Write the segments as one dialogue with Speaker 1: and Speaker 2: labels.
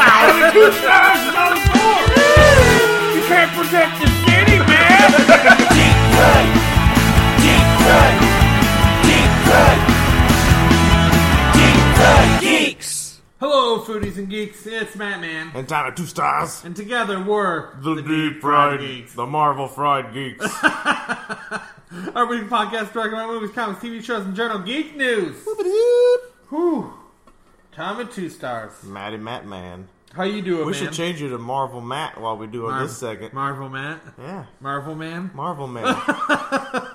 Speaker 1: Two thousand on the floor. You can't protect the city, man. Deep cut. Deep cut. Deep cut. Deep cut geeks.
Speaker 2: Hello, foodies and geeks. It's Mattman,
Speaker 3: And time of two stars.
Speaker 2: and together we're
Speaker 3: The, deep fried geeks. The Marvel fried geeks.
Speaker 2: Our weekly podcast talking about movies, comics, TV shows, and journal geek news. Whew. Tom and two stars.
Speaker 3: Matty Matt Man.
Speaker 2: How you doing,
Speaker 3: We
Speaker 2: man?
Speaker 3: should change you to Marvel Matt while we do it
Speaker 2: Mar- Oh.
Speaker 3: this second.
Speaker 2: Marvel man.
Speaker 3: yeah.
Speaker 2: Marvel man.
Speaker 3: Marvel Man. Because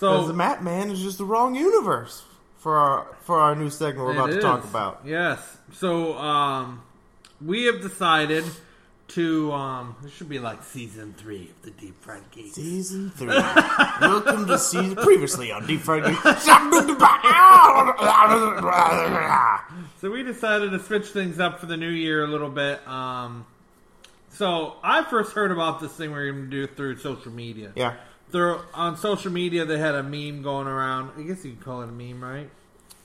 Speaker 3: the
Speaker 2: So
Speaker 3: Matt Man is just the wrong universe for our for our new segment we're about
Speaker 2: it
Speaker 3: to talk
Speaker 2: is.
Speaker 3: about.
Speaker 2: Yes. So um, we have decided to um, this should be like season three of the Deep Fried Geeks.
Speaker 3: Season three. Welcome to season previously on Deep Fried Geeks.
Speaker 2: So we decided to switch things up for the new year a little bit. Um, so I first heard about this thing we are going to do through social media.
Speaker 3: yeah.
Speaker 2: Through on social media, they had a meme going around. I guess you could call it a meme, right?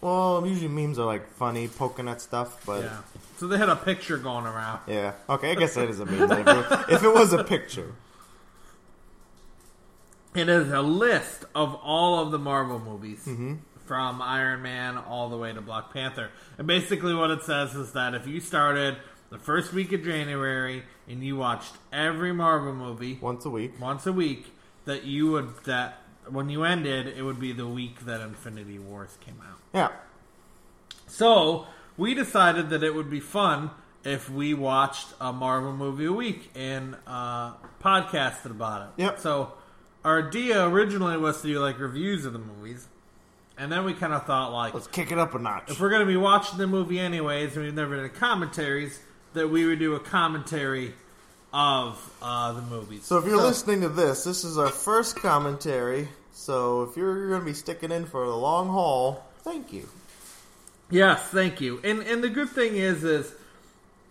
Speaker 3: Well, usually memes are like funny, poking at stuff, but
Speaker 2: Yeah. So they had a picture going around.
Speaker 3: Yeah. Okay, I guess that is a meme. if, it, if it was a picture.
Speaker 2: It is a list of all of the Marvel movies. From Iron Man all the way to Black Panther. And basically, what it says is that if you started the first week of January and you watched every Marvel movie,
Speaker 3: Once a week.
Speaker 2: once a week that you would that when you ended it would be the week that infinity wars came out
Speaker 3: Yeah.
Speaker 2: so we decided that it would be fun if we watched a marvel movie a week and uh, podcasted about it
Speaker 3: Yep.
Speaker 2: so our idea originally was to do like reviews of the movies and then we kind of thought like
Speaker 3: Let's kick it up a notch.
Speaker 2: if we're going to be watching the movie anyways, and we've never done commentaries, that we would do a commentary of uh, the movies.
Speaker 3: so if you're listening to this, this is our first commentary. So if you're going to be sticking in for the long haul, thank you.
Speaker 2: Yes, thank you. And and the good thing is is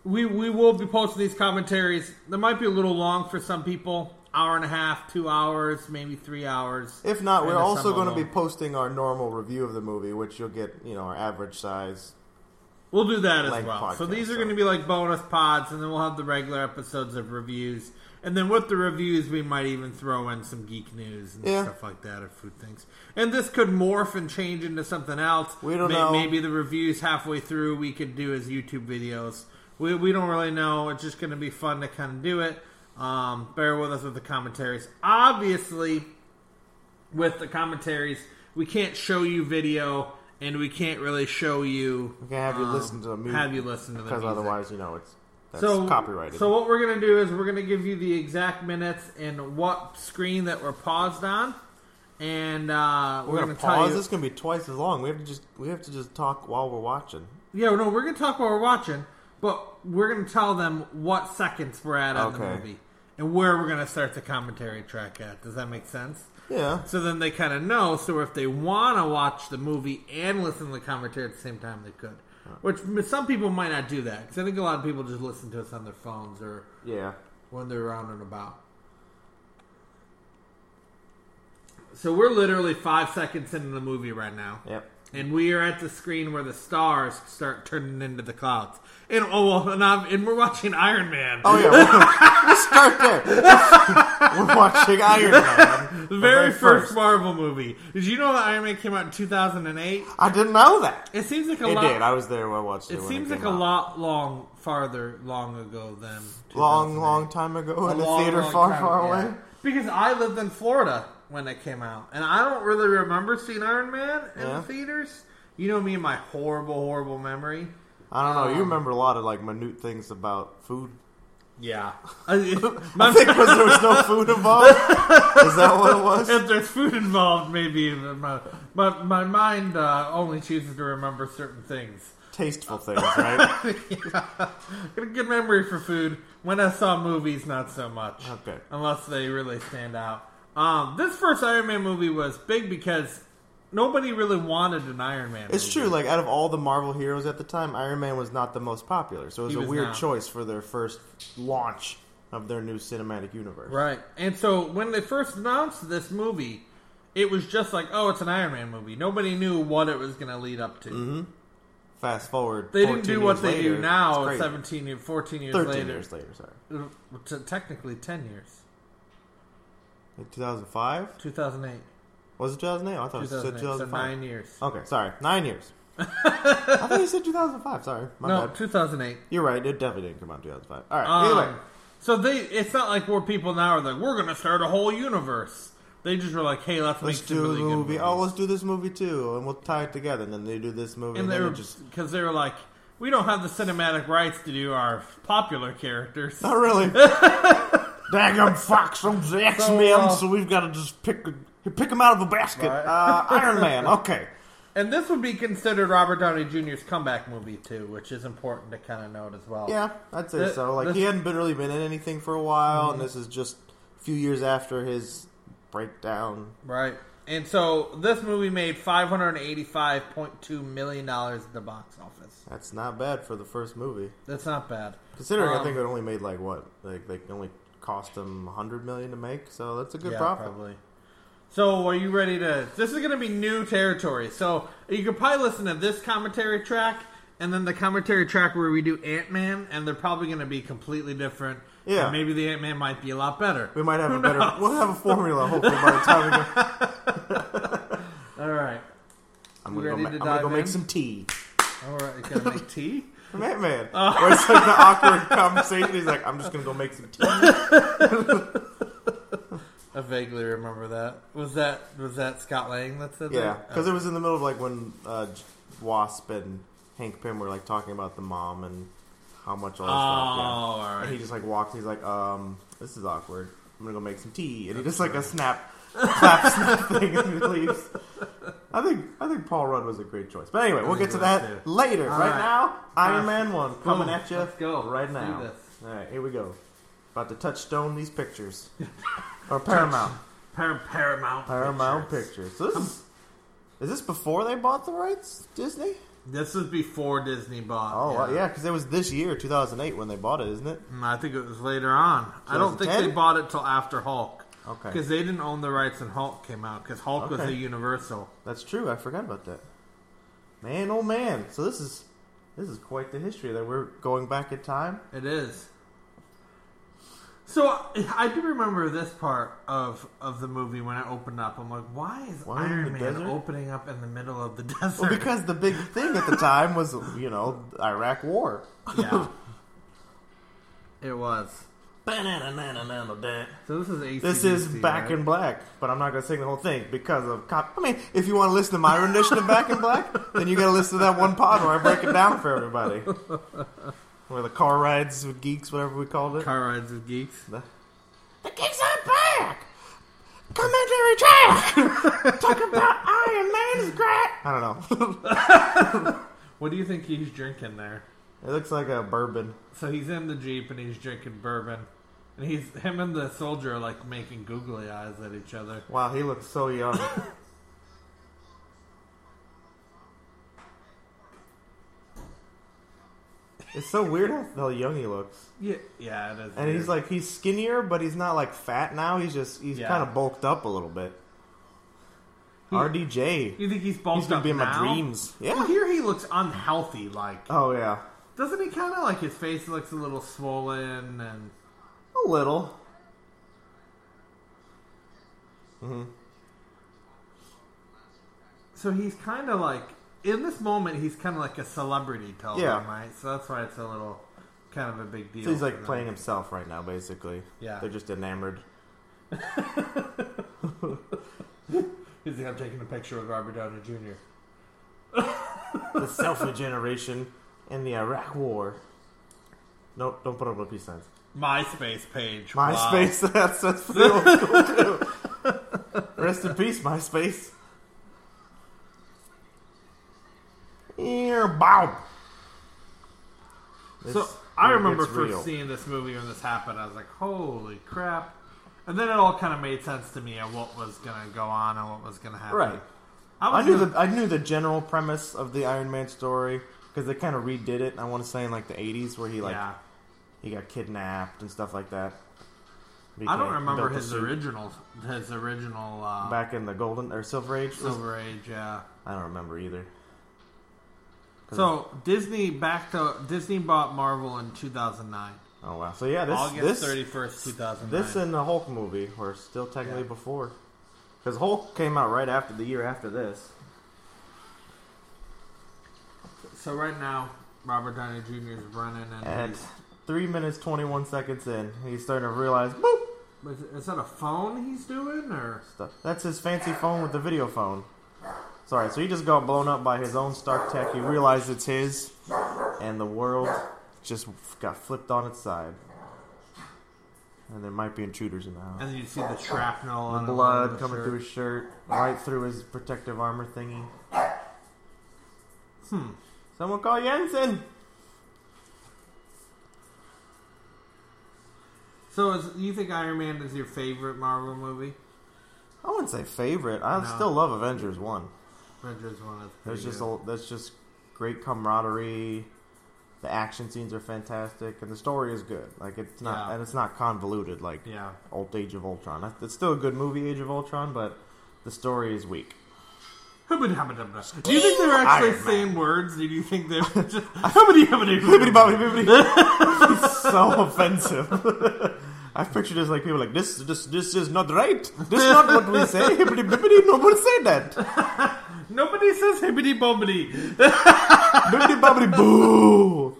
Speaker 2: we we will be posting these commentaries. They might be a little long for some people. Hour and a half, two hours, maybe three hours.
Speaker 3: If not, we're
Speaker 2: And
Speaker 3: also
Speaker 2: some of
Speaker 3: going to be
Speaker 2: them.
Speaker 3: posting our normal review of the movie, which you'll get, you know, our average size.
Speaker 2: We'll do that as
Speaker 3: Like
Speaker 2: well. so
Speaker 3: podcast,
Speaker 2: these are
Speaker 3: so.
Speaker 2: going to be like bonus pods, and then we'll have the regular episodes of reviews. And then with the reviews, we might even throw in some geek news and
Speaker 3: Yeah.
Speaker 2: stuff like that, or food things. And this could morph and change into something else.
Speaker 3: We don't know.
Speaker 2: Maybe the reviews halfway through we could do as YouTube videos. We, we don't really know. It's just going to be fun to kind of do it. Um, bear with us with the commentaries. Obviously, with the commentaries, we can't show you video, and we can't really show you um,
Speaker 3: We can have you listen to the movie.
Speaker 2: have you listen to the
Speaker 3: Because
Speaker 2: music.
Speaker 3: otherwise, you know, it's that's
Speaker 2: so
Speaker 3: copyrighted.
Speaker 2: So what we're gonna do is we're gonna give you the exact minutes and what screen that we're paused on, and uh, we're,
Speaker 3: we're
Speaker 2: gonna,
Speaker 3: going to
Speaker 2: tell
Speaker 3: pause.
Speaker 2: you.
Speaker 3: This is going to be twice as long. We have to just we have to just talk while we're watching.
Speaker 2: Yeah, no, we're gonna talk while we're watching, but we're gonna tell them what seconds we're at on the
Speaker 3: Okay.
Speaker 2: movie and where we're gonna start the commentary track at. Does that make sense?
Speaker 3: Yeah.
Speaker 2: So then they kind of know. So if they want to watch the movie and listen to the commentary at the same time, they could. Which m- some people might not do that because I think a lot of people just listen to us on their phones or
Speaker 3: Yeah.
Speaker 2: when they're around and about. So we're literally five seconds into the movie right now.
Speaker 3: Yep.
Speaker 2: And we are at the screen where the stars start turning into the clouds. And oh well, and, I'm, and we're watching Iron Man.
Speaker 3: Oh yeah, we'll, we'll start there. We're watching Iron Man,
Speaker 2: the very first, Marvel movie. Did you know that Iron Man came out in 2008?
Speaker 3: I didn't know that.
Speaker 2: It seems like a
Speaker 3: It
Speaker 2: lot.
Speaker 3: did. I was there. when I watched it.
Speaker 2: It
Speaker 3: when
Speaker 2: seems
Speaker 3: came
Speaker 2: like a
Speaker 3: out.
Speaker 2: lot long farther long ago than
Speaker 3: long,
Speaker 2: 2008.
Speaker 3: long time ago
Speaker 2: A
Speaker 3: in a
Speaker 2: long,
Speaker 3: theater
Speaker 2: long
Speaker 3: far,
Speaker 2: time,
Speaker 3: far
Speaker 2: yeah.
Speaker 3: away.
Speaker 2: Because I lived in Florida when it came out, and I don't really remember seeing Iron Man in
Speaker 3: Yeah.
Speaker 2: the theaters. You know me and my horrible, horrible memory.
Speaker 3: I don't know.
Speaker 2: Um,
Speaker 3: you remember a lot of like minute things about food.
Speaker 2: Yeah,
Speaker 3: I think because there was no food involved. Is that what it was?
Speaker 2: if there's food involved, maybe my my, my mind uh, only chooses to remember certain things.
Speaker 3: Tasteful things, right?
Speaker 2: Got a good memory for food. When I saw movies, not so much.
Speaker 3: Okay.
Speaker 2: Unless they really stand out. Um, this first Iron Man movie was big because nobody really wanted an Iron Man.
Speaker 3: It's
Speaker 2: movie.
Speaker 3: true. Like out of all the Marvel heroes at the time, Iron Man was not the most popular, so it was
Speaker 2: He
Speaker 3: a
Speaker 2: was
Speaker 3: weird
Speaker 2: not.
Speaker 3: choice for their first launch of their new cinematic universe.
Speaker 2: Right. And so when they first announced this movie, it was just like, oh, it's an Iron Man movie. Nobody knew what it was going to lead up to.
Speaker 3: Fast forward.
Speaker 2: They didn't
Speaker 3: 14
Speaker 2: do what
Speaker 3: Mm-hmm. years
Speaker 2: they
Speaker 3: later,
Speaker 2: do
Speaker 3: it's
Speaker 2: now. at
Speaker 3: crazy.
Speaker 2: 17, year- 14 years
Speaker 3: 13
Speaker 2: later.
Speaker 3: years later, sorry.
Speaker 2: Uh, t- technically, ten years.
Speaker 3: In 2005?
Speaker 2: Two thousand eight.
Speaker 3: Was it 2008? I thought
Speaker 2: Two
Speaker 3: it said
Speaker 2: thousand eight. So
Speaker 3: 2005.
Speaker 2: nine years.
Speaker 3: Okay, sorry. Nine years. I thought you said 2005. Sorry. My
Speaker 2: no,
Speaker 3: bad.
Speaker 2: two thousand eight.
Speaker 3: You're right. It definitely didn't come out in 2005. All right.
Speaker 2: Um,
Speaker 3: anyway.
Speaker 2: So they, it's not like where people now are like, we're going to start a whole universe. They just were like, hey, let's,
Speaker 3: Let's
Speaker 2: make some
Speaker 3: do
Speaker 2: really
Speaker 3: the
Speaker 2: good
Speaker 3: movie.
Speaker 2: movies.
Speaker 3: Oh, let's do this movie too, and we'll tie it together. And then they do this movie,
Speaker 2: and
Speaker 3: and,
Speaker 2: they
Speaker 3: then
Speaker 2: were
Speaker 3: it just
Speaker 2: because they were like, we don't have the cinematic rights to do our popular characters.
Speaker 3: not really. Daggum Fox owns the X Men, so,
Speaker 2: uh,
Speaker 3: we've got to just pick pick him out of a basket.
Speaker 2: Right.
Speaker 3: Uh, Iron Man. Okay.
Speaker 2: And this would be considered Robert Downey Jr.'s comeback movie too, which is important to kind of note as well.
Speaker 3: Yeah, I'd say
Speaker 2: Th-
Speaker 3: so. Like
Speaker 2: this-
Speaker 3: he hadn't been really been in anything for a while, and this is just a few years after his breakdown.
Speaker 2: Right. And so this movie made five hundred eighty-five point two million dollars at the box office.
Speaker 3: That's not bad for the first movie,
Speaker 2: That's not bad.
Speaker 3: considering I
Speaker 2: Um,
Speaker 3: think it only made like what, like they only cost him hundred million to make. So that's a good
Speaker 2: yeah,
Speaker 3: profit.
Speaker 2: probably. So are you ready to? This is going to be new territory. So you could probably listen to this commentary track and then the commentary track where we do Ant Man, and they're probably going to be completely different.
Speaker 3: Yeah.
Speaker 2: And maybe the Ant Man might be a lot better.
Speaker 3: We might have
Speaker 2: Who
Speaker 3: a better.
Speaker 2: knows?
Speaker 3: We'll have a formula hopefully by the time we go.
Speaker 2: All right.
Speaker 3: I'm
Speaker 2: You
Speaker 3: gonna
Speaker 2: ready
Speaker 3: go, ma-
Speaker 2: to
Speaker 3: I'm gonna go
Speaker 2: dive
Speaker 3: make
Speaker 2: in?
Speaker 3: some tea.
Speaker 2: All right. You gonna make tea?
Speaker 3: Man, man.
Speaker 2: Oh.
Speaker 3: Where it's like the awkward conversation. He's like, I'm just gonna go make some tea.
Speaker 2: I vaguely remember that. Was that was that Scott Lang that Oh, said
Speaker 3: Yeah,
Speaker 2: that?
Speaker 3: because it was in the middle of like when uh, J- Wasp and Hank Pym were like talking about the mom and how much all this
Speaker 2: Oh,
Speaker 3: stuff. Yeah.
Speaker 2: all right.
Speaker 3: And he just like walks. He's like, um, this is awkward. I'm gonna go make some tea. And he just like a snap, clap, snap thing, and he leaves. I think I think Paul Rudd was a great choice. But anyway, we'll
Speaker 2: think
Speaker 3: get to
Speaker 2: he was,
Speaker 3: that
Speaker 2: too.
Speaker 3: later.
Speaker 2: All
Speaker 3: right,
Speaker 2: right.
Speaker 3: now, Iron
Speaker 2: Uh,
Speaker 3: Man one coming
Speaker 2: boom.
Speaker 3: at you.
Speaker 2: Let's go.
Speaker 3: right
Speaker 2: Let's
Speaker 3: now.
Speaker 2: do this.
Speaker 3: All right, here we go. About to touchstone these pictures or Paramount.
Speaker 2: Par- Paramount.
Speaker 3: Paramount
Speaker 2: Pictures.
Speaker 3: Pictures. So this is, is this before they bought the rights, Disney?
Speaker 2: This is before Disney bought.
Speaker 3: Oh yeah, yeah, because it was this year, 2008, when they bought it, isn't it?
Speaker 2: Mm, I think it was later on. I don't think they
Speaker 3: 2010?
Speaker 2: bought it till after Hulk.
Speaker 3: Okay.
Speaker 2: Because they didn't own the rights when Hulk came out. Because Hulk was
Speaker 3: Okay.
Speaker 2: a Universal.
Speaker 3: That's true. I forgot about that. Man, oh man. So this is this is quite the history that we're going back in time.
Speaker 2: It is. So I, I do remember this part of of the movie when I opened up. I'm like, why is
Speaker 3: Why in the
Speaker 2: Iron Man
Speaker 3: desert?
Speaker 2: opening up in the middle of the desert?
Speaker 3: Well, because the big thing at the time was, you know, the Iraq War.
Speaker 2: yeah, it was.
Speaker 3: This
Speaker 2: So this is AC
Speaker 3: is Back in Black, but I'm not going to sing the whole thing because of cop. I mean, if you want to listen to my rendition of Back in Black, then you got to listen to that one pod where I break it down for everybody. Where the car rides with geeks, whatever we called it.
Speaker 2: Car Rides with Geeks.
Speaker 3: The, the geeks are back! Commentary track! Talking about Iron Man is great! I don't know.
Speaker 2: What do you think he's drinking there?
Speaker 3: it looks like a bourbon.
Speaker 2: So he's in the jeep and he's drinking bourbon, and he's him and the soldier are like making googly eyes at each other.
Speaker 3: Wow, he looks so young. it's so weird how, how young he looks.
Speaker 2: Yeah, yeah, it is.
Speaker 3: And he's like, he's skinnier, but he's not like fat now. He's just, he's
Speaker 2: Yeah.
Speaker 3: kind of bulked up a little bit.
Speaker 2: He-
Speaker 3: RDJ.
Speaker 2: you think he's bulked
Speaker 3: He's gonna
Speaker 2: up
Speaker 3: be in my
Speaker 2: now?
Speaker 3: dreams.
Speaker 2: Well,
Speaker 3: Yeah.
Speaker 2: here he looks unhealthy. Like,
Speaker 3: Oh, yeah.
Speaker 2: doesn't he kind of like his face looks a little swollen and
Speaker 3: A little.
Speaker 2: so he's kind of like in this moment he's kind of like a celebrity to all
Speaker 3: Yeah.
Speaker 2: them, right? So that's why it's a little kind of a big deal.
Speaker 3: So he's
Speaker 2: for
Speaker 3: like
Speaker 2: them.
Speaker 3: playing himself right now, basically.
Speaker 2: Yeah.
Speaker 3: They're just enamored.
Speaker 2: He's like, I'm taking a picture with Robert Downey Jr.
Speaker 3: The selfie generation and the Iraq War. No, don't put up a peace signs.
Speaker 2: MySpace page. Wow.
Speaker 3: MySpace. That's that's pretty old school too. Rest in peace, MySpace. Here, Bob.
Speaker 2: So
Speaker 3: This-
Speaker 2: I
Speaker 3: it
Speaker 2: remember
Speaker 3: gets
Speaker 2: first
Speaker 3: real.
Speaker 2: seeing this movie when this happened. I was like, "Holy crap!" And then it all kind of made sense to me of what was going to go on and what was going to happen.
Speaker 3: Right.
Speaker 2: I,
Speaker 3: I
Speaker 2: was
Speaker 3: knew
Speaker 2: gonna-
Speaker 3: the I knew the general premise of the Iron Man story because they kind of redid it. I want to say in like the '80s where he like
Speaker 2: yeah.
Speaker 3: he got kidnapped and stuff like that.
Speaker 2: I don't
Speaker 3: Became-
Speaker 2: remember
Speaker 3: built a
Speaker 2: his
Speaker 3: suit
Speaker 2: original. His original uh,
Speaker 3: back in the Golden or Silver Age.
Speaker 2: Silver Age. Yeah.
Speaker 3: I don't remember either. 'Cause-
Speaker 2: So Disney back to Disney bought Marvel in 2009,
Speaker 3: oh wow. So yeah, this
Speaker 2: August
Speaker 3: this
Speaker 2: 31st, 2009.
Speaker 3: this and the Hulk movie were still technically
Speaker 2: Yeah.
Speaker 3: before, because Hulk came out right after the year after this.
Speaker 2: so right now, Robert Downey Jr. is running, and
Speaker 3: At
Speaker 2: he's,
Speaker 3: three minutes twenty one seconds in, he's starting to realize, boop,
Speaker 2: is, is that a phone he's doing, or
Speaker 3: stuff. That's his fancy phone with the video phone. Sorry, so he just got blown up by his own Stark Tech. He realized it's his, and the world just got flipped on its side. And there might be intruders in the house.
Speaker 2: and then you see the shrapnel on him, on
Speaker 3: Blood
Speaker 2: Um, the
Speaker 3: coming
Speaker 2: shirt.
Speaker 3: through his shirt, right through his protective armor thingy. Hmm. Someone call Jensen!
Speaker 2: So is, you think Iron Man is your favorite Marvel movie?
Speaker 3: I wouldn't say favorite. I
Speaker 2: No.
Speaker 3: still love Avengers 1.
Speaker 2: Avengers one. is
Speaker 3: There's
Speaker 2: pretty
Speaker 3: just
Speaker 2: good.
Speaker 3: a, there's just great camaraderie. The action scenes are fantastic, and the story is good. Like it's not
Speaker 2: Yeah.
Speaker 3: and it's not convoluted like
Speaker 2: yeah.
Speaker 3: old Age of Ultron. That's- It's still a good movie, Age of Ultron, but the story is weak.
Speaker 2: Do you think they're actually
Speaker 3: Iron Man.
Speaker 2: saying words? Do you think they're just hubbity hubbity
Speaker 3: Bibbidi bobbidi bibbidi. it's so offensive. I've pictured this like people like this this this is not right. This is not what we say. Bibbidi bibbidi. Nobody say that.
Speaker 2: Nobody says hibbity bobbity.
Speaker 3: Bibbidi bobbidi boo.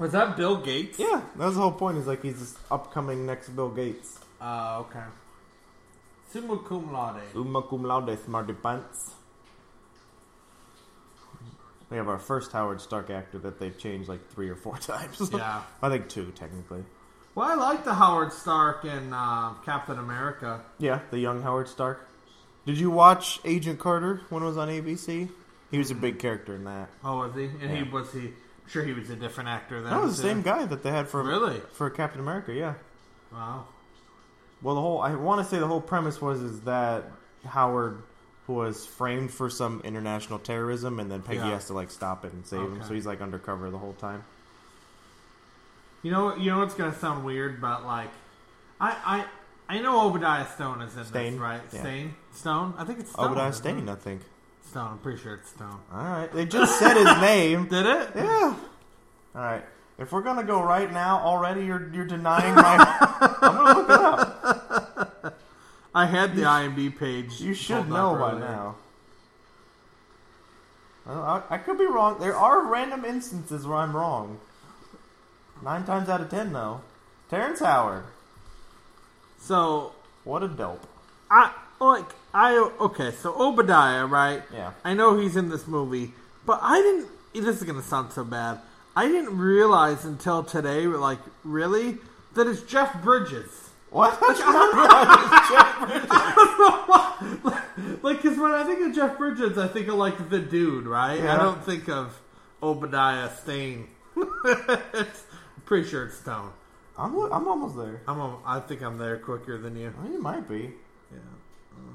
Speaker 2: Was that Bill Gates?
Speaker 3: Yeah, that's the whole point. Is like he's this upcoming next Bill Gates.
Speaker 2: Uh, okay. Summa cum laude.
Speaker 3: Uma cum laude, smarty pants. We have our first Howard Stark actor that they've changed like three or four times.
Speaker 2: Yeah.
Speaker 3: I think two, technically.
Speaker 2: Well, I like the Howard Stark and uh, Captain America.
Speaker 3: Yeah, the young Howard Stark. Did you watch Agent Carter when it was on ABC? He was a big character in that.
Speaker 2: Oh, was he? And he
Speaker 3: Yeah.
Speaker 2: was he? I'm sure he was a different actor then.
Speaker 3: That was the
Speaker 2: too.
Speaker 3: same guy that they had for
Speaker 2: Really?
Speaker 3: for Captain America. Yeah.
Speaker 2: Wow.
Speaker 3: Well, the whole I want to say the whole premise was is that Howard was framed for some international terrorism, and then Peggy
Speaker 2: Yeah.
Speaker 3: has to like stop it and save him.
Speaker 2: Okay.
Speaker 3: So he's like undercover the whole time.
Speaker 2: You know, you know, it's gonna sound weird, but like, I, I, I know Obadiah Stone is in
Speaker 3: Stain?
Speaker 2: this, right?
Speaker 3: Yeah.
Speaker 2: Stain, Stone. I think it's Stone.
Speaker 3: Obadiah
Speaker 2: isn't it?
Speaker 3: Stane, I think.
Speaker 2: Stone. I'm pretty sure it's Stone.
Speaker 3: All right, they just said his name.
Speaker 2: Did it?
Speaker 3: Yeah. All right. If we're gonna go right now, already you're you're denying my.
Speaker 2: I had the IMDb page.
Speaker 3: you should
Speaker 2: pulled
Speaker 3: know
Speaker 2: up
Speaker 3: by
Speaker 2: earlier.
Speaker 3: now. I, I could be wrong. There are random instances where I'm wrong. Nine times out of ten, though. Terrence Howard.
Speaker 2: So
Speaker 3: What a dope.
Speaker 2: I like I okay. So Obadiah, right?
Speaker 3: Yeah.
Speaker 2: I know he's in this movie, but I didn't. This is gonna sound so bad. I didn't realize until today, like really, that it's Jeff Bridges.
Speaker 3: What? That's not right. It's Jeff Bridges.
Speaker 2: like, because when I think of Jeff Bridges, I think of like the dude, right? I
Speaker 3: Yeah.
Speaker 2: don't think of Obadiah Stane. It's- I'm pretty sure it's Stone.
Speaker 3: I'm, I'm almost there.
Speaker 2: I'm. A, I think I'm there quicker than you.
Speaker 3: Well, you might be.
Speaker 2: Yeah.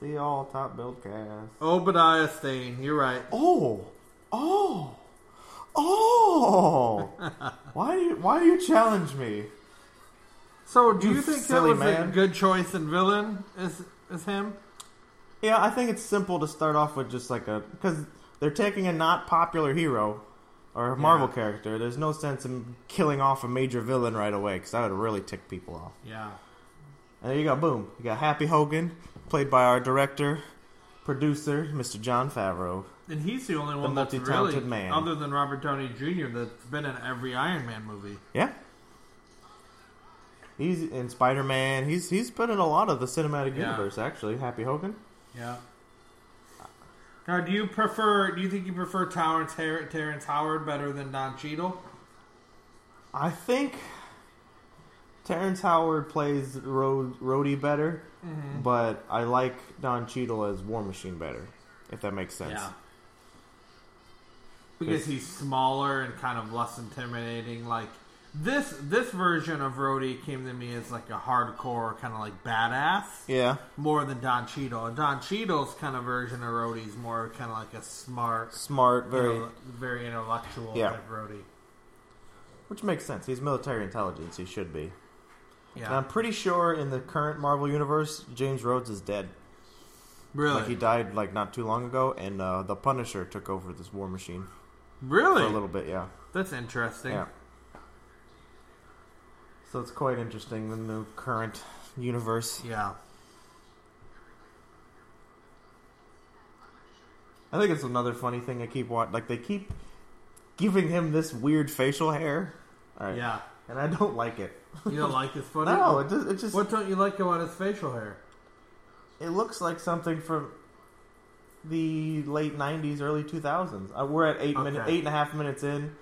Speaker 3: See all top build cast.
Speaker 2: Obadiah Stane. You're right.
Speaker 3: Oh, oh, oh! why do you, why do you challenge me?
Speaker 2: So, do you
Speaker 3: You
Speaker 2: think that
Speaker 3: silly
Speaker 2: was a
Speaker 3: man.
Speaker 2: good choice in villain? Is is him?
Speaker 3: Yeah, I think it's simple to start off with just like a because they're taking a not popular hero or a Marvel character. There's no sense in killing off a major villain right away because that would really tick people off.
Speaker 2: Yeah.
Speaker 3: And there you go, boom. You got Happy Hogan, played by our director, producer, Mr. John Favreau.
Speaker 2: And he's the only one that's
Speaker 3: multi-talented
Speaker 2: really,
Speaker 3: man.
Speaker 2: other than Robert Downey Jr., that's been in every Iron Man movie.
Speaker 3: Yeah. He's in Spider Man. He's he's been in a lot of the cinematic
Speaker 2: Yeah.
Speaker 3: universe actually. Happy Hogan.
Speaker 2: Yeah. Now, do you prefer? Do you think you prefer Terrence Har- Terrence Howard better than Don Cheadle?
Speaker 3: I think Terrence Howard plays Road Rhodey better,
Speaker 2: Mm-hmm.
Speaker 3: but I like Don Cheadle as War Machine better, if that makes sense.
Speaker 2: Because he's smaller and kind of less intimidating. Like this, this version of Rhodey came to me as like a hardcore kind of like badass.
Speaker 3: Yeah.
Speaker 2: More than Don Cheadle. And Don Cheadle's kind of version of Rhodey's more kind of like a smart,
Speaker 3: Smart, very,
Speaker 2: intel- very intellectual
Speaker 3: Yeah.
Speaker 2: type Rhodey.
Speaker 3: which makes sense. He's military intelligence. He should be.
Speaker 2: Yeah.
Speaker 3: Um, And I'm pretty sure in the current Marvel universe, James Rhodes is dead.
Speaker 2: Really?
Speaker 3: Like he died like not too long ago, and uh, the Punisher took over this War Machine for
Speaker 2: really?
Speaker 3: a little bit. Yeah,
Speaker 2: That's interesting.
Speaker 3: yeah. So it's quite interesting the new current universe.
Speaker 2: Yeah.
Speaker 3: I think it's another funny thing I keep watching. Like they keep giving him this weird facial hair. All right.
Speaker 2: Yeah.
Speaker 3: And I don't like it.
Speaker 2: You don't like this photo?
Speaker 3: No, it just, it just
Speaker 2: What don't you like about his facial hair?
Speaker 3: it looks like something from the late '90s, early 2000s. Uh, we're at eight minutes,
Speaker 2: Okay.
Speaker 3: eight and a half minutes in,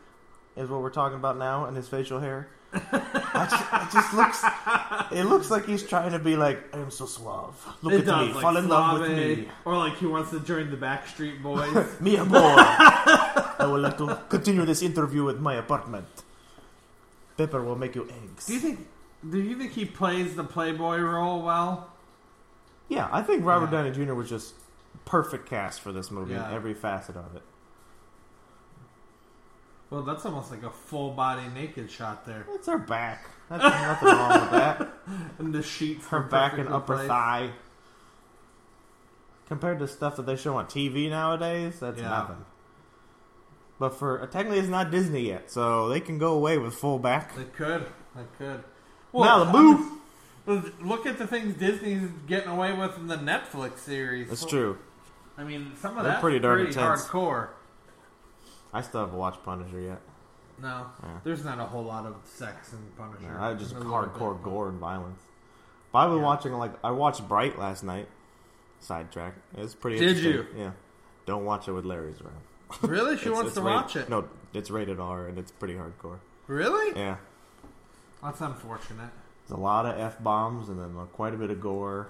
Speaker 3: is what we're talking about now, and his facial hair. I just, it just looks. It looks like he's trying to be like, "I am so suave. Look
Speaker 2: It
Speaker 3: at me, fall in love with
Speaker 2: Suave,
Speaker 3: me,
Speaker 2: Or like he wants to join the Backstreet Boys.
Speaker 3: me a boy. I would like to continue this interview at my apartment. Pepper will make you eggs."
Speaker 2: do you think do you think he plays the Playboy role well?
Speaker 3: Yeah, I think Robert
Speaker 2: Yeah.
Speaker 3: Downey Jr. was just perfect cast for this movie
Speaker 2: Yeah.
Speaker 3: in every facet of it.
Speaker 2: Well, that's almost like a full body naked shot there.
Speaker 3: It's her back. That's nothing wrong with that.
Speaker 2: And the sheets
Speaker 3: Her
Speaker 2: were
Speaker 3: back and
Speaker 2: perfectly
Speaker 3: upper
Speaker 2: placed.
Speaker 3: thigh. Compared to stuff that they show on TV nowadays, that's
Speaker 2: Yeah.
Speaker 3: nothing. But for uh, technically, it's not Disney yet, so they can go away with full back.
Speaker 2: They could. They could.
Speaker 3: now the move.
Speaker 2: Look at the things Disney's getting away with in the Netflix series.
Speaker 3: That's true.
Speaker 2: I mean, some of
Speaker 3: They're
Speaker 2: that's pretty,
Speaker 3: pretty darn intense.
Speaker 2: hardcore.
Speaker 3: I still haven't watched Punisher yet.
Speaker 2: No,
Speaker 3: Yeah.
Speaker 2: there's not a whole lot of sex in Punisher.
Speaker 3: I just
Speaker 2: There's a little
Speaker 3: hardcore
Speaker 2: bit.
Speaker 3: gore and violence. But I've been
Speaker 2: Yeah.
Speaker 3: watching like I watched Bright last night. Sidetrack. It was pretty.
Speaker 2: Did
Speaker 3: interesting. Yeah. Don't watch it with Larry's around.
Speaker 2: Really? She
Speaker 3: It's-
Speaker 2: wants
Speaker 3: it's
Speaker 2: to
Speaker 3: rated-
Speaker 2: watch it.
Speaker 3: No, it's rated R and it's pretty hardcore.
Speaker 2: Really?
Speaker 3: Yeah.
Speaker 2: That's unfortunate.
Speaker 3: There's a lot of f bombs and then uh, quite a bit of gore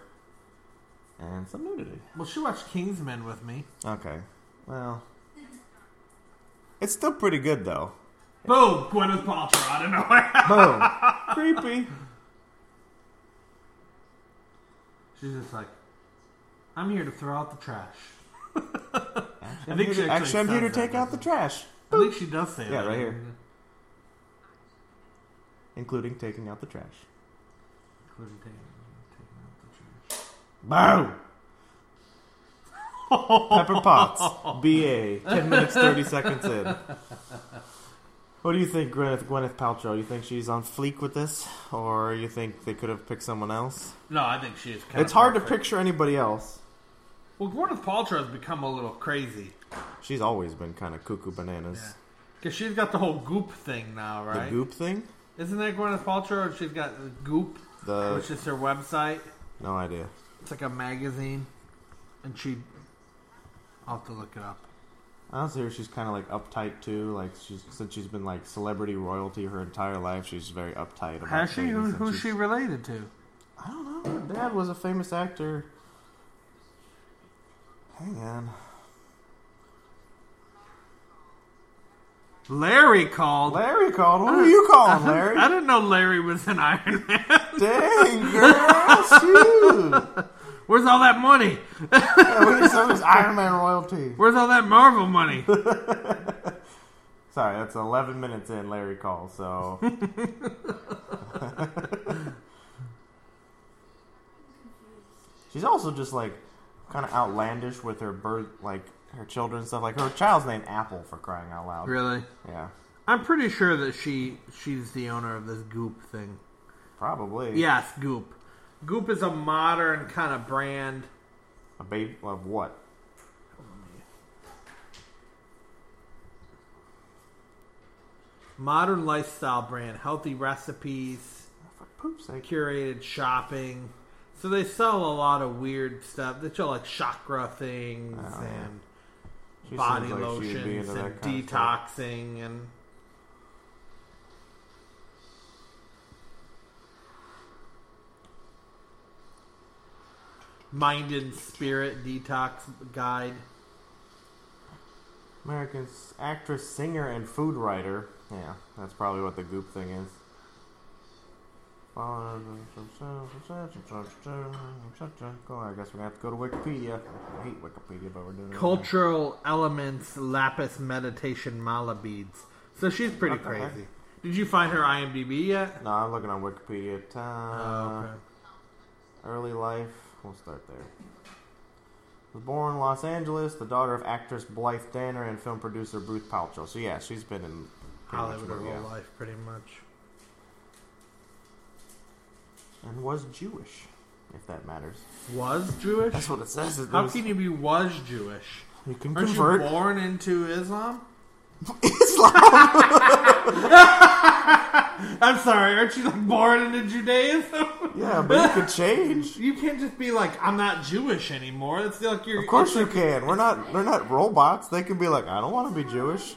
Speaker 3: and some nudity.
Speaker 2: Well, she watched Kingsman with me.
Speaker 3: Okay. Well, it's still pretty good though.
Speaker 2: Boom! Gwyneth Paltrow out of nowhere.
Speaker 3: Boom. Creepy.
Speaker 2: She's just like, I'm here to throw out the trash.
Speaker 3: I
Speaker 2: think she actually
Speaker 3: actually I'm here to
Speaker 2: says that,
Speaker 3: take out the trash,
Speaker 2: I think she does say
Speaker 3: Yeah,
Speaker 2: that.
Speaker 3: right here. including taking out the trash.
Speaker 2: Including taking- taking out the trash.
Speaker 3: Boom. Pepper Potts, BA, 10 minutes 30 seconds in. What do you think, Gwyneth, Gwyneth Paltrow? You think she's on fleek with this? Or you think they could have picked someone else?
Speaker 2: No, I think she is. Kind
Speaker 3: It's hard to picture anybody else.
Speaker 2: Well, Gwyneth Paltrow has become a little crazy.
Speaker 3: She's always been kind of cuckoo bananas.
Speaker 2: Yeah. Because she's got the whole goop thing now, right?
Speaker 3: The goop thing?
Speaker 2: Isn't that Gwyneth Paltrow? She's got the goop,
Speaker 3: The
Speaker 2: which is her website.
Speaker 3: No idea.
Speaker 2: It's like a magazine. And she. I'll have to look it up.
Speaker 3: I also hear she's kind of like uptight too. Like she's since she's been like celebrity royalty her entire life, she's very uptight. About
Speaker 2: Has she?
Speaker 3: things,
Speaker 2: Who,
Speaker 3: and
Speaker 2: who's
Speaker 3: she's-
Speaker 2: she related to?
Speaker 3: I don't know. Her dad was a famous actor. Hang on.
Speaker 2: Larry called.
Speaker 3: Larry called. Who are you calling,
Speaker 2: I
Speaker 3: Larry?
Speaker 2: didn't know Larry was an Iron Man.
Speaker 3: Dang, girl. Shoot.
Speaker 2: Where's all that money?
Speaker 3: We need some of this Iron Man royalty.
Speaker 2: Where's all that Marvel money?
Speaker 3: Sorry, that's 11 minutes in, Larry calls, so. She's also just like kind of outlandish with her birth, like her children and stuff. Like her child's name Apple for crying out loud.
Speaker 2: really?
Speaker 3: Yeah,
Speaker 2: I'm pretty sure that she she's the owner of this goop thing.
Speaker 3: probably.
Speaker 2: Yes, Goop. Goop is a modern kind of brand.
Speaker 3: A baby of what?
Speaker 2: Modern lifestyle brand, healthy recipes,
Speaker 3: For poop's sake.
Speaker 2: curated shopping. So they sell a lot of weird stuff. They sell like chakra things
Speaker 3: Oh, yeah.
Speaker 2: and
Speaker 3: She
Speaker 2: body
Speaker 3: seems like she'd be
Speaker 2: lotions
Speaker 3: into
Speaker 2: and
Speaker 3: that kind of stuff.
Speaker 2: detoxing and mind and spirit detox guide.
Speaker 3: American s- actress, singer, and food writer. Yeah, that's probably what the goop thing is. Well, I guess we're gonna have to go to Wikipedia. I hate Wikipedia, but we're doing it. anyway.
Speaker 2: Cultural elements lapis meditation mala beads. So she's pretty
Speaker 3: What the heck?
Speaker 2: crazy. Did you find her IMDb yet?
Speaker 3: No, I'm looking on Wikipedia. Ta-
Speaker 2: Oh, okay.
Speaker 3: Early life. We'll start there. was born in Los Angeles, the daughter of actress Blythe Danner and film producer Bruce Paltrow. So yeah, she's been in pretty much
Speaker 2: Hollywood her
Speaker 3: every-
Speaker 2: whole
Speaker 3: yeah.
Speaker 2: life, pretty much.
Speaker 3: and was Jewish, if that matters.
Speaker 2: Was Jewish?
Speaker 3: That's what it says. It
Speaker 2: How
Speaker 3: was-
Speaker 2: can you be was Jewish?
Speaker 3: you can
Speaker 2: Aren't you
Speaker 3: convert
Speaker 2: born into Islam?
Speaker 3: Islam?
Speaker 2: I'm sorry, aren't you like born into Judaism?
Speaker 3: yeah, but you can change.
Speaker 2: you can't just be like, I'm not Jewish anymore. It's like you're
Speaker 3: Of course you can. We're not they're not robots. They can be like, I don't want to be Jewish.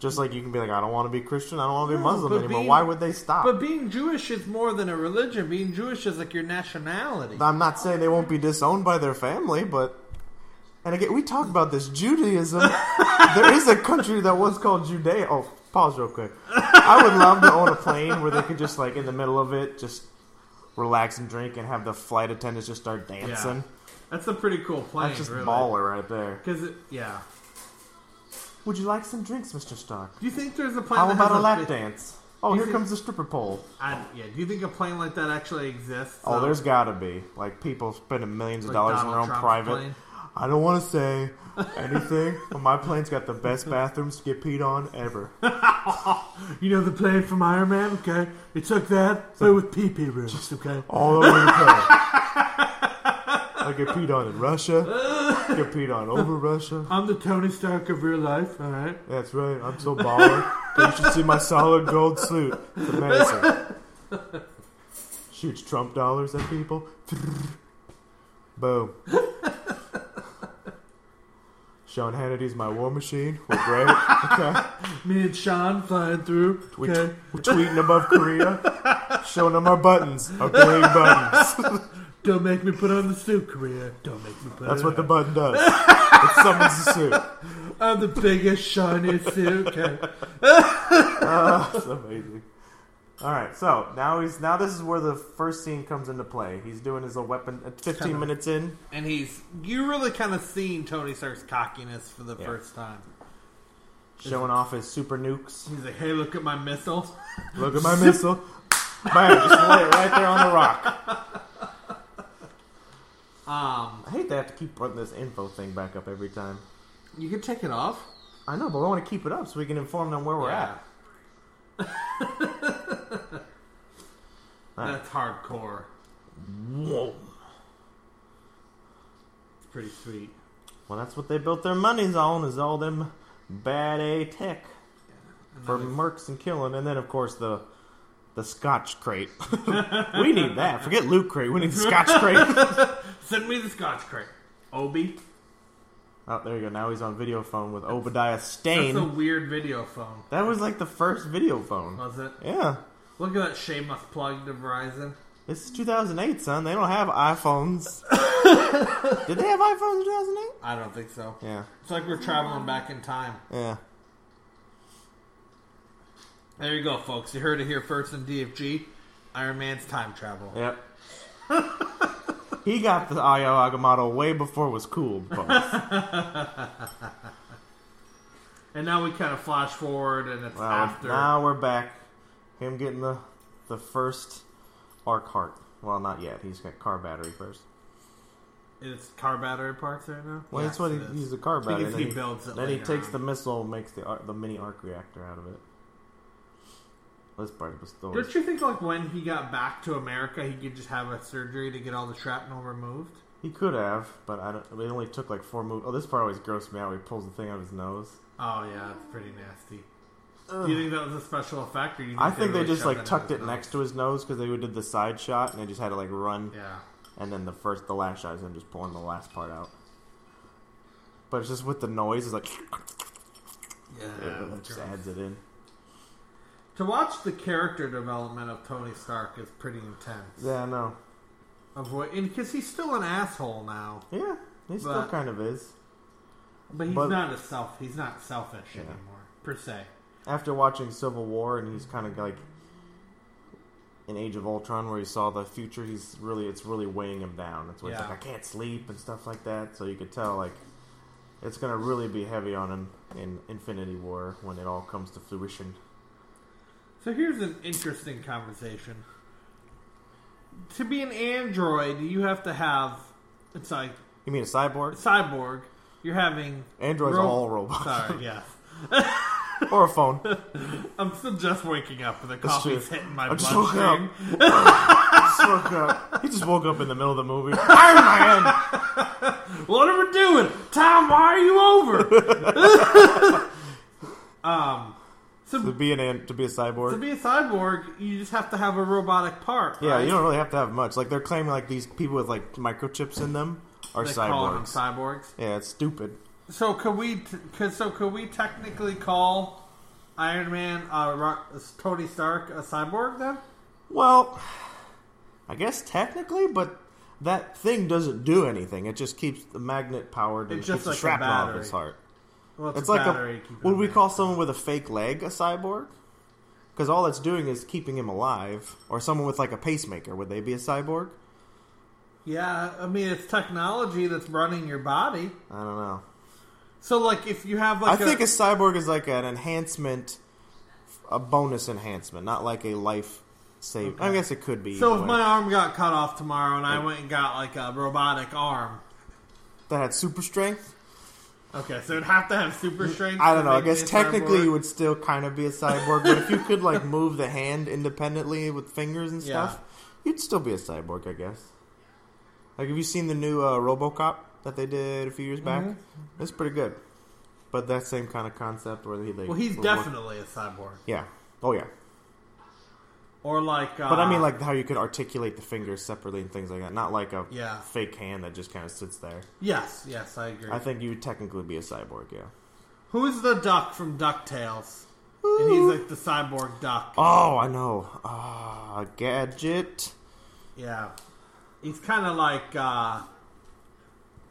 Speaker 3: Just like you can be like, I don't want to be Christian. I don't want to be
Speaker 2: No,
Speaker 3: Muslim
Speaker 2: but
Speaker 3: anymore.
Speaker 2: being-
Speaker 3: Why would they stop?
Speaker 2: But being Jewish is more than a religion. Being Jewish is like your nationality.
Speaker 3: I'm not saying they won't be disowned by their family, but and again, we talk about this Judaism. there is a country that was called Judea. Oh, pause real quick. I would love to own a plane where they could just like in the middle of it just relax and drink and have the flight attendants just start dancing.
Speaker 2: That's a pretty cool plane,
Speaker 3: That's just
Speaker 2: really.
Speaker 3: baller right there.
Speaker 2: Because it, yeah.
Speaker 3: Would you like some drinks, Mr. Stark?
Speaker 2: Do you think there's a plane?
Speaker 3: How
Speaker 2: that
Speaker 3: about
Speaker 2: has
Speaker 3: a lap
Speaker 2: big-
Speaker 3: dance? Oh,
Speaker 2: you
Speaker 3: here
Speaker 2: think-
Speaker 3: comes the stripper pole.
Speaker 2: I, yeah. Do you think a plane like that actually exists?
Speaker 3: Oh,
Speaker 2: though?
Speaker 3: there's gotta be like people spending millions of
Speaker 2: Like
Speaker 3: dollars on
Speaker 2: Donald
Speaker 3: their
Speaker 2: Trump's
Speaker 3: own private.
Speaker 2: plane.
Speaker 3: I don't want to say anything, but my plane's got the best bathrooms to get peed on ever.
Speaker 2: You know the plane from Iron Man? Okay, it's like that, but with pee pee rooms. Okay.
Speaker 3: All over the place. I get peed on in Russia. Get peed on over Russia.
Speaker 2: I'm the Tony Stark of real life. All right.
Speaker 3: That's right. I'm so baller. But you should see my solid gold suit. It's amazing. Shoots Trump dollars at people. Boom. Sean Hannity's my war machine. We're great. Okay.
Speaker 2: Me and Sean flying through.
Speaker 3: We
Speaker 2: Okay.
Speaker 3: we're tweeting above Korea, showing them our buttons, our green buttons.
Speaker 2: Don't make me put on the suit, Korea. Don't make me put.
Speaker 3: That's
Speaker 2: it
Speaker 3: what the
Speaker 2: on.
Speaker 3: button does. It summons the suit.
Speaker 2: I'm the biggest shiniest suit. Okay.
Speaker 3: That's amazing. All right, so now he's now this is where the first scene comes into play. He's doing his little weapon. At Fifteen minutes in,
Speaker 2: And he's you really kind of seen Tony Stark's cockiness for the
Speaker 3: Yeah.
Speaker 2: first time.
Speaker 3: showing off his super nukes.
Speaker 2: He's like, "Hey, look at my missile."
Speaker 3: Look at my missile. Bam! Just lay it right there on the rock.
Speaker 2: Um,
Speaker 3: I hate to have to keep putting this info thing back up every time.
Speaker 2: you can take it off.
Speaker 3: I know, but we want to keep it up so we can inform them where we're at.
Speaker 2: That's hardcore.
Speaker 3: Whoa.
Speaker 2: It's pretty sweet.
Speaker 3: Well, that's what they built their monies on is all them bad A tech for mercs and killing, and then of course the the Scotch crate. we need that. Forget loot crate. We need the Scotch crate.
Speaker 2: Send me the scotch crate, Obi.
Speaker 3: oh, there you go. Now he's on video phone with Obadiah
Speaker 2: That's a
Speaker 3: Stane.
Speaker 2: weird video phone,
Speaker 3: That was like the first video phone.
Speaker 2: was it?
Speaker 3: Yeah,
Speaker 2: Look at that shameless plug to Verizon.
Speaker 3: this is 2008, son. They don't have iPhones. Did they have iPhones in 2008?
Speaker 2: I don't think so.
Speaker 3: Yeah,
Speaker 2: It's like we're traveling back in time.
Speaker 3: yeah.
Speaker 2: There you go, folks. You heard it here first in DFG. Iron Man's time travel.
Speaker 3: Yep. he got the Ayo Agamotto way before it was cool, folks.
Speaker 2: And now we kind of flash forward, and it's
Speaker 3: Well,
Speaker 2: after.
Speaker 3: now we're back. Him getting the the first arc heart. Well, not yet. He's got car battery first.
Speaker 2: It's car battery parts right now.
Speaker 3: Well, that's
Speaker 2: Yes,
Speaker 3: what he
Speaker 2: it is.
Speaker 3: he's a car battery.
Speaker 2: Because
Speaker 3: then
Speaker 2: he builds it
Speaker 3: Then he
Speaker 2: later
Speaker 3: takes
Speaker 2: on.
Speaker 3: the missile, and makes the ar- the mini arc reactor out of it. This part was still.
Speaker 2: Don't you think like when he got back to America, he could just have a surgery to get all the shrapnel removed?
Speaker 3: He could have, but I don't. It only took like four moves. Oh, this part always grossed me out. Where he pulls the thing out of his nose.
Speaker 2: Oh yeah, it's pretty nasty. Do you think that was a special effect, or you think
Speaker 3: I think they,
Speaker 2: really
Speaker 3: just
Speaker 2: shoved
Speaker 3: like
Speaker 2: that in
Speaker 3: tucked
Speaker 2: his
Speaker 3: it
Speaker 2: mouth?
Speaker 3: next to his nose because they did the side shot and they just had to like run.
Speaker 2: Yeah,
Speaker 3: And then the first, the last shot is him just pulling the last part out. But it's just with the noise, it's like
Speaker 2: yeah.
Speaker 3: Ugh,
Speaker 2: that's
Speaker 3: it just
Speaker 2: gross.
Speaker 3: adds it in.
Speaker 2: To watch the character development of Tony Stark is pretty intense.
Speaker 3: Yeah, I know.
Speaker 2: Of what, because he's still an asshole now,
Speaker 3: Yeah, he still
Speaker 2: But-
Speaker 3: kind of is.
Speaker 2: but he's
Speaker 3: But-
Speaker 2: not a self. He's not selfish anymore per se.
Speaker 3: After watching Civil War, and he's kind of like in Age of Ultron, where he saw the future. He's really, it's really weighing him down. That's why he's
Speaker 2: Yeah.
Speaker 3: like, I can't sleep and stuff like that. So you could tell like it's gonna really be heavy on him in Infinity War when it all comes to fruition.
Speaker 2: So here's an interesting conversation. To be an android, you have to have it's like
Speaker 3: You mean a cyborg?
Speaker 2: Cyborg, you're having
Speaker 3: Androids
Speaker 2: ro-
Speaker 3: are all robots.
Speaker 2: Sorry, yeah.
Speaker 3: or a phone.
Speaker 2: I'm still just waking up, and the
Speaker 3: That's true.
Speaker 2: coffee's hitting my
Speaker 3: I just woke
Speaker 2: bloodstream.
Speaker 3: Just woke up. He just woke up in the middle of the movie. Iron Man!
Speaker 2: What are we doing? Tom, why are you over?
Speaker 3: To be an an- to be a
Speaker 2: to
Speaker 3: cyborg.
Speaker 2: be a cyborg, you just have to have a robotic part.
Speaker 3: yeah,
Speaker 2: right?
Speaker 3: you don't really have to have much. Like they're claiming like these people with like microchips in them are
Speaker 2: They call them
Speaker 3: cyborgs.
Speaker 2: cyborgs.
Speaker 3: yeah, it's stupid.
Speaker 2: So could we? T- could, so could we technically call Iron Man, uh, Ro- Tony Stark, a cyborg then?
Speaker 3: Well, I guess technically, but that thing doesn't do anything. It just keeps the magnet powered and
Speaker 2: It's just
Speaker 3: keeps the
Speaker 2: like a
Speaker 3: shrapnel out of
Speaker 2: battery.
Speaker 3: his heart.
Speaker 2: Well, it's,
Speaker 3: It's
Speaker 2: a
Speaker 3: like
Speaker 2: battery.
Speaker 3: a
Speaker 2: keep it
Speaker 3: would we
Speaker 2: on.
Speaker 3: call someone with a fake leg a cyborg? Because all it's doing is keeping him alive. Or someone with like a pacemaker, would they be a cyborg?
Speaker 2: Yeah, I mean it's technology that's running your body.
Speaker 3: I don't know.
Speaker 2: So like if you have
Speaker 3: I
Speaker 2: like a
Speaker 3: think a cyborg is like an enhancement, a bonus enhancement, not like a life save. I guess it could be.
Speaker 2: so
Speaker 3: either
Speaker 2: if
Speaker 3: way.
Speaker 2: my arm got cut off tomorrow and I went and got like a robotic arm.
Speaker 3: that had super strength.
Speaker 2: Okay, so it'd have to have super strength.
Speaker 3: Mm, I
Speaker 2: to
Speaker 3: don't know. I
Speaker 2: make me
Speaker 3: guess
Speaker 2: a
Speaker 3: technically
Speaker 2: cyborg.
Speaker 3: you would still kind of be a cyborg, but if you could like move the hand independently with fingers and
Speaker 2: Yeah.
Speaker 3: stuff, you'd still be a cyborg, I guess. Like, have you seen the new uh, RoboCop that they did a few years back?
Speaker 2: Mm-hmm.
Speaker 3: It's pretty good. But that same kind of concept where he like
Speaker 2: Well, he's
Speaker 3: where-
Speaker 2: definitely a cyborg.
Speaker 3: yeah. Oh yeah.
Speaker 2: Or like, uh,
Speaker 3: But I mean, like how you could articulate the fingers separately and things like that. Not like a
Speaker 2: Yeah.
Speaker 3: fake hand that just kind of sits there.
Speaker 2: yes, yes, I agree.
Speaker 3: I think you would technically be a cyborg, yeah.
Speaker 2: Who's the duck from Ducktales? And he's like the cyborg duck.
Speaker 3: Oh, I know. Ah, gadget.
Speaker 2: Yeah, he's kind of like uh,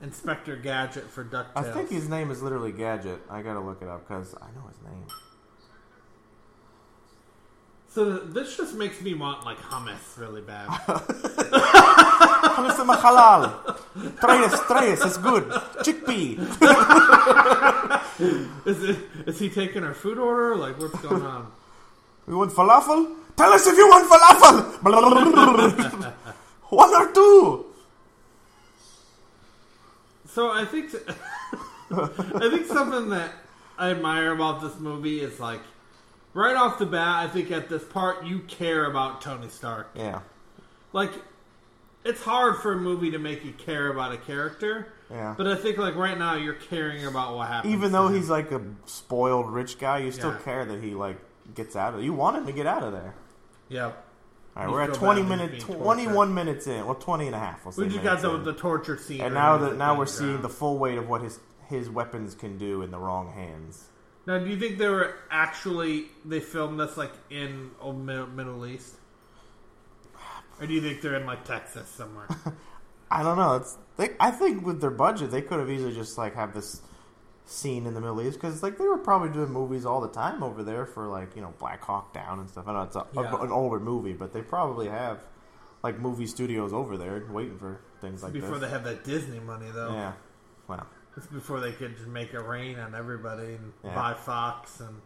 Speaker 2: Inspector Gadget for Ducktales.
Speaker 3: I think his name is literally Gadget. I gotta look it up because I know his name.
Speaker 2: so. This just makes me want like hummus really bad.
Speaker 3: Hummus and halal. Try this, try this. It's good. Chickpea.
Speaker 2: is, it, is he taking our food order? Like, what's going on?
Speaker 3: We want falafel. Tell us if you want falafel. Blah, blah, blah, blah. One or two.
Speaker 2: So I think I think something that I admire about this movie is like right off the bat. I think at this part you care about Tony Stark.
Speaker 3: Yeah,
Speaker 2: Like it's hard for a movie to make you care about a character.
Speaker 3: yeah.
Speaker 2: But I think like right now you're caring about what happens.
Speaker 3: Even
Speaker 2: to
Speaker 3: though
Speaker 2: him.
Speaker 3: he's like a spoiled rich guy, you still
Speaker 2: Yeah.
Speaker 3: care that he like gets out of. You want him to get out of there.
Speaker 2: yeah,
Speaker 3: All right,
Speaker 2: You
Speaker 3: we're at
Speaker 2: feel
Speaker 3: 20
Speaker 2: bad that
Speaker 3: minutes,
Speaker 2: he's being
Speaker 3: 21
Speaker 2: tortured.
Speaker 3: minutes in. Well, 20 and a half. We'll say
Speaker 2: we just got
Speaker 3: minutes
Speaker 2: done with
Speaker 3: in.
Speaker 2: the torture scene.
Speaker 3: And
Speaker 2: where
Speaker 3: now
Speaker 2: he's
Speaker 3: that
Speaker 2: on
Speaker 3: now we're
Speaker 2: the
Speaker 3: seeing the
Speaker 2: ground.
Speaker 3: full weight of what his his weapons can do in the wrong hands.
Speaker 2: Now, do you think they were actually they filmed this like in oh, Middle, Middle East, or do you think they're in like Texas somewhere?
Speaker 3: I don't know. It's they, I think with their budget, they could have easily just like have this scene in the Middle East because like they were probably doing movies all the time over there for like you know Black Hawk Down and stuff. I know it's a,
Speaker 2: Yeah.
Speaker 3: an older movie, but they probably have like movie studios over there waiting for things like
Speaker 2: before
Speaker 3: this.
Speaker 2: they had that Disney money, though.
Speaker 3: yeah, wow.
Speaker 2: It's before they could just make it rain on everybody and
Speaker 3: Yeah.
Speaker 2: buy Fox and.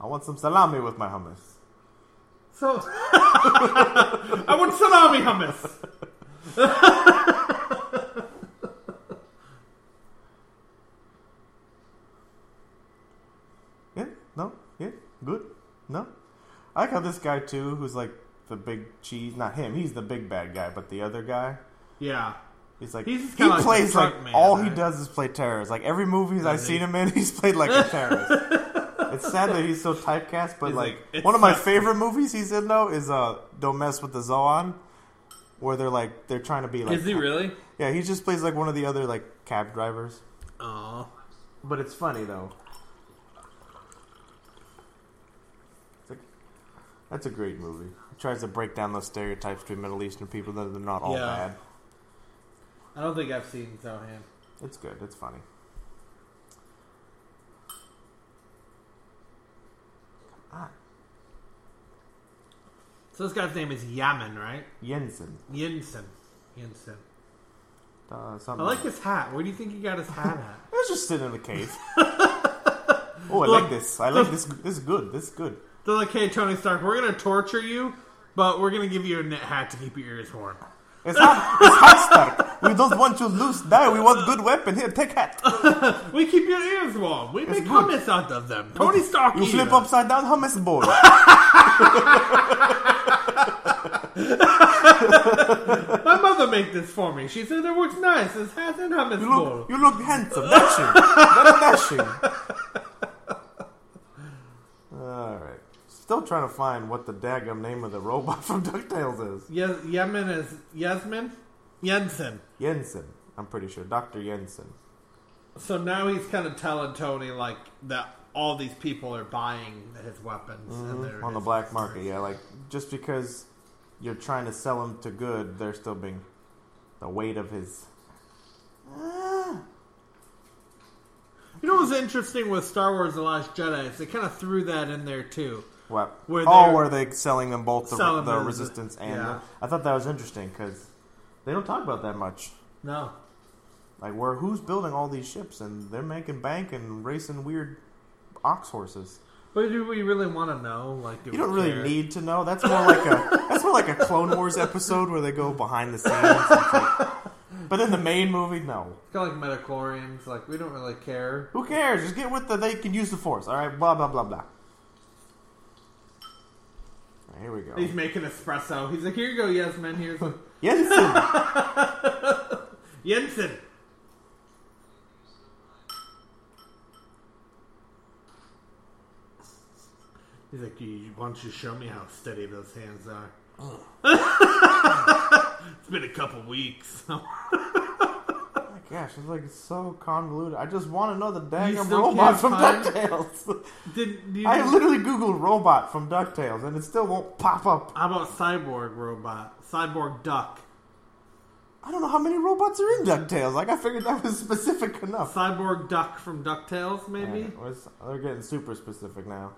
Speaker 3: I want some salami with my hummus.
Speaker 2: So I want salami hummus.
Speaker 3: Yeah, no, yeah, good, no. I like how this guy too, who's like the big cheese. Not him. He's the big bad guy, but the other guy.
Speaker 2: Yeah,
Speaker 3: He's like
Speaker 2: He's just
Speaker 3: he
Speaker 2: kinda like
Speaker 3: plays
Speaker 2: the
Speaker 3: like
Speaker 2: front man,
Speaker 3: all he
Speaker 2: right?
Speaker 3: does is play terrorists. Like every movie I've
Speaker 2: he-
Speaker 3: seen him in, he's played like a terrorist. it's sad that he's so typecast, but
Speaker 2: He's
Speaker 3: like,
Speaker 2: like,
Speaker 3: one of my
Speaker 2: "It's
Speaker 3: favorite movies he's in though is uh Don't Mess with the Zoan, where they're like they're trying to be like
Speaker 2: is he really?
Speaker 3: yeah he just plays like one of the other like cab drivers.
Speaker 2: Oh,
Speaker 3: But it's funny though. It's like, that's a great movie. It tries to break down those stereotypes between Middle Eastern people that they're not all
Speaker 2: Yeah.
Speaker 3: bad.
Speaker 2: I don't think I've seen Zohan.
Speaker 3: It's good. It's funny.
Speaker 2: So this guy's name is Yaman, right?
Speaker 3: Jensen.
Speaker 2: Yinsen, Yinsen.
Speaker 3: Uh,
Speaker 2: I
Speaker 3: something.
Speaker 2: like his hat. Where do you think he got his hat at?
Speaker 3: I was just sitting in the cave. oh, I
Speaker 2: Look,
Speaker 3: like this. I like this. This is good. This is good.
Speaker 2: They're like, hey, Tony Stark, we're gonna torture you, but we're gonna give you a knit hat to keep your ears warm.
Speaker 3: It's hot. It's hot Stark. We don't want you loose die. We want good weapon. Here, take hat.
Speaker 2: We keep your ears warm. We make
Speaker 3: good.
Speaker 2: hummus out of them. Tony Stark,
Speaker 3: You flip
Speaker 2: ears.
Speaker 3: upside down, hummus bowl.
Speaker 2: My mother make this for me. She said it works nice. It's hats and hummus
Speaker 3: You
Speaker 2: bowl.
Speaker 3: look, you look handsome. That's you. That's dashing. All right. Still trying to find what the daggum name of the robot from Ducktales is.
Speaker 2: Yes, Yemen is Yasmin Jensen.
Speaker 3: Jensen. I'm pretty sure Doctor Jensen.
Speaker 2: So now he's kind of telling Tony like that all these people are buying his weapons and they're
Speaker 3: Mm-hmm. on the black market. Yeah, like just because you're trying to sell him to good, they're still being the weight of his.
Speaker 2: You know what's interesting with Star Wars: The Last Jedi is they kind of threw that in there too.
Speaker 3: What?
Speaker 2: Where
Speaker 3: oh,
Speaker 2: they're-
Speaker 3: were they selling them both the,
Speaker 2: Selling
Speaker 3: the
Speaker 2: them the-
Speaker 3: resistance and?
Speaker 2: yeah.
Speaker 3: The, I thought that was interesting because they don't talk about that much.
Speaker 2: No,
Speaker 3: Like, where who's building all these ships and they're making bank and racing weird ox horses.
Speaker 2: but do we really want to know? Like, do we
Speaker 3: You don't really
Speaker 2: care?
Speaker 3: need to know. That's more like a that's more like a Clone Wars episode where they go behind the scenes. It's like- but in the main movie, no.
Speaker 2: It's kind of like metachlorians. Like, we don't really care.
Speaker 3: Who cares? Just get with the they can use the force. All right, blah blah blah blah. Alright, Here we
Speaker 2: He's
Speaker 3: go.
Speaker 2: making espresso. He's like, here you go, Yasmin. Here's a-
Speaker 3: Jensen.
Speaker 2: Jensen. He's like, you, you- why don't you show me how steady those hands are?
Speaker 3: Oh.
Speaker 2: it's been a couple weeks.
Speaker 3: Oh my gosh, it's like so convoluted. I just want to know the
Speaker 2: You
Speaker 3: daggum
Speaker 2: still
Speaker 3: robot
Speaker 2: can't
Speaker 3: from
Speaker 2: find-
Speaker 3: Ducktales.
Speaker 2: Did you?
Speaker 3: I literally googled robot from Ducktales and it still won't pop up.
Speaker 2: how about cyborg robot? Cyborg duck.
Speaker 3: I don't know how many robots are in Ducktales. Like I figured that was specific enough.
Speaker 2: Cyborg duck from Ducktales, maybe.
Speaker 3: Alright, what's- they're getting super specific now.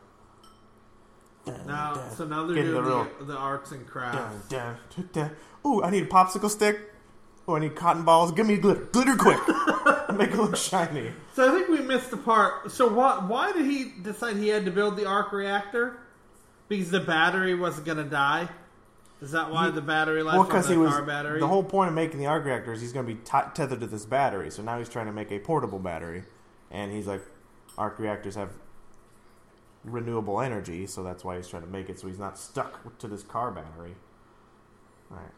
Speaker 2: Now, so now they're
Speaker 3: Getting the
Speaker 2: doing the,
Speaker 3: real-
Speaker 2: the, arts and crafts.
Speaker 3: Dun, dun, dun, dun. Ooh, I need a popsicle stick. Ooh, I need cotton balls. Give me glitter. Glitter quick. Make it look shiny.
Speaker 2: So I think we missed the part. So why why did he decide he had to build the arc reactor? Because the battery wasn't going to die. Is that why the battery life
Speaker 3: Well,
Speaker 2: of
Speaker 3: because
Speaker 2: the
Speaker 3: he was
Speaker 2: car battery?
Speaker 3: the whole point of making the arc reactor is he's going to be ti tethered to this battery. So now he's trying to make a portable battery, and he's like, arc reactors have renewable energy, so that's why he's trying to make it so he's not stuck to this car battery. All right.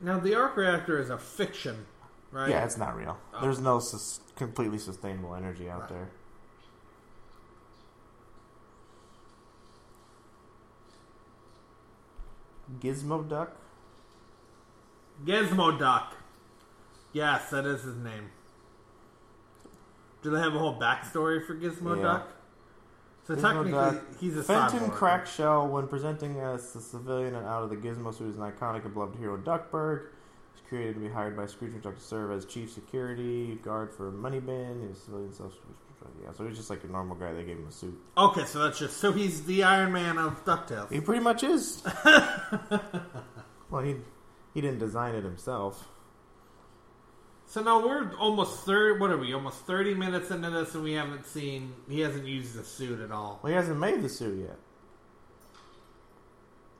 Speaker 2: now the arc reactor is a fiction, right? Oh.
Speaker 3: Yeah, it's not real. There's no sus- completely sustainable energy out
Speaker 2: Right.
Speaker 3: there. Gizmo Duck?
Speaker 2: Gizmo Duck. Yes, that is his name. Do they have a whole backstory for Gizmo
Speaker 3: Yeah.
Speaker 2: Duck? So
Speaker 3: Gizmo
Speaker 2: technically,
Speaker 3: Duck.
Speaker 2: he's a
Speaker 3: Fenton
Speaker 2: cyborg.
Speaker 3: Crackshell, when presenting as the civilian and out of the Gizmo suit, is an iconic and beloved hero, Duckburg. He's created to be hired by Scrooge McDuck to serve as chief security guard for Moneybin. He's a civilian self Yeah, so he's just like a normal guy. They gave him a suit.
Speaker 2: Okay, so that's just so he's the Iron Man of Ducktales.
Speaker 3: He pretty much is. well, he he didn't design it himself.
Speaker 2: So now we're almost thirty. What are we? Almost thirty minutes into this, and we haven't seen. He hasn't used the suit at all.
Speaker 3: Well, he hasn't made the suit yet.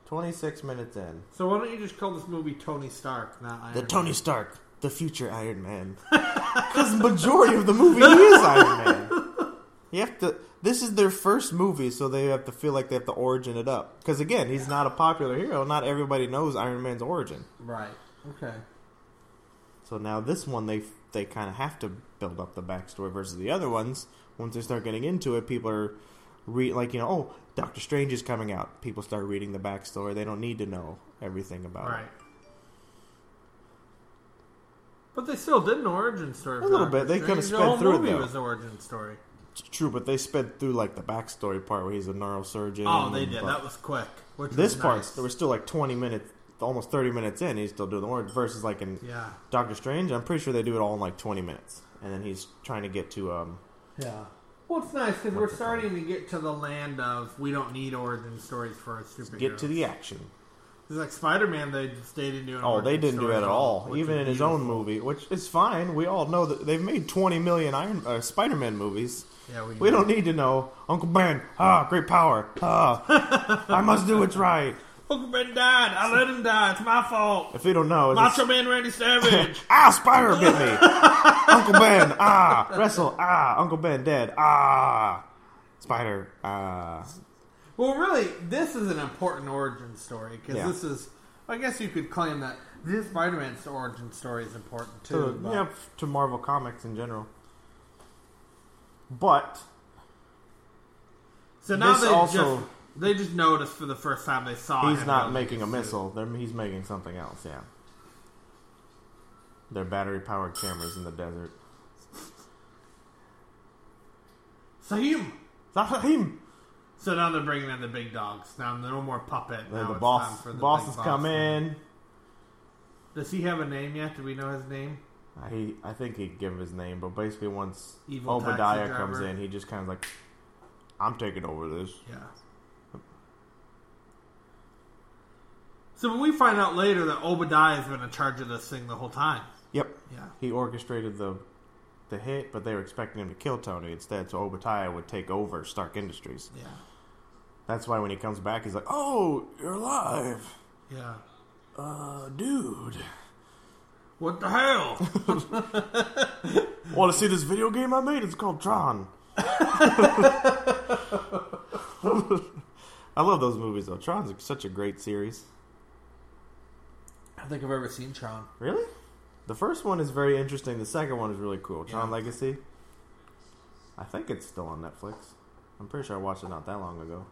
Speaker 3: Twenty six minutes in.
Speaker 2: So why don't you just call this movie Tony Stark, not Iron
Speaker 3: The
Speaker 2: Man?
Speaker 3: Tony Stark, the future Iron Man. Because majority of the movie he is Iron Man. You have to. This is their first movie, so they have to feel like they have to origin it up. Because again, he's not a popular hero. Not everybody knows Iron Man's origin.
Speaker 2: Right. Okay.
Speaker 3: So now this one, they they kind of have to build up the backstory versus the other ones. Once they start getting into it, people are re- like you know, oh, Doctor Strange is coming out. People start reading the backstory. They don't need to know everything about
Speaker 2: Right.
Speaker 3: it.
Speaker 2: But they still did an origin story. for
Speaker 3: little
Speaker 2: Doctor
Speaker 3: bit. They kinda
Speaker 2: Strange.
Speaker 3: sped
Speaker 2: the whole
Speaker 3: through it,
Speaker 2: movie
Speaker 3: though.
Speaker 2: was an origin story.
Speaker 3: It's true, but they sped through like the backstory part where he's a neurosurgeon.
Speaker 2: Oh, they
Speaker 3: and-
Speaker 2: did.
Speaker 3: but
Speaker 2: That was quick. Which
Speaker 3: this
Speaker 2: was
Speaker 3: part,
Speaker 2: nice.
Speaker 3: there was still like twenty minutes, almost thirty minutes in. He's still doing the origin versus like in
Speaker 2: Yeah.
Speaker 3: Doctor Strange. I'm pretty sure they do it all in like twenty minutes, and then he's trying to get to um.
Speaker 2: Yeah. Well, it's nice because we're starting to get to the land of we don't need origin stories for our superheroes.
Speaker 3: get to the action.
Speaker 2: It's like Spider Man. They just they didn't do. An
Speaker 3: Oh, they
Speaker 2: origin
Speaker 3: didn't do
Speaker 2: story
Speaker 3: it at all.
Speaker 2: which
Speaker 3: Even
Speaker 2: is
Speaker 3: in his own
Speaker 2: beautiful.
Speaker 3: movie, which is fine. We all know that they've made 20 million Iron uh, Spider-Man movies.
Speaker 2: Yeah, we
Speaker 3: We
Speaker 2: know.
Speaker 3: don't need to know Uncle Ben. Ah, great power. Ah, I must do what's right.
Speaker 2: Uncle Ben died. I let him die. It's my fault.
Speaker 3: If we don't know, it's
Speaker 2: Macho Man Randy Savage.
Speaker 3: ah, spider bit me. Uncle Ben. Ah, wrestle. Ah, Uncle Ben dead. Ah, spider. Ah,
Speaker 2: well, really, this is an important origin story because
Speaker 3: Yeah.
Speaker 2: this is. I guess you could claim that this Spider Man's origin story is important too.
Speaker 3: to,
Speaker 2: but-
Speaker 3: yeah, to Marvel Comics in general. But
Speaker 2: So now
Speaker 3: This
Speaker 2: they
Speaker 3: also-
Speaker 2: just they just noticed for the first time they saw
Speaker 3: he's
Speaker 2: him
Speaker 3: not
Speaker 2: build
Speaker 3: making a
Speaker 2: his suit.
Speaker 3: missile. They're, he's making something else. Yeah. They're battery powered cameras in the desert.
Speaker 2: So you.
Speaker 3: It's not him.
Speaker 2: So now they're bringing in the big dogs. Now no more puppet.
Speaker 3: The,
Speaker 2: now it's
Speaker 3: the
Speaker 2: time
Speaker 3: boss.
Speaker 2: for
Speaker 3: The
Speaker 2: the
Speaker 3: boss
Speaker 2: big
Speaker 3: has come in.
Speaker 2: Does he have a name yet? Do we know his name?
Speaker 3: He, I think he'd give his name, but basically once
Speaker 2: Evil
Speaker 3: Obadiah
Speaker 2: taxi
Speaker 3: comes
Speaker 2: driver.
Speaker 3: in, he just kind of like, I'm taking over this.
Speaker 2: Yeah. So when we find out later that Obadiah has been in charge of this thing the whole time.
Speaker 3: Yep.
Speaker 2: Yeah.
Speaker 3: He orchestrated the the hit, but they were expecting him to kill Tony instead, so Obadiah would take over Stark Industries.
Speaker 2: Yeah.
Speaker 3: That's why when he comes back, he's like, "Oh, you're alive,
Speaker 2: Yeah.
Speaker 3: uh, dude.
Speaker 2: What the hell?
Speaker 3: Want to see this video game I made? It's called Tron." I love those movies though. Tron's such a great series.
Speaker 2: I don't think I've ever seen Tron.
Speaker 3: Really? The first one is very interesting. The second one is really cool. Tron
Speaker 2: Yeah.
Speaker 3: Legacy. I think it's still on Netflix. I'm pretty sure I watched it not that long ago.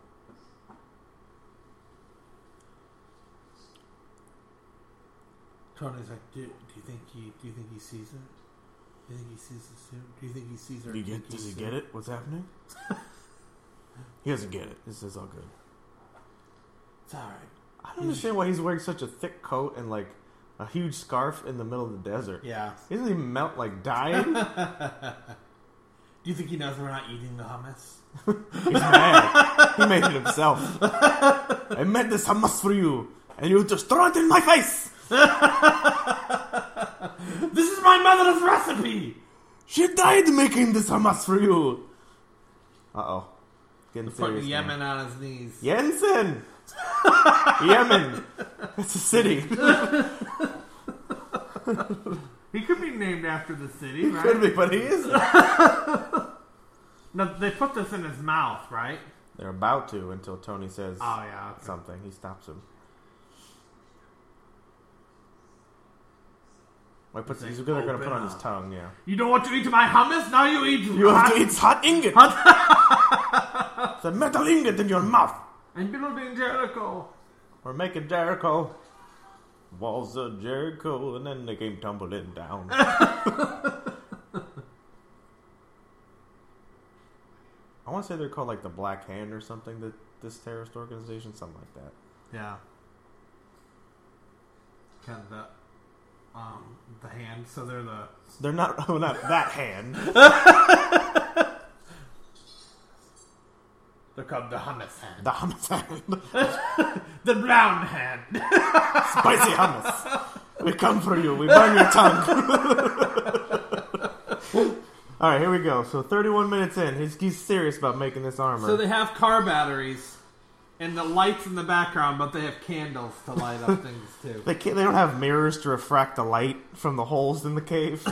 Speaker 2: Tony's like, do, do you think he do you think he sees it? Do you think he sees it soon? Do you think he sees her?
Speaker 3: Do you get, does he get it? What's happening? he doesn't get it. This is all good.
Speaker 2: It's alright.
Speaker 3: I don't understand why he's wearing such a thick coat and like a huge scarf in the middle of the desert.
Speaker 2: Yeah.
Speaker 3: He doesn't even melt like dying.
Speaker 2: Do you think he knows we're not eating the hummus?
Speaker 3: He's mad. he made it himself. I made this hummus for you, and you just throw it in my face.
Speaker 2: This is my mother's recipe!
Speaker 3: She died making this hummus for you. Uh oh, getting serious.
Speaker 2: Putting
Speaker 3: now.
Speaker 2: Yemen on his knees.
Speaker 3: Jensen. Yemen. It's a city.
Speaker 2: He could be named after the city, right?
Speaker 3: Could be, but he isn't.
Speaker 2: No, they put this in his mouth, right?
Speaker 3: They're about to until Tony says
Speaker 2: Oh yeah. okay.
Speaker 3: something. He stops him. Well, he puts,
Speaker 2: He's
Speaker 3: he's
Speaker 2: like,
Speaker 3: gonna, gonna put
Speaker 2: "Open
Speaker 3: on his
Speaker 2: up."
Speaker 3: tongue, yeah.
Speaker 2: You don't want to eat my hummus? Now you eat
Speaker 3: You have
Speaker 2: hot-
Speaker 3: to eat hot ingot. it's a metal ingot in your mouth.
Speaker 2: I'm building Jericho.
Speaker 3: We're making Jericho. Walls of Jericho, and then they came tumbling down. I want to say they're called like the Black Hand or something. That this terrorist organization, something like that.
Speaker 2: Yeah. Kind of the, um, the hand. So they're the.
Speaker 3: They're not oh, not that hand.
Speaker 2: They're called the hummus hand.
Speaker 3: The hummus hand,
Speaker 2: The brown hand.
Speaker 3: spicy hummus. We come for you. We burn your tongue. All right, here we go. So 31 minutes in, he's, he's serious about making this armor.
Speaker 2: so they have car batteries and the lights in the background, but they have candles to light up things too.
Speaker 3: They can't, they don't have mirrors to refract the light from the holes in the cave.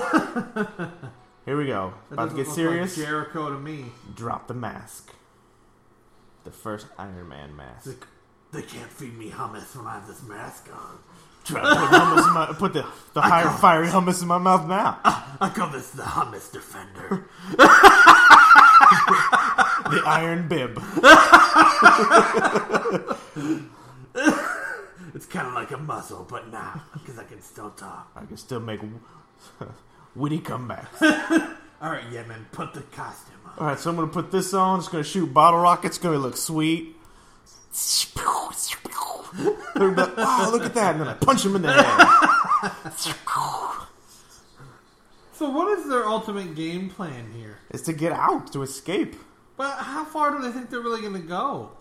Speaker 3: Here we go.
Speaker 2: That
Speaker 3: About to
Speaker 2: doesn't
Speaker 3: get
Speaker 2: look
Speaker 3: serious.
Speaker 2: Like Jericho to me.
Speaker 3: Drop the mask. The first Iron Man mask.
Speaker 2: They can't feed me hummus when I have this mask on.
Speaker 3: Drop the hummus in my, put the, the higher fiery hummus in my mouth now.
Speaker 2: I call this the hummus defender.
Speaker 3: The iron bib.
Speaker 2: It's kind of like a muzzle, but nah, because I can still talk.
Speaker 3: I can still make w- witty comebacks.
Speaker 2: All right, Yemen, put the costume on.
Speaker 3: All right, so I'm gonna put this on. It's gonna shoot bottle rockets. It's gonna look sweet. They're gonna be like, wow, look at that! And then I punch him in the head.
Speaker 2: So, what is their ultimate game plan here?
Speaker 3: It's to get out, to escape.
Speaker 2: But how far do they think they're really going to go?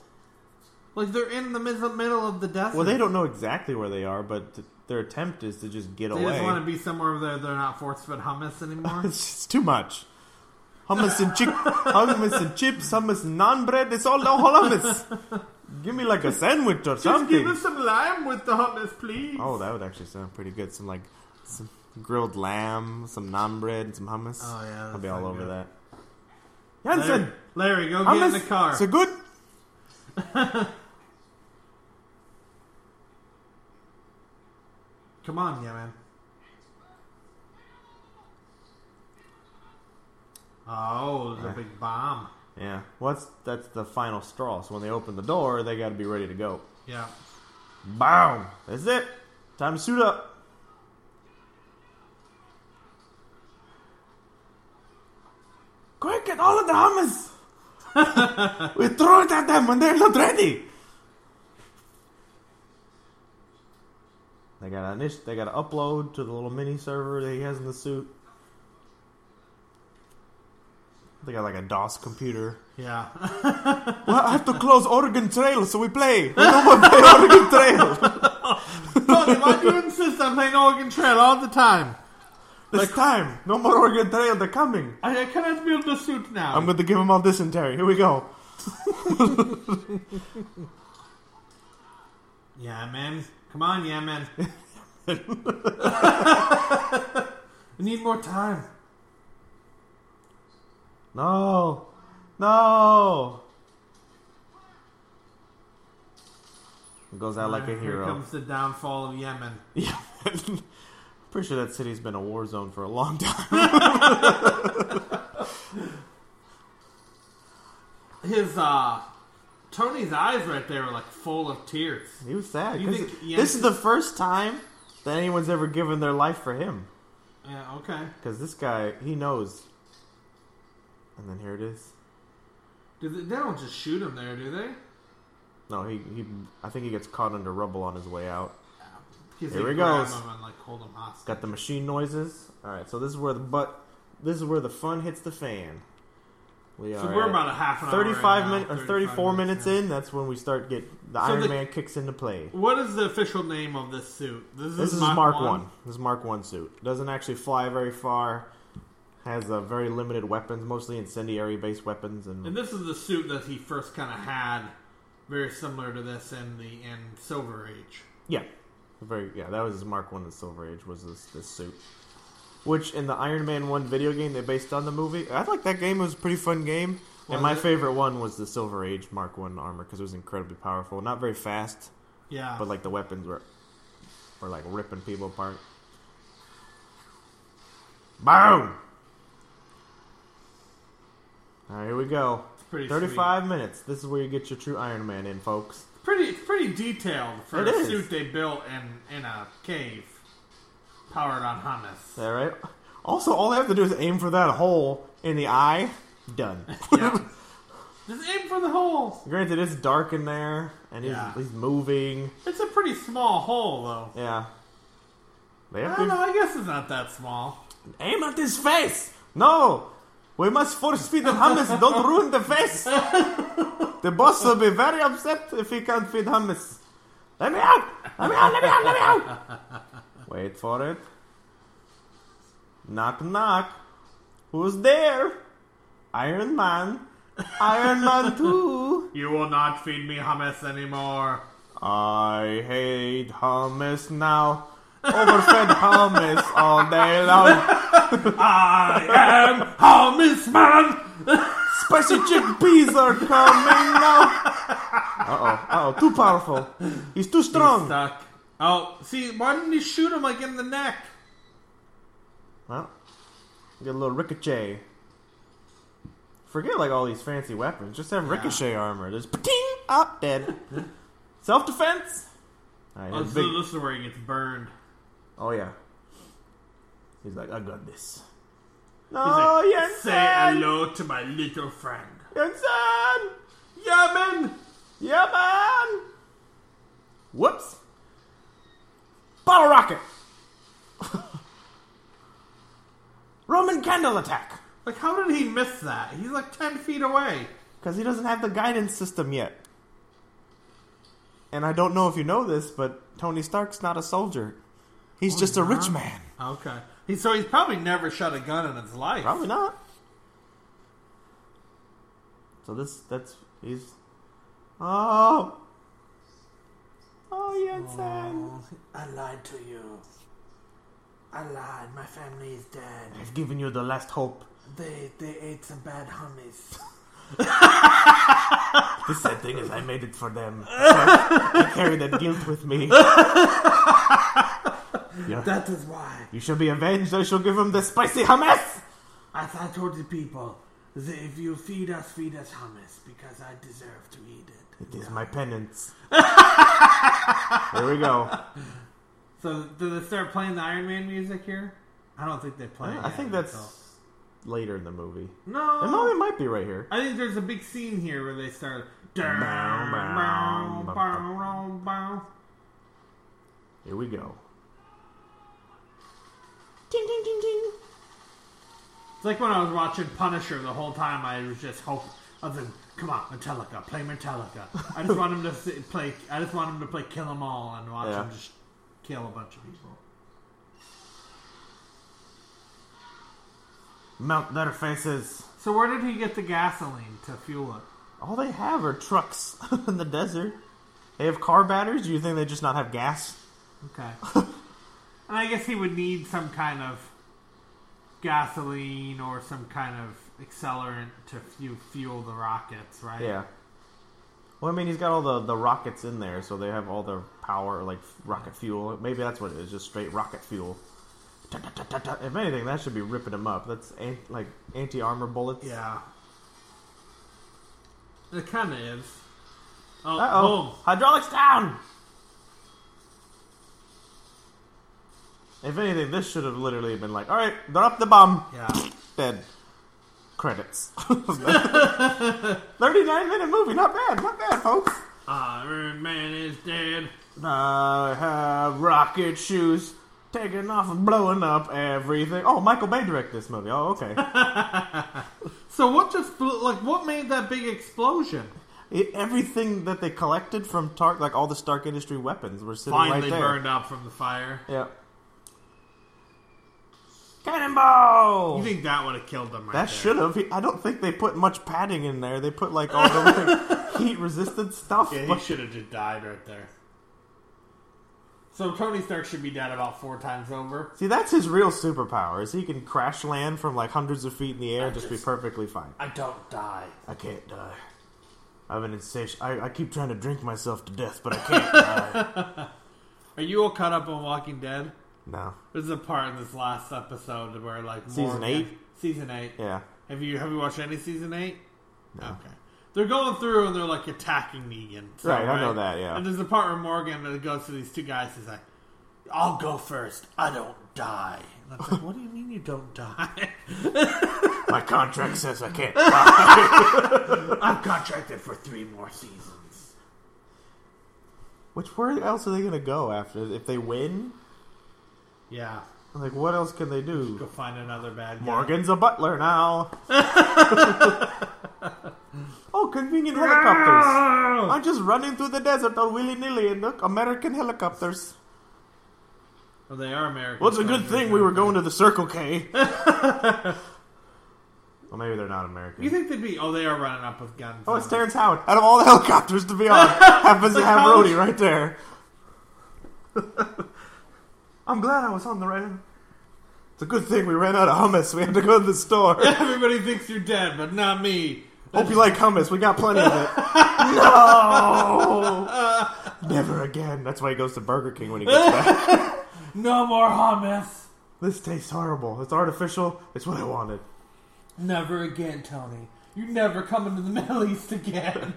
Speaker 2: Like they're in the mid- middle of the desert.
Speaker 3: Well, they don't know exactly where they are, but th- their attempt is to just get
Speaker 2: They
Speaker 3: away.
Speaker 2: just want to be somewhere where they're not force fed hummus anymore.
Speaker 3: It's just too much. Hummus and chip, hummus and chips, hummus and naan bread. It's all no hummus. Give me like a sandwich or
Speaker 2: Just give
Speaker 3: something.
Speaker 2: us some lime with the hummus, please.
Speaker 3: Oh, that would actually sound pretty good. Some like some grilled lamb, some naan bread, and some hummus.
Speaker 2: Oh, yeah,
Speaker 3: I'll be
Speaker 2: that
Speaker 3: all
Speaker 2: sound
Speaker 3: over
Speaker 2: good.
Speaker 3: that.
Speaker 2: Larry,
Speaker 3: Jansen,
Speaker 2: Larry, go get in
Speaker 3: hummus.
Speaker 2: the car.
Speaker 3: So good.
Speaker 2: Come on, yeah, man. Oh, there's a big bomb.
Speaker 3: Yeah. What's that's the final straw. So when they open the door, they got to be ready to go.
Speaker 2: Yeah.
Speaker 3: Boom. That's it. Time to suit up. Quick, get all of the hummus. we throw it at them when they're not ready. They got an they got to upload to the little mini server that he has in the suit. They got like a DOS computer.
Speaker 2: Yeah.
Speaker 3: Well, I have to close Oregon Trail, so we play. We don't want to play Oregon Trail
Speaker 2: Tony, why do you insist on playing Oregon Trail all the time?
Speaker 3: this time. No more Oregon Trail. They're coming.
Speaker 2: I, I cannot build the suit now.
Speaker 3: I'm going to give them all dysentery. Here we go.
Speaker 2: yeah, man. Come on, yeah, man. we need more time.
Speaker 3: No, no. It goes out like a
Speaker 2: Here
Speaker 3: hero.
Speaker 2: comes the downfall of Yemen.
Speaker 3: Yeah. Pretty sure that city's been a war zone for a long time.
Speaker 2: His uh, Tony's eyes right there were like full of tears.
Speaker 3: he was sad.
Speaker 2: You
Speaker 3: 'cause
Speaker 2: think
Speaker 3: it- this is the first time that anyone's ever given their life for him.
Speaker 2: Yeah, okay.
Speaker 3: Because this guy, he knows. And then here it is.
Speaker 2: Do they, they don't just shoot him there, do they?
Speaker 3: No, he, he. I think he gets caught under rubble on his way out.
Speaker 2: Because
Speaker 3: Here
Speaker 2: they
Speaker 3: he
Speaker 2: grab
Speaker 3: goes.
Speaker 2: him and like hold him hostage.
Speaker 3: Got the machine noises. All right, so this is where the but this is where the fun hits the fan. We are
Speaker 2: So we're
Speaker 3: at
Speaker 2: about a half an hour.
Speaker 3: thirty-five
Speaker 2: right now,
Speaker 3: minutes or thirty-four minutes
Speaker 2: yeah.
Speaker 3: in. That's when we start get the
Speaker 2: So
Speaker 3: Iron
Speaker 2: the-
Speaker 3: Man kicks into play.
Speaker 2: What is the official name of this suit?
Speaker 3: This is Mark One. This is Mark One suit. Doesn't actually fly very far. Has uh, very limited weapons, mostly incendiary-based weapons, and,
Speaker 2: And this is the suit that he first kind of had, very similar to this in the in Silver Age.
Speaker 3: Yeah, very yeah. That was his Mark One in the Silver Age. Was this this suit? Which in the Iron Man One video game they based on the movie. I like that game. It was a pretty fun game.
Speaker 2: Was
Speaker 3: and my
Speaker 2: it?
Speaker 3: favorite one was the Silver Age Mark One armor because it was incredibly powerful. Not very fast,
Speaker 2: Yeah.
Speaker 3: but like the weapons were were like ripping people apart. Boom! All right, here we go.
Speaker 2: pretty sweet.
Speaker 3: Thirty-five minutes. This is where you get your true Iron Man in, folks.
Speaker 2: pretty it's pretty detailed for
Speaker 3: It
Speaker 2: a
Speaker 3: is.
Speaker 2: suit they built in in a cave, powered on hummus.
Speaker 3: All right. Also, all I have to do is aim for that hole in the eye. Done.
Speaker 2: Yeah. Just aim for the hole.
Speaker 3: Granted, it's dark in there, and he's,
Speaker 2: Yeah.
Speaker 3: he's moving.
Speaker 2: It's a pretty small hole though.
Speaker 3: Yeah. They
Speaker 2: I
Speaker 3: have
Speaker 2: don't know.
Speaker 3: to
Speaker 2: I guess it's not that small.
Speaker 3: aim at his face. No, we must force feed him hummus. Don't ruin the face. the boss will be very upset if he can't feed hummus. Let me out! Let me out! Let me out! Let me out! Wait for it. Knock, knock. Who's there? Iron Man. Iron Man 2.
Speaker 2: You will not feed me hummus anymore.
Speaker 3: I hate hummus now. Overfed hummus all day long.
Speaker 2: I am hummus man.
Speaker 3: Spicy chickpeas are coming now. Uh oh. Uh oh. Too powerful. He's too strong.
Speaker 2: Stuck. Oh, see, why didn't he shoot him like in the neck?
Speaker 3: Well, get a little ricochet. Forget like all these fancy weapons. Just have ricochet armor. Just pating up dead. Self defense. All right,
Speaker 2: Oh,
Speaker 3: that's
Speaker 2: so
Speaker 3: big-
Speaker 2: this is where he gets burned.
Speaker 3: oh yeah. He's like, I got this. Oh, No,
Speaker 2: He's like,
Speaker 3: Jensen.
Speaker 2: Say hello to my little friend.
Speaker 3: Jensen.
Speaker 2: Yeah, man.
Speaker 3: Yeah, man. Whoops. Bottle rocket. Roman candle attack.
Speaker 2: Like, how did he miss that? He's like ten feet away.
Speaker 3: Because he doesn't have the guidance system yet. and I don't know if you know this, but Tony Stark's not a soldier. He's just a rich man.
Speaker 2: Okay. He, so he's probably never shot a gun in his life.
Speaker 3: Probably not. So this that's he's Oh Oh Jensen
Speaker 2: I lied to you. I lied. My family is dead.
Speaker 3: I've given you the last hope.
Speaker 2: They they ate some bad hummus.
Speaker 3: The sad thing is I made it for them. So I carry that guilt with me. Yeah.
Speaker 2: That is why
Speaker 3: you shall be avenged, I shall give him the spicy hummus!
Speaker 2: As I told the people, that if you feed us, feed us hummus because I deserve to eat it.
Speaker 3: It is my penance. Here we go.
Speaker 2: So do they start playing the Iron Man music here? I don't think they play. it
Speaker 3: I
Speaker 2: yet,
Speaker 3: think that's
Speaker 2: so-
Speaker 3: later in the movie.
Speaker 2: no.
Speaker 3: No, it might be right here.
Speaker 2: I think there's a big scene here where they start.
Speaker 3: bow, bow, bow, Here we go. Ding ding ding ding.
Speaker 2: It's like when I was watching Punisher the whole time. I was just hoping. I was like, "Come on, Metallica, play Metallica." I just want him to si- play. I just want him to play "Kill 'Em All" and watch
Speaker 3: Yeah.
Speaker 2: him just kill a bunch of people.
Speaker 3: Mount their faces.
Speaker 2: So where did he get the gasoline to fuel it?
Speaker 3: All they have are trucks in the desert. They have car batteries. Do you think they just not have gas?
Speaker 2: Okay. and I guess he would need some kind of gasoline or some kind of accelerant to fu- fuel the rockets, right?
Speaker 3: Yeah. Well, I mean, he's got all the, the rockets in there, so they have all the power, like rocket fuel. Maybe that's what it is, just straight rocket fuel. Ta-ta-ta-ta-ta. If anything, that should be ripping him up. That's an- like anti armor bullets.
Speaker 2: Yeah. It kind of is. Oh,
Speaker 3: Uh oh. Hydraulics down! If anything, this should have literally been like, alright, drop the bomb.
Speaker 2: boom. Yeah.
Speaker 3: Dead. Credits. 39 minute movie. Not bad. Not bad, folks.
Speaker 2: Iron Man is dead.
Speaker 3: I have rocket shoes taking off and blowing up everything. Oh, Michael Bay directed this movie. Oh, okay.
Speaker 2: So what just blew, like what made that big explosion?
Speaker 3: It- E, everything that they collected from Tark, like all the Stark Industry weapons, were sitting
Speaker 2: Finally
Speaker 3: right there.
Speaker 2: burned up from the fire.
Speaker 3: Yeah.
Speaker 2: You
Speaker 3: Cannonball!
Speaker 2: think that would have killed them? Right
Speaker 3: That
Speaker 2: there?
Speaker 3: should have. He- I don't think they put much padding in there. They put like all the like, heat resistant stuff.
Speaker 2: Yeah, he
Speaker 3: but-
Speaker 2: should have just died right there. So Tony Stark should be dead about four times over.
Speaker 3: See, that's his real superpower. Is he can crash land from like hundreds of feet in the air and just be perfectly fine.
Speaker 2: I don't die.
Speaker 3: I can't die. I have an insatiable. I, I keep trying to drink myself to death, but I can't die.
Speaker 2: Are you all caught up on Walking Dead?
Speaker 3: No.
Speaker 2: There's a part in this last episode where like
Speaker 3: Season
Speaker 2: Morgan-
Speaker 3: eight?
Speaker 2: season eight.
Speaker 3: Yeah.
Speaker 2: Have you have you watched any season eight? No. Okay. They're going through and they're like attacking Negan. So,
Speaker 3: Right, I know that, yeah.
Speaker 2: And there's a part where Morgan uh, goes to these two guys. He's like, "I'll go first. I don't die." And I'm like, "What do you mean you don't die?
Speaker 3: My contract says I can't die.
Speaker 2: I'm contracted for three more seasons."
Speaker 3: Which where else are they gonna go after if they win?
Speaker 2: Yeah.
Speaker 3: Like, what else can they
Speaker 2: Go
Speaker 3: do?
Speaker 2: find another bad guy.
Speaker 3: Morgan's a butler now. oh, convenient helicopters!
Speaker 2: Ah!
Speaker 3: I'm just running through the desert all willy nilly, and look, American helicopters.
Speaker 2: Well, they are American.
Speaker 3: Well, it's a good
Speaker 2: soldiers,
Speaker 3: thing
Speaker 2: aren't
Speaker 3: we were
Speaker 2: they?
Speaker 3: going to the Circle K. well, maybe they're not American.
Speaker 2: You think they'd be? Oh, they are running up with guns.
Speaker 3: Oh, it's
Speaker 2: on them.
Speaker 3: Terrence Howard. Out of all the helicopters to be on, happens to have
Speaker 2: Howard.
Speaker 3: Rhodey right there. I'm glad I was on the right. It's a good thing we ran out of hummus. We had to go to the store.
Speaker 2: Everybody thinks you're dead, but not me.
Speaker 3: Hope you like hummus. We got plenty of it. no, never again. That's why he goes to Burger King when he gets back.
Speaker 2: No more hummus.
Speaker 3: this tastes horrible. It's artificial. It's what I wanted.
Speaker 2: Never again, Tony. You're never coming to the Middle East again.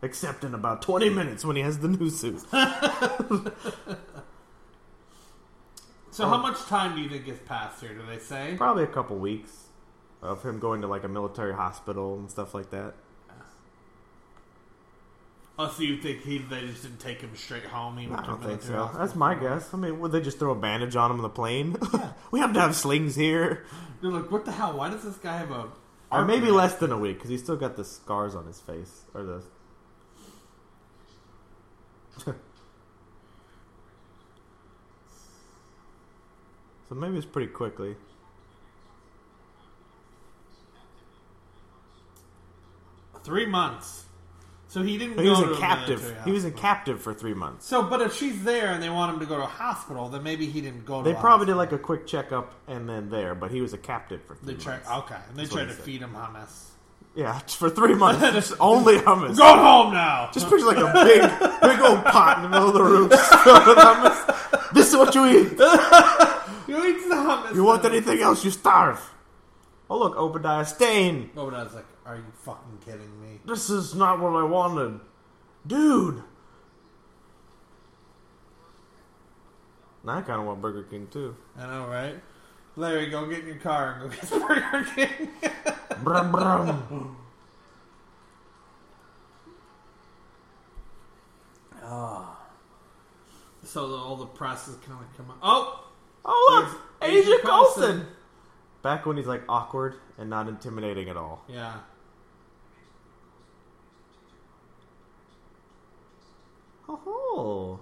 Speaker 3: Except in about 20 minutes when he has the new suit.
Speaker 2: So, how much time do you think has passed here? Do they say?
Speaker 3: Probably a couple weeks of him going to like a military hospital and stuff like that.
Speaker 2: Oh, so you think he, they just didn't take him straight home? He
Speaker 3: I
Speaker 2: went to
Speaker 3: don't think
Speaker 2: military
Speaker 3: so.
Speaker 2: hospital?
Speaker 3: That's my guess. I mean, would they just throw a bandage on him on the plane? we have to have slings here.
Speaker 2: They're like, what the hell? Why does this guy have a?
Speaker 3: Or maybe
Speaker 2: arm?"
Speaker 3: less than a week because he's still got the scars on his face or the So maybe it's pretty quickly.
Speaker 2: Three months. So he didn't.
Speaker 3: But he was
Speaker 2: go to
Speaker 3: in
Speaker 2: a
Speaker 3: captive.
Speaker 2: military
Speaker 3: He was in
Speaker 2: hospital.
Speaker 3: captive for three months.
Speaker 2: So, but if she's there and they want him to go to a hospital, then maybe he didn't go. to
Speaker 3: They
Speaker 2: a
Speaker 3: probably did
Speaker 2: hospital.
Speaker 3: like a quick checkup and then there, but he was a captive for three
Speaker 2: They try,
Speaker 3: months.
Speaker 2: okay, and they
Speaker 3: That's what
Speaker 2: tried
Speaker 3: he
Speaker 2: to
Speaker 3: said.
Speaker 2: feed him hummus.
Speaker 3: Yeah, for three months, just only hummus.
Speaker 2: Go home now.
Speaker 3: Just picture like a big, big old pot in the middle of the room just filled with hummus. This is what you eat.
Speaker 2: you eat the hummus.
Speaker 3: You want anything else, you starve. Oh look, Obadiah Stane.
Speaker 2: Oh, but I was like, are you fucking kidding me?
Speaker 3: This is not what I wanted, dude. Now I kind of want Burger King too.
Speaker 2: I know, right? Larry, go get in your car and go get Burger King.
Speaker 3: Brum, brum.
Speaker 2: so the, all the press is kind of come up. Oh,
Speaker 3: Oh look,
Speaker 2: There's
Speaker 3: Asia
Speaker 2: Agent Coulson.
Speaker 3: Coulson. Back when he's like awkward and not intimidating at all.
Speaker 2: yeah.
Speaker 3: Oh,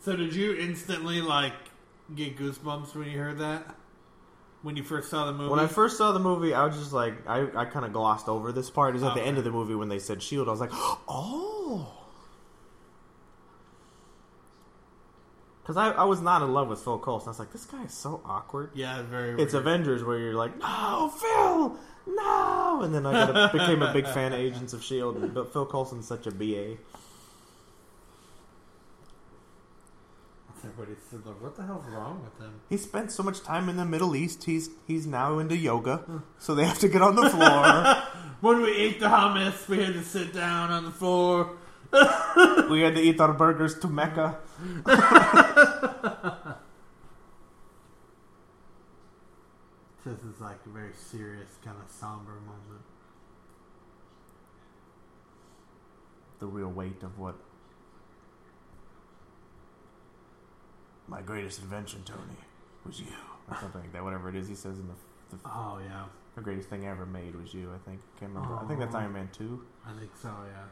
Speaker 2: So did you instantly like get goosebumps when you heard that? When you first saw the movie?
Speaker 3: When I first saw the movie, I was just like, I, I kind of glossed over this part. It was at the
Speaker 2: Okay.
Speaker 3: end of the movie when they said Shield. I was like, oh. Because I, I was not in love with Phil Coulson. I was like, this guy is so awkward.
Speaker 2: yeah, very.
Speaker 3: It's
Speaker 2: weird.
Speaker 3: Avengers where you're like, no, Phil, no. And then I got a, became a big fan of Agents of S.H.I.E.L.D. E But Phil Coulson's such a BA.
Speaker 2: Everybody said, like, "What the hell's wrong with him?"
Speaker 3: He spent so much time in the Middle East. He's he's now into yoga, so they have to get on the floor.
Speaker 2: When we ate the hummus, we had to sit down on the floor.
Speaker 3: we had to eat our burgers to Mecca.
Speaker 2: This is like a very serious, kind of somber moment.
Speaker 3: the real weight of what my greatest invention, Tony, was you, or something like that. Whatever it is, he says in the, the,
Speaker 2: Oh yeah,
Speaker 3: the greatest thing I ever made was you. I think I can't remember. I think that's
Speaker 2: Aw.
Speaker 3: Iron Man two,
Speaker 2: I think so. Yeah,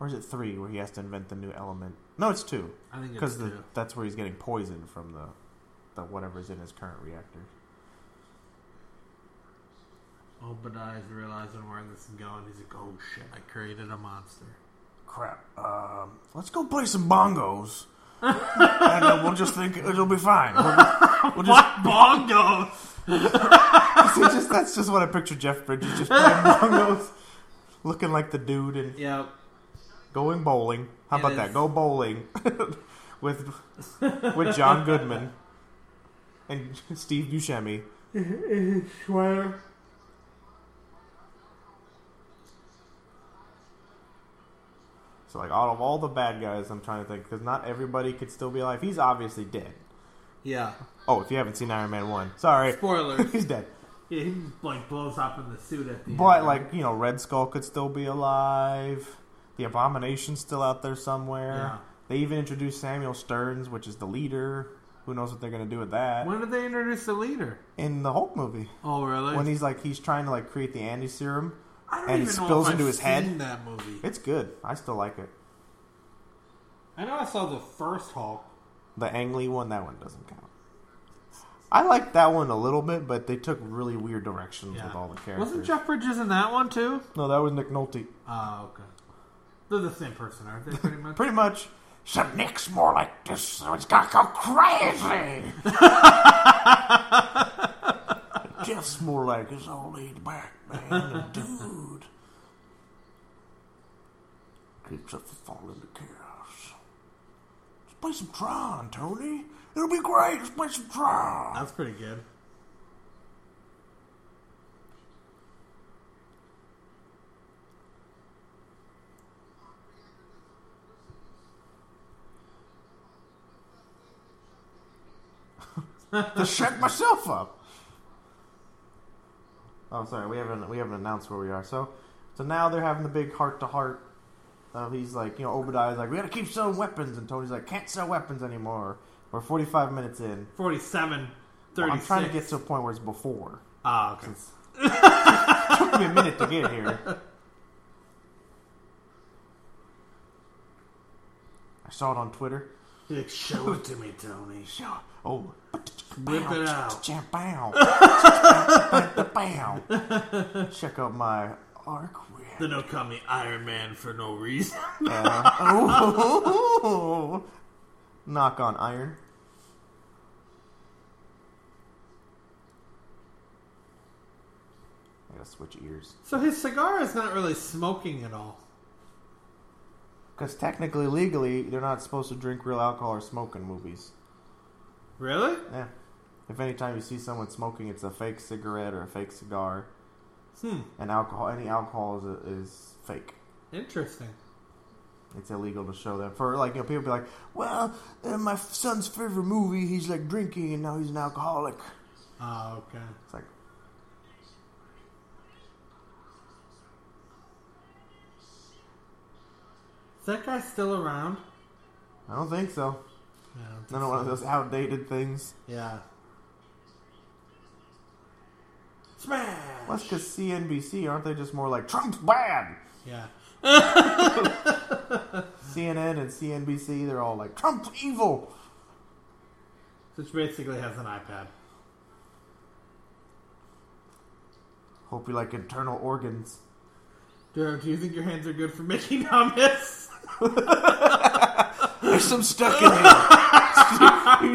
Speaker 3: or is it three, where he has to invent the new element? No, it's two,
Speaker 2: I think it's
Speaker 3: because
Speaker 2: true.
Speaker 3: that's where he's getting poison from the the whatever's in his current reactor.
Speaker 2: Obadiah's realizing where this is going. He's like, "Oh shit, I created a monster."
Speaker 3: Crap. Um, let's go play some bongos. and uh, we'll just think it'll be fine. We'll, we'll just
Speaker 2: What bongo?
Speaker 3: So just that's just what I picture Jeff Bridges just playing bongos, looking like the dude and
Speaker 2: Yeah,
Speaker 3: going bowling. How
Speaker 2: It
Speaker 3: about
Speaker 2: is.
Speaker 3: that? Go bowling with with John Goodman and Steve Buscemi.
Speaker 2: swear.
Speaker 3: So like out of all the bad guys, I'm trying to think because not everybody could still be alive. He's obviously dead.
Speaker 2: Yeah,
Speaker 3: Oh, if you haven't seen Iron Man one, sorry,
Speaker 2: spoilers.
Speaker 3: he's dead.
Speaker 2: yeah, he just, like blows up in the suit at the end.
Speaker 3: But like you know, Red Skull could still be alive. The Abomination's still out there somewhere.
Speaker 2: Yeah.
Speaker 3: They even introduced Samuel Stearns, which is the leader. Who knows what they're gonna do with that
Speaker 2: when did they introduce the leader?
Speaker 3: in the Hulk movie?
Speaker 2: Oh really?
Speaker 3: When he's like he's trying to like create the anti serum.
Speaker 2: I don't
Speaker 3: and
Speaker 2: even
Speaker 3: it
Speaker 2: know
Speaker 3: spills
Speaker 2: if
Speaker 3: into
Speaker 2: I've
Speaker 3: his head.
Speaker 2: seen That movie.
Speaker 3: It's good. I still like it.
Speaker 2: I know I saw the first Hulk.
Speaker 3: The Ang Lee one, that one doesn't count. I like that one a little bit, but they took really weird directions
Speaker 2: Yeah.
Speaker 3: with all the characters.
Speaker 2: Wasn't Jeff Bridges in that one too?
Speaker 3: No, that was Nick Nolte.
Speaker 2: Oh, okay. They're the same person, aren't they? Pretty much.
Speaker 3: Pretty much. So Nick's more like this, so it's gotta go crazy. Jeff's more like his old age Batman and dude. Keeps up the fall into chaos. Let's play some Tron, Tony. It'll be great. Let's play some Tron.
Speaker 2: That's pretty good.
Speaker 3: to shut myself up. Oh, sorry, we haven't we haven't announced where we are. So, so now they're having the big heart to heart. He's like, you know, Obadiah's like, we gotta keep selling weapons, and Tony's like, can't sell weapons anymore. We're 45 minutes in.
Speaker 2: 47,
Speaker 3: Well,
Speaker 2: 36.
Speaker 3: I'm trying to get to a point where it's before.
Speaker 2: Ah, okay.
Speaker 3: Took me a minute to get here. saw it on Twitter.
Speaker 2: Like, Show it to me, Tony.
Speaker 3: Yeah. Oh,
Speaker 2: Whip it out.
Speaker 3: bow, bow. Check out my arc
Speaker 2: They don't call me Iron Man for no reason.
Speaker 3: Oh, knock on iron. I gotta switch ears.
Speaker 2: so his cigar is not really smoking at all.
Speaker 3: Because technically, legally, they're not supposed to drink real alcohol or smoke in movies.
Speaker 2: Really?
Speaker 3: Yeah. If anytime you see someone smoking, it's a fake cigarette or a fake cigar.
Speaker 2: Hmm.
Speaker 3: And alcohol, any alcohol is, is fake.
Speaker 2: Interesting.
Speaker 3: It's illegal to show that for like you know people be like, well, uh, my son's favorite movie, he's like drinking and now he's an alcoholic.
Speaker 2: Oh, okay.
Speaker 3: It's like,
Speaker 2: Is that guy still around?
Speaker 3: I don't think so.
Speaker 2: Yeah, I don't think
Speaker 3: Another one of
Speaker 2: so.
Speaker 3: those outdated things.
Speaker 2: Yeah. Smash.
Speaker 3: Well, that's because CNBC aren't they just more like Trump's bad?
Speaker 2: Yeah.
Speaker 3: CNN and CNBC, they're all like Trump's evil.
Speaker 2: Which basically has an iPad.
Speaker 3: Hope you like internal organs.
Speaker 2: Do, do you think your hands are good for making hummus?
Speaker 3: There's some stuck in there.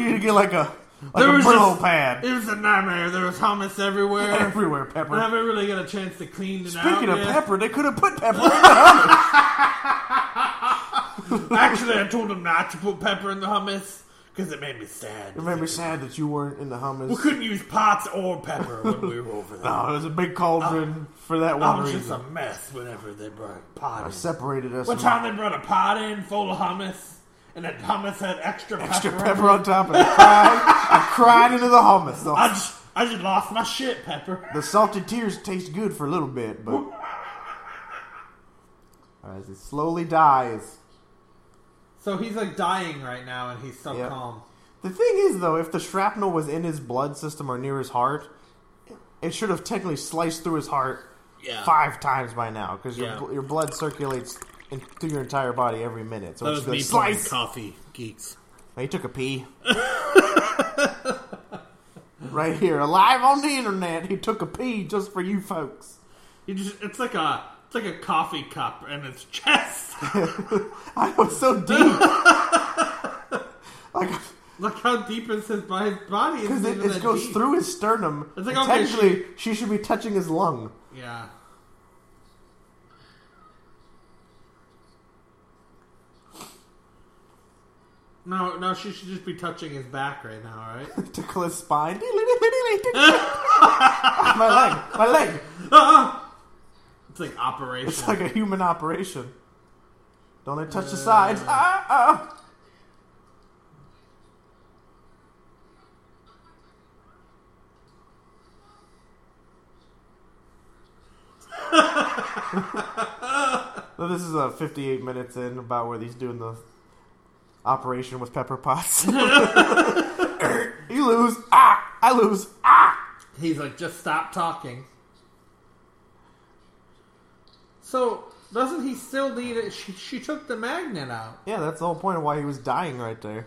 Speaker 3: you need to get like a like
Speaker 2: There
Speaker 3: a
Speaker 2: was
Speaker 3: Brillo
Speaker 2: just-
Speaker 3: pad
Speaker 2: It was a nightmare. There was hummus everywhere.
Speaker 3: everywhere.
Speaker 2: I
Speaker 3: Pepper.
Speaker 2: haven't really got a chance to clean it out.
Speaker 3: Speaking of
Speaker 2: yet.
Speaker 3: pepper, they could have put pepper. in the
Speaker 2: Actually, I told him not to put pepper in the hummus because it made me sad.
Speaker 3: It made me sad that you weren't in the hummus.
Speaker 2: We couldn't use pots or pepper when we were over there.
Speaker 3: Oh, it was a big
Speaker 2: Oh.
Speaker 3: cauldron for that
Speaker 2: I
Speaker 3: one
Speaker 2: was just
Speaker 3: reason.
Speaker 2: a mess whenever they brought a pot in.
Speaker 3: Separated us.
Speaker 2: One
Speaker 3: from
Speaker 2: time they brought a pot in full of hummus, and that hummus had extra,
Speaker 3: extra
Speaker 2: pepper.
Speaker 3: pepper on top, and I cried. I cried into the hummus.
Speaker 2: I
Speaker 3: The,
Speaker 2: just, I just lost my shit, Pepper.
Speaker 3: the salted tears taste good for a little bit, but as it slowly dies.
Speaker 2: So he's like dying right now, and he's so
Speaker 3: Yeah.
Speaker 2: calm.
Speaker 3: The thing is, though, if the shrapnel was in his blood system or near his heart, it should have technically sliced through his heart
Speaker 2: Yeah.
Speaker 3: five times by now, because your,
Speaker 2: Yeah.
Speaker 3: bl- your blood circulates in, through your entire body every minute. So it should be like,
Speaker 2: playing
Speaker 3: slice.
Speaker 2: coffee geeks.
Speaker 3: He took a pee. right here, alive on the internet, he took a pee just for you folks.
Speaker 2: You just, it's like a, it's like a coffee cup, and it's chest.
Speaker 3: I was so deep. like,
Speaker 2: Look how deep it's his body. His body
Speaker 3: because
Speaker 2: is
Speaker 3: it, it goes through his sternum.
Speaker 2: It's like,
Speaker 3: And
Speaker 2: okay,
Speaker 3: technically, she should be touching his lung.
Speaker 2: Yeah. No, no, she should just be touching his back right now, right?
Speaker 3: Tickle his spine. my leg, my leg.
Speaker 2: It's like operation.
Speaker 3: It's like a human operation. Don't let it touch the sides. Ah, ah. Well, this is uh, 58 minutes in about where he's doing the operation with pepper pots. you lose. Ah, I lose. Ah.
Speaker 2: He's like, just stop talking. So doesn't he still need it? She, she took the magnet out.
Speaker 3: Yeah, that's the whole point of why he was dying right there.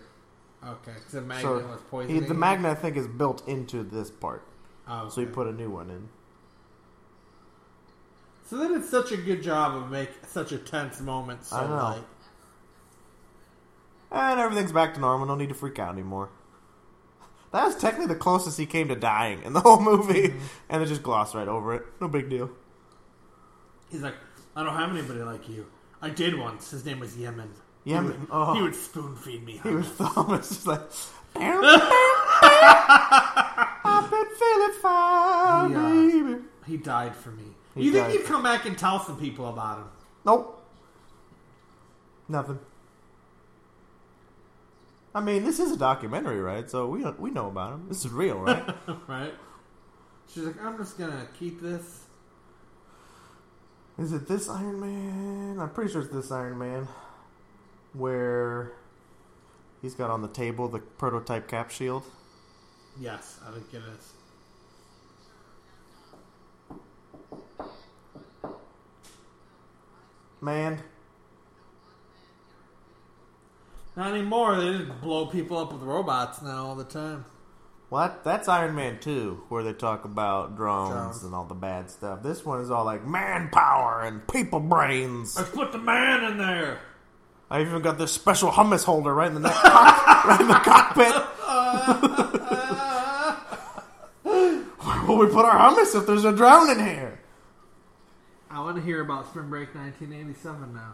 Speaker 2: Okay, because the magnet
Speaker 3: So
Speaker 2: was
Speaker 3: he,
Speaker 2: poisoning.
Speaker 3: the
Speaker 2: him.
Speaker 3: magnet, I think, is built into this part.
Speaker 2: Oh,
Speaker 3: So he
Speaker 2: okay.
Speaker 3: put a new one in.
Speaker 2: So they did such a good job of make such a tense moment. So
Speaker 3: I know.
Speaker 2: like,
Speaker 3: And everything's back to normal. No need to freak out anymore. That was technically the closest he came to dying in the whole movie.
Speaker 2: Mm-hmm.
Speaker 3: And they just glossed right over it. No big deal.
Speaker 2: he's like, I don't have anybody like you. I did once. His name was Yemen.
Speaker 3: Yemen,
Speaker 2: He would,
Speaker 3: oh.
Speaker 2: he would spoon feed me.
Speaker 3: He
Speaker 2: hummus.
Speaker 3: was Thomas just like, I've been feeling fine,
Speaker 2: Yeah.
Speaker 3: baby.
Speaker 2: He died for me.
Speaker 3: He
Speaker 2: you think
Speaker 3: died.
Speaker 2: he'd come back and tell some people about him?
Speaker 3: Nope. Nothing. I mean, this is a documentary, right? So we we know about him. This is real, right?
Speaker 2: right? She's like, I'm just gonna keep this.
Speaker 3: Is it this Iron Man? I'm pretty sure it's this Iron Man. Where he's got on the table the prototype cap shield.
Speaker 2: Yes, I think it is.
Speaker 3: Man.
Speaker 2: Not anymore. They just blow people up with robots now all the time.
Speaker 3: What? That's Iron Man 2, where they talk about drones,
Speaker 2: Drones.
Speaker 3: and all the bad stuff. This one is all like manpower and people brains.
Speaker 2: Let's put the man in there.
Speaker 3: I even got this special hummus holder right in the, neck cock- right in the cockpit. Where will we put our hummus if there's a drone in here?
Speaker 2: I want to hear about Spring Break 1987 now.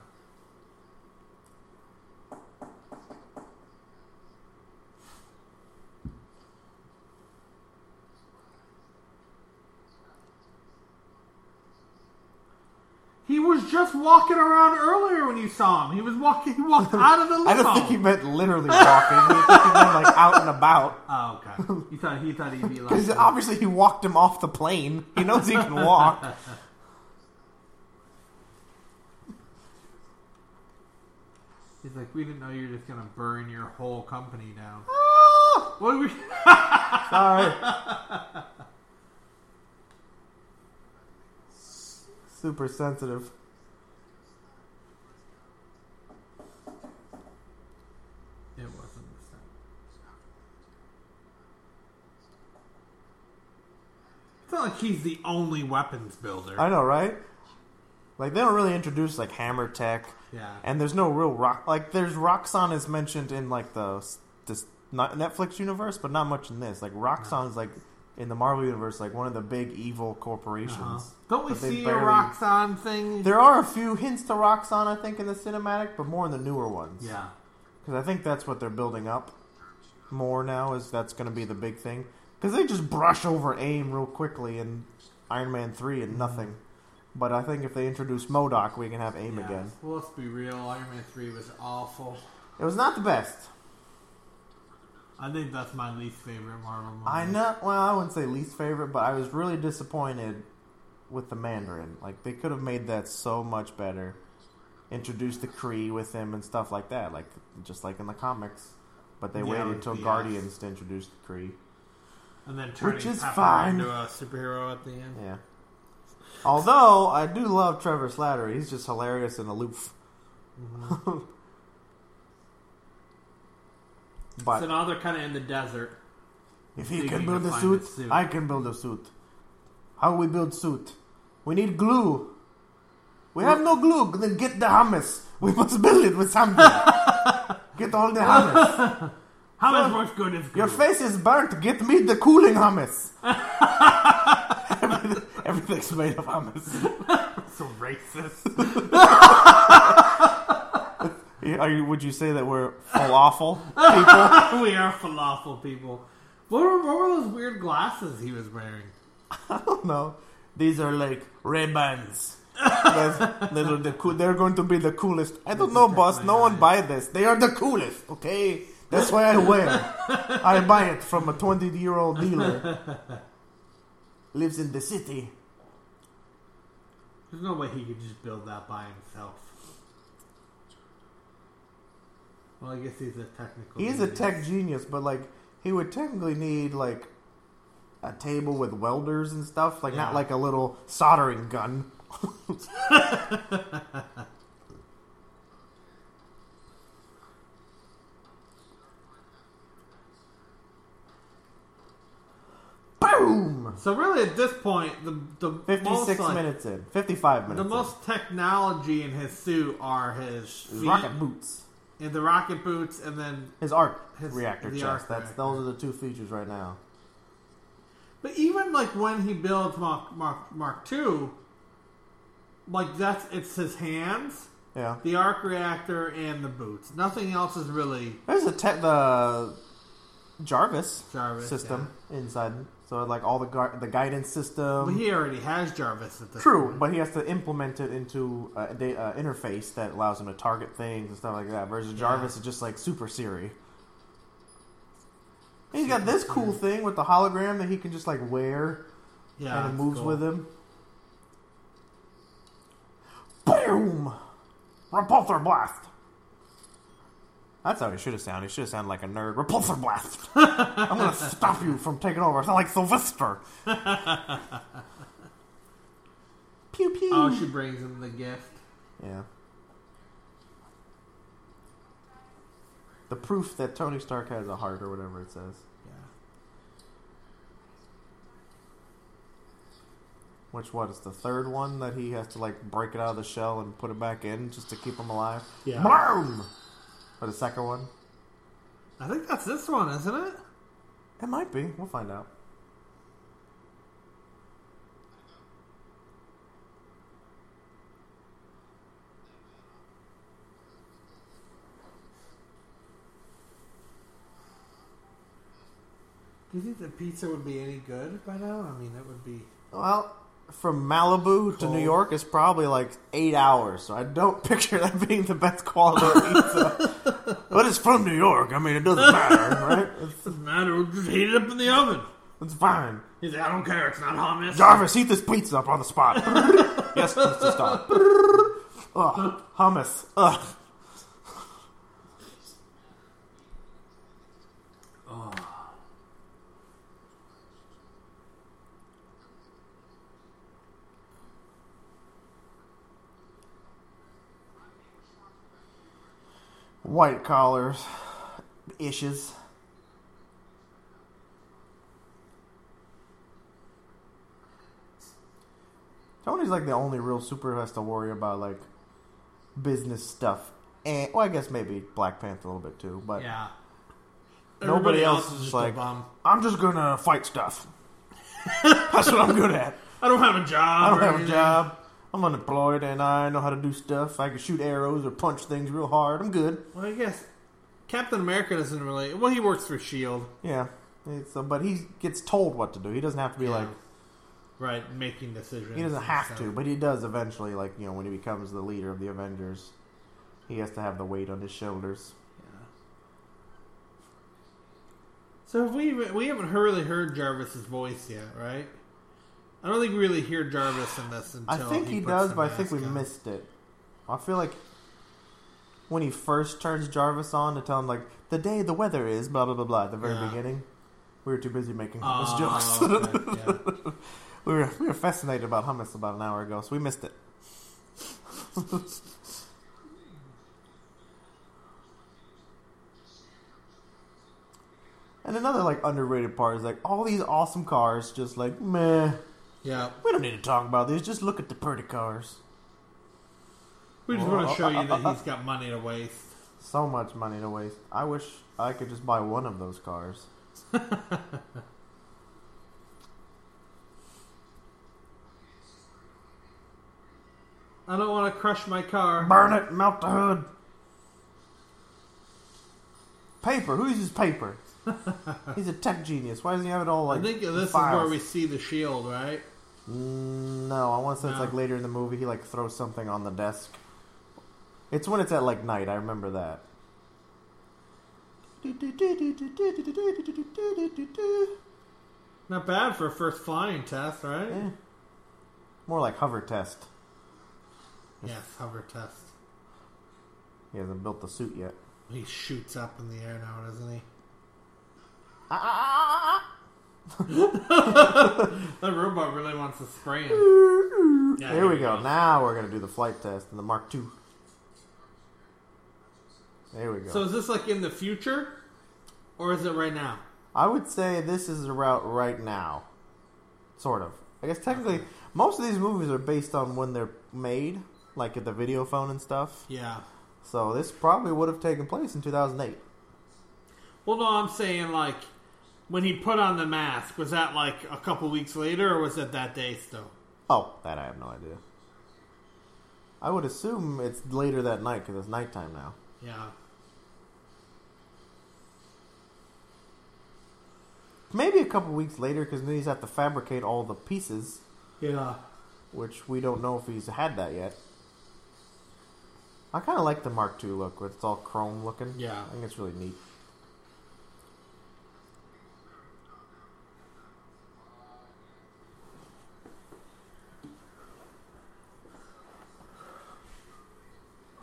Speaker 2: He was just walking around earlier when you saw him. He was walking. He walked out of the limo.
Speaker 3: I don't think he meant literally walking. I think he meant like out and about.
Speaker 2: Oh, okay. You thought he thought he'd be like.
Speaker 3: 'Cause obviously he walked him off the plane. He knows he can walk.
Speaker 2: He's like, we didn't know you were just gonna burn your whole company down.
Speaker 3: Ah,
Speaker 2: What are we?
Speaker 3: Sorry. Super sensitive.
Speaker 2: It wasn't this time. It's not like he's the only weapons builder.
Speaker 3: I know, right? Like they don't really introduce like hammer tech,
Speaker 2: yeah.
Speaker 3: and there's no real rock. Like there's Roxxon is mentioned in like the this not Netflix universe, but not much in this. Like Roxxon is like in the Marvel universe, like one of the big evil corporations.
Speaker 2: Uh-huh. Don't we
Speaker 3: but they
Speaker 2: see a
Speaker 3: barely-
Speaker 2: Roxxon thing?
Speaker 3: There are a few hints to Roxxon, I think, in the cinematic, but more in the newer ones.
Speaker 2: yeah.
Speaker 3: Because I think that's what they're building up more now, is that's going to be the big thing. Because they just brush over AIM real quickly in Iron Man 3 and nothing. But I think if they introduce MODOK, we can have AIM
Speaker 2: yeah.
Speaker 3: again.
Speaker 2: Well, let's be real. Iron Man three was awful.
Speaker 3: It was not the best.
Speaker 2: I think that's my least favorite Marvel movie.
Speaker 3: I know, well, I wouldn't say least favorite, but I was really disappointed with the Mandarin. Like, they could have made that so much better. Introduced the Kree with him and stuff like that, like just like in the comics. But they
Speaker 2: Yeah,
Speaker 3: waited
Speaker 2: with
Speaker 3: until
Speaker 2: the, uh,
Speaker 3: Guardians to introduce the Kree.
Speaker 2: And then turning
Speaker 3: Which is
Speaker 2: Pepper
Speaker 3: fine.
Speaker 2: into a superhero at the end.
Speaker 3: Yeah. Although I do love Trevor Slattery, he's just hilarious and aloof.
Speaker 2: Mm-hmm. So
Speaker 3: but
Speaker 2: now they're kind of in the desert.
Speaker 3: if he
Speaker 2: They
Speaker 3: can
Speaker 2: need
Speaker 3: build
Speaker 2: to
Speaker 3: a
Speaker 2: find
Speaker 3: suit,
Speaker 2: a suit.
Speaker 3: I can build a suit. How we build suit? We need glue. We have no glue. Then get the hummus. We must build it with something. get all the hummus.
Speaker 2: How much works good is good.
Speaker 3: Your face is burnt. Get me the cooling hummus. Everything- Everything's made of hummus.
Speaker 2: so racist.
Speaker 3: Yeah, Are you, would you say that we're falafel people?
Speaker 2: we are falafel people. What were, what were those weird glasses he was wearing?
Speaker 3: no, these are like ray bands. they're, the coo- they're going to be the coolest. I don't know, boss. No one buy this. They are the coolest. Okay, that's why I wear. I buy it from a twenty-year-old dealer. Lives in the city.
Speaker 2: There's no way he could just build that by himself. Well, I guess he's a technical.
Speaker 3: He's a
Speaker 2: genius.
Speaker 3: tech genius, but like he would technically need like a table with welders and stuff, like not
Speaker 2: Yeah.
Speaker 3: like a little soldering gun. Boom!
Speaker 2: So really, at this point, the the most,
Speaker 3: Fifty-six
Speaker 2: like,
Speaker 3: minutes in, fifty-five minutes.
Speaker 2: The most technology in his suit are his
Speaker 3: in.
Speaker 2: feet
Speaker 3: His rocket boots,
Speaker 2: and the rocket boots, and then.
Speaker 3: his arc
Speaker 2: His-
Speaker 3: reactor
Speaker 2: the
Speaker 3: chest.
Speaker 2: arc
Speaker 3: That's
Speaker 2: reactor.
Speaker 3: those are the two features right now.
Speaker 2: But even like when he builds Mark Mark Mark Two, like that's it's his hands,
Speaker 3: Yeah.
Speaker 2: the arc reactor, and the boots. Nothing else is really
Speaker 3: There's a te- the Jarvis,
Speaker 2: Jarvis,
Speaker 3: system inside. So like all the gar- the guidance
Speaker 2: But
Speaker 3: system.
Speaker 2: he already has Jarvis at this
Speaker 3: True,
Speaker 2: point.
Speaker 3: but he has to implement it into a da- uh, interface that allows him to target things and stuff like that. Versus Jarvis is just like Super Siri. He's got this cool thing with the hologram that he can just like wear
Speaker 2: Yeah,
Speaker 3: and it
Speaker 2: it's
Speaker 3: moves
Speaker 2: cool.
Speaker 3: with him. Boom! Repulsor blast. That's how he should have sounded. He should have sounded like a nerd. Repulsor blast. I'm gonna stop you from taking over. I sound like Sylvester. pew pew.
Speaker 2: Oh, she brings him the gift.
Speaker 3: yeah. the proof that Tony Stark has a heart or whatever it says.
Speaker 2: Yeah.
Speaker 3: Which what is the third one that he has to like break it out of the shell and put it back in just to keep him alive?
Speaker 2: Yeah.
Speaker 3: Boom. Or the second one?
Speaker 2: I think that's this one, isn't it?
Speaker 3: It might be. We'll find out.
Speaker 2: Do you think the pizza would be any good by now? I mean, it would be.
Speaker 3: Well, from Malibu to
Speaker 2: Cold.
Speaker 3: New York is probably like eight hours, so I don't picture that being the best quality of pizza. but it's from New York. I mean, it doesn't matter, right? It's,
Speaker 2: Doesn't matter. We'll just heat it up in the oven.
Speaker 3: it's fine.
Speaker 2: He's like, I don't care. It's not hummus.
Speaker 3: Jarvis, eat this pizza up on the spot. yes, pizza star. Ugh, hummus. Ugh. White collars, issues. Tony's like the only real super who has to worry about like business stuff. And well, I guess maybe Black Panther a little bit too, but
Speaker 2: Yeah.
Speaker 3: nobody else is
Speaker 2: just
Speaker 3: like,
Speaker 2: a bum.
Speaker 3: I'm just gonna fight stuff. That's what I'm good at.
Speaker 2: I don't have a job.
Speaker 3: I don't
Speaker 2: or
Speaker 3: have a
Speaker 2: anything.
Speaker 3: job. I'm unemployed, and I know how to do stuff. I can shoot arrows or punch things real hard. I'm good.
Speaker 2: Well, I guess Captain America doesn't really. Well, he works for Shield,
Speaker 3: Yeah. It's, uh, but he gets told what to do. He doesn't have to be
Speaker 2: Yeah.
Speaker 3: like
Speaker 2: right? Making decisions.
Speaker 3: He doesn't
Speaker 2: and
Speaker 3: have
Speaker 2: stuff.
Speaker 3: to, but he does eventually. Like you know, when he becomes the leader of the Avengers, he has to have the weight on his shoulders.
Speaker 2: Yeah. So have we even- we haven't really heard Jarvis's voice yet, right? I don't think we really hear Jarvis in this until
Speaker 3: I think he,
Speaker 2: puts
Speaker 3: does,
Speaker 2: the
Speaker 3: but I think we
Speaker 2: mask on.
Speaker 3: missed it. I feel like when he first turns Jarvis on to tell him like the day the weather is blah blah blah blah at the very
Speaker 2: Yeah.
Speaker 3: beginning, we were too busy making hummus
Speaker 2: Oh,
Speaker 3: jokes.
Speaker 2: okay, yeah.
Speaker 3: we were we were fascinated about hummus about an hour ago, so we missed it. And another like underrated part is like all these awesome cars, just like meh.
Speaker 2: Yeah.
Speaker 3: We don't need to talk about these. Just look at the pretty cars.
Speaker 2: We just
Speaker 3: Well,
Speaker 2: want to show you that he's got money to waste.
Speaker 3: So much money to waste. I wish I could just buy one of those cars.
Speaker 2: I don't want to crush my car.
Speaker 3: Burn it, melt the hood. Paper. Who uses paper? He's a tech genius. Why does he have it all like?
Speaker 2: I think this is where
Speaker 3: files?
Speaker 2: we see the shield, right?
Speaker 3: Mm, No, I want to say it's
Speaker 2: No.
Speaker 3: like later in the movie. He like throws something on the desk. It's when it's at like night. I remember that.
Speaker 2: Not bad for a first flying test, right?
Speaker 3: Eh. More like hover test.
Speaker 2: Yes, hover test.
Speaker 3: He hasn't built the suit yet.
Speaker 2: He shoots up in the air now, doesn't he? Ah, That robot really wants to spray him. Yeah,
Speaker 3: Here we go. Now we're gonna do the flight test in the Mark II. There we go.
Speaker 2: So is this like in the future, or is it right now?
Speaker 3: I would say this is a route right now. Sort of. I guess technically, most of these movies are based on when they're made, like at the video phone and stuff.
Speaker 2: Yeah.
Speaker 3: So this probably would have taken place in 2008.
Speaker 2: Well, no, I'm saying like when he put on the mask, was that like a couple weeks later, or was it that day still?
Speaker 3: Oh, that I have no idea. I would assume it's later that night because it's nighttime now.
Speaker 2: Yeah.
Speaker 3: Maybe a couple weeks later because then he's have to fabricate all the pieces,
Speaker 2: Yeah.
Speaker 3: which we don't know if he's had that yet. I kind of like the Mark II look, where it's all chrome looking.
Speaker 2: Yeah.
Speaker 3: I think it's really neat.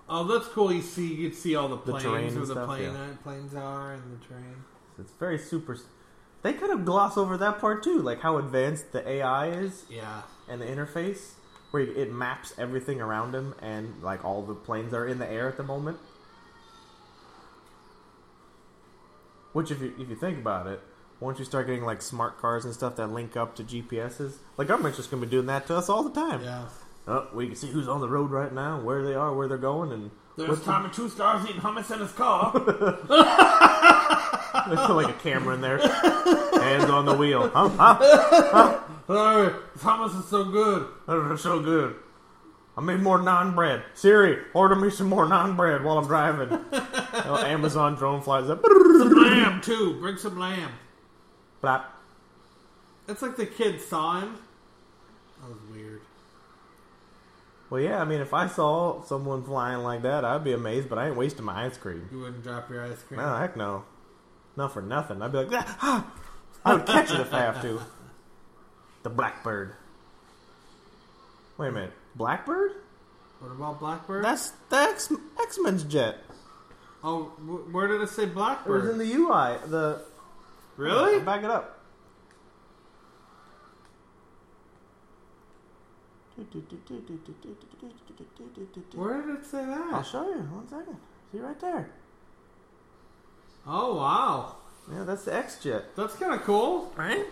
Speaker 2: Oh, that's cool. You see, you can see all the
Speaker 3: The
Speaker 2: planes,
Speaker 3: terrain and
Speaker 2: where the
Speaker 3: stuff,
Speaker 2: plane, uh,
Speaker 3: yeah.
Speaker 2: planes are, and the terrain.
Speaker 3: It's very super. They kind of gloss over that part too, like how advanced the AI is
Speaker 2: Yeah.
Speaker 3: and the interface, where it maps everything around him and like all the planes are in the air at the moment. Which, if you if you think about it, once you start getting like smart cars and stuff that link up to GPSs, like government's just gonna be doing that to us all the time.
Speaker 2: Yeah.
Speaker 3: Oh, we can see who's on the road right now, where they are, where they're going, and
Speaker 1: There's Tommy Two Stars eating hummus in his car.
Speaker 3: they put like a camera in there, hands on the wheel. Huh? Huh?
Speaker 2: Oh, this hummus is so good.
Speaker 3: Those are so good. I made more non bread. Siri, order me some more non bread while I'm driving. Oh, Amazon drone flies up.
Speaker 2: Some lamb too. Bring some lamb.
Speaker 3: Blap.
Speaker 2: It's like the kid saw him. That was weird.
Speaker 3: Well, yeah, I mean, if I saw someone flying like that, I'd be amazed, but I ain't wasting my ice cream.
Speaker 2: You wouldn't drop your ice cream.
Speaker 3: No, heck no. Not for nothing. I'd be like, ah, ah." I would catch it if I have to. The blackbird. Wait a minute. Blackbird?
Speaker 2: What about Blackbird?
Speaker 3: That's the X X Men's jet.
Speaker 2: oh, wh- where did it say
Speaker 3: It was in
Speaker 2: Blackbird?
Speaker 3: the UI. The uh,
Speaker 2: really?
Speaker 3: Back it up.
Speaker 2: Where did it say
Speaker 3: I'll
Speaker 2: that?
Speaker 3: show you. One second. See right there.
Speaker 2: Oh wow,
Speaker 3: Yeah, that's the X jet.
Speaker 2: that's kind of cool.
Speaker 3: Right?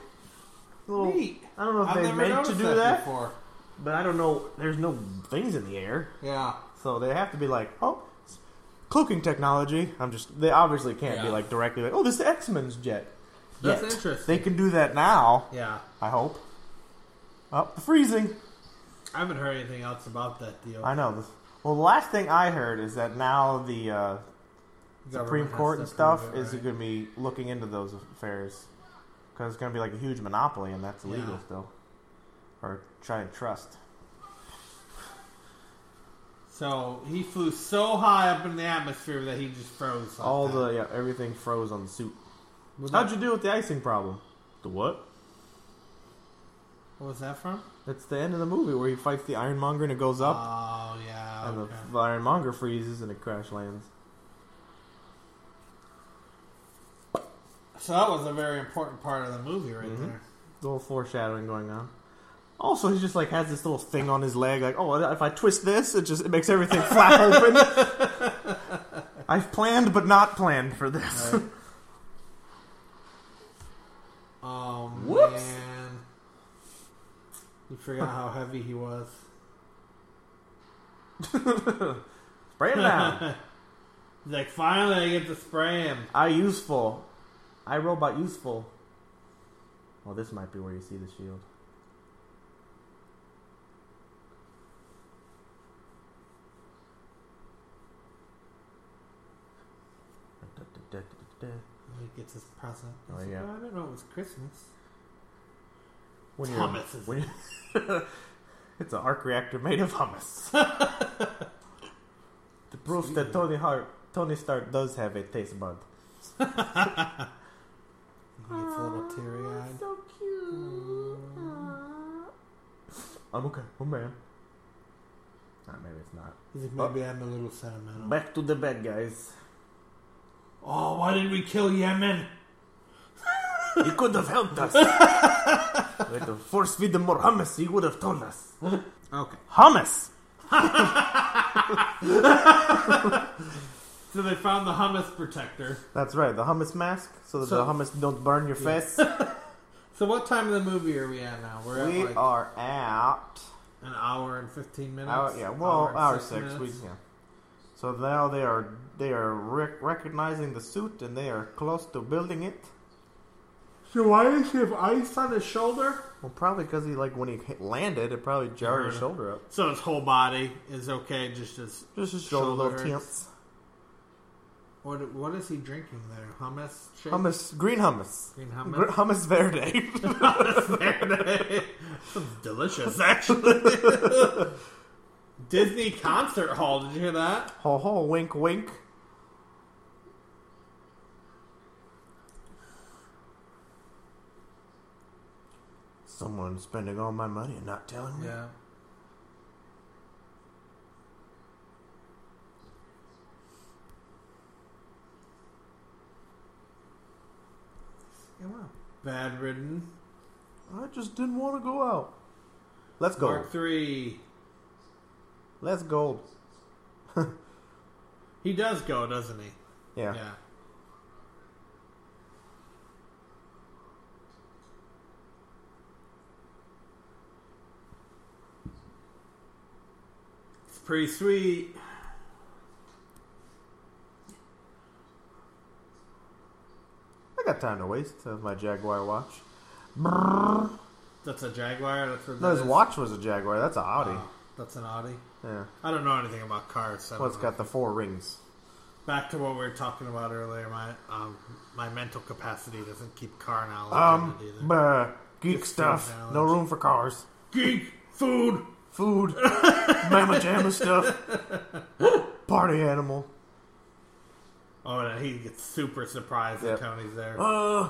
Speaker 3: Little,
Speaker 2: Neat.
Speaker 3: I don't know if
Speaker 2: I've
Speaker 3: they
Speaker 2: never
Speaker 3: meant to
Speaker 2: noticed
Speaker 3: do that,
Speaker 2: before.
Speaker 3: but I don't know. There's no things in the air,
Speaker 2: Yeah.
Speaker 3: so they have to be like, oh, it's cloaking technology. I'm just they obviously can't be
Speaker 2: Yeah.
Speaker 3: like directly like, oh, this is X Men's jet.
Speaker 2: That's
Speaker 3: Yet.
Speaker 2: interesting.
Speaker 3: They can do that now.
Speaker 2: Yeah.
Speaker 3: I hope. Oh, the freezing.
Speaker 2: I haven't heard anything else about that deal.
Speaker 3: I know. This, well, the last thing I heard is that now the uh, Supreme
Speaker 2: Government has
Speaker 3: Court
Speaker 2: to
Speaker 3: and stuff
Speaker 2: prove it,
Speaker 3: is
Speaker 2: right?
Speaker 3: going to be looking into those affairs because it's going to be like a huge monopoly, and that's illegal
Speaker 2: Yeah.
Speaker 3: still. Or trying to trust.
Speaker 2: So he flew so high up in the atmosphere that he just froze. like
Speaker 3: All
Speaker 2: that.
Speaker 3: the yeah, everything froze on the suit.
Speaker 2: Was that-
Speaker 3: How'd you deal with the icing problem? The what?
Speaker 2: What was that from?
Speaker 3: It's the end of the movie where he fights the Ironmonger and it goes up,
Speaker 2: Oh yeah.
Speaker 3: and the,
Speaker 2: okay.
Speaker 3: the Ironmonger freezes and it crash lands.
Speaker 2: So that was a very important part of the movie right
Speaker 3: Mm-hmm.
Speaker 2: there.
Speaker 3: The whole foreshadowing going on. Also, he just like has this little thing on his leg, like, oh, if I twist this, it just it makes everything flap open. I've planned but not planned for this.
Speaker 2: Oh
Speaker 3: Whoops.
Speaker 2: man. You forgot how heavy he was.
Speaker 3: Spray him down.
Speaker 2: He's like, finally I get to spray him.
Speaker 3: I useful. I robot useful. Well, this might be where you see the shield.
Speaker 2: He gets his present.
Speaker 3: Oh,
Speaker 2: He's like,
Speaker 3: yeah.
Speaker 2: "Well, I didn't know it was Christmas.
Speaker 3: When
Speaker 2: Hummus is-
Speaker 3: when you- it's an arc reactor made of hummus. the proof that Tony Hart, Tony Stark does have a taste bud.
Speaker 2: He gets a little teary eyed.
Speaker 3: So cute. Mm. I'm okay. I'm man. Nah, maybe it's not.
Speaker 2: He's like, maybe I'm a little sentimental.
Speaker 3: Back to the bed, guys.
Speaker 2: Oh, why did we kill Yemen?
Speaker 3: He could have helped us. we had to force feed him more hummus. He would have told us.
Speaker 2: Okay.
Speaker 3: Hummus.
Speaker 2: So they found the hummus protector.
Speaker 3: That's right. The hummus mask, so that
Speaker 2: So-
Speaker 3: the hummus don't burn your face.
Speaker 2: So what time of the movie are we at now? We're
Speaker 3: we
Speaker 2: at like
Speaker 3: are out.
Speaker 2: an hour and fifteen minutes.
Speaker 3: Hour, yeah, well,
Speaker 2: and
Speaker 3: hour six. we,
Speaker 2: minutes?
Speaker 3: yeah. So now they are they are rec- recognizing the suit and they are close to building it.
Speaker 2: So why does he have ice on his shoulder?
Speaker 3: Well, probably because he like when he hit, landed, it probably jarred his
Speaker 2: Yeah.
Speaker 3: shoulder up.
Speaker 2: So his whole body is okay, just as
Speaker 3: Just his shoulder, a little
Speaker 2: Shoulder
Speaker 3: tense.
Speaker 2: what? What is he drinking there? Hummus. Shake?
Speaker 3: Hummus, green hummus,
Speaker 2: Green
Speaker 3: Gr-
Speaker 2: hummus.
Speaker 3: hummus verde.
Speaker 2: Sounds delicious, actually. Disney concert hall. Did you hear that?
Speaker 3: ho ho, wink wink. Someone spending all my money and not telling me.
Speaker 2: Yeah. Bad ridden.
Speaker 3: I just didn't want to go out. Let's go.
Speaker 2: Mark three.
Speaker 3: Let's go.
Speaker 2: He does go, doesn't he?
Speaker 3: Yeah.
Speaker 2: Yeah. Pretty sweet.
Speaker 3: I got time to waste of my Jaguar watch.
Speaker 2: That's a Jaguar. That's what
Speaker 3: No,
Speaker 2: that
Speaker 3: his
Speaker 2: is?
Speaker 3: watch was a Jaguar. That's an Audi.
Speaker 2: Oh, that's an Audi.
Speaker 3: Yeah.
Speaker 2: I don't know anything about cars. so I
Speaker 3: Well, it's
Speaker 2: don't know.
Speaker 3: got the four rings.
Speaker 2: Back to what we were talking about earlier. My um, my mental capacity doesn't keep car knowledge.
Speaker 3: Um,
Speaker 2: in it either.
Speaker 3: bah, geek
Speaker 2: Good
Speaker 3: stuff.
Speaker 2: stuff,
Speaker 3: No
Speaker 2: Alex.
Speaker 3: room for cars.
Speaker 2: geek food.
Speaker 3: Food. Mama jamma stuff. Party animal.
Speaker 2: Oh, and he gets super surprised
Speaker 3: Yep.
Speaker 2: that Tony's there.
Speaker 3: Uh.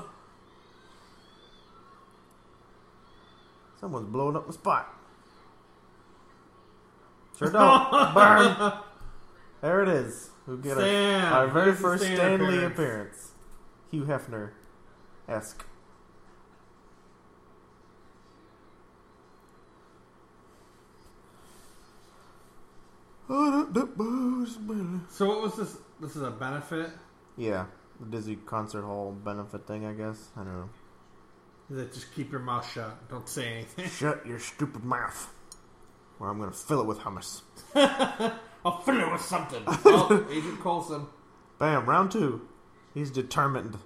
Speaker 3: Someone's blowing up the spot. Sure don't. Burn. There it is. We'll get our-
Speaker 2: Stan.
Speaker 3: our very
Speaker 2: Here's the
Speaker 3: first
Speaker 2: Stan
Speaker 3: Stanley
Speaker 2: appearance.
Speaker 3: appearance. Hugh Hefner esque.
Speaker 2: Oh, So what was this? This is a benefit.
Speaker 3: Yeah, the Disney concert hall benefit thing, I guess. I don't know.
Speaker 2: Is it just keep your mouth shut? Don't say anything.
Speaker 3: Shut your stupid mouth, or I'm gonna fill it with hummus.
Speaker 2: I'll fill it with something. oh, Agent Coulson.
Speaker 3: Bam, round two. He's determined.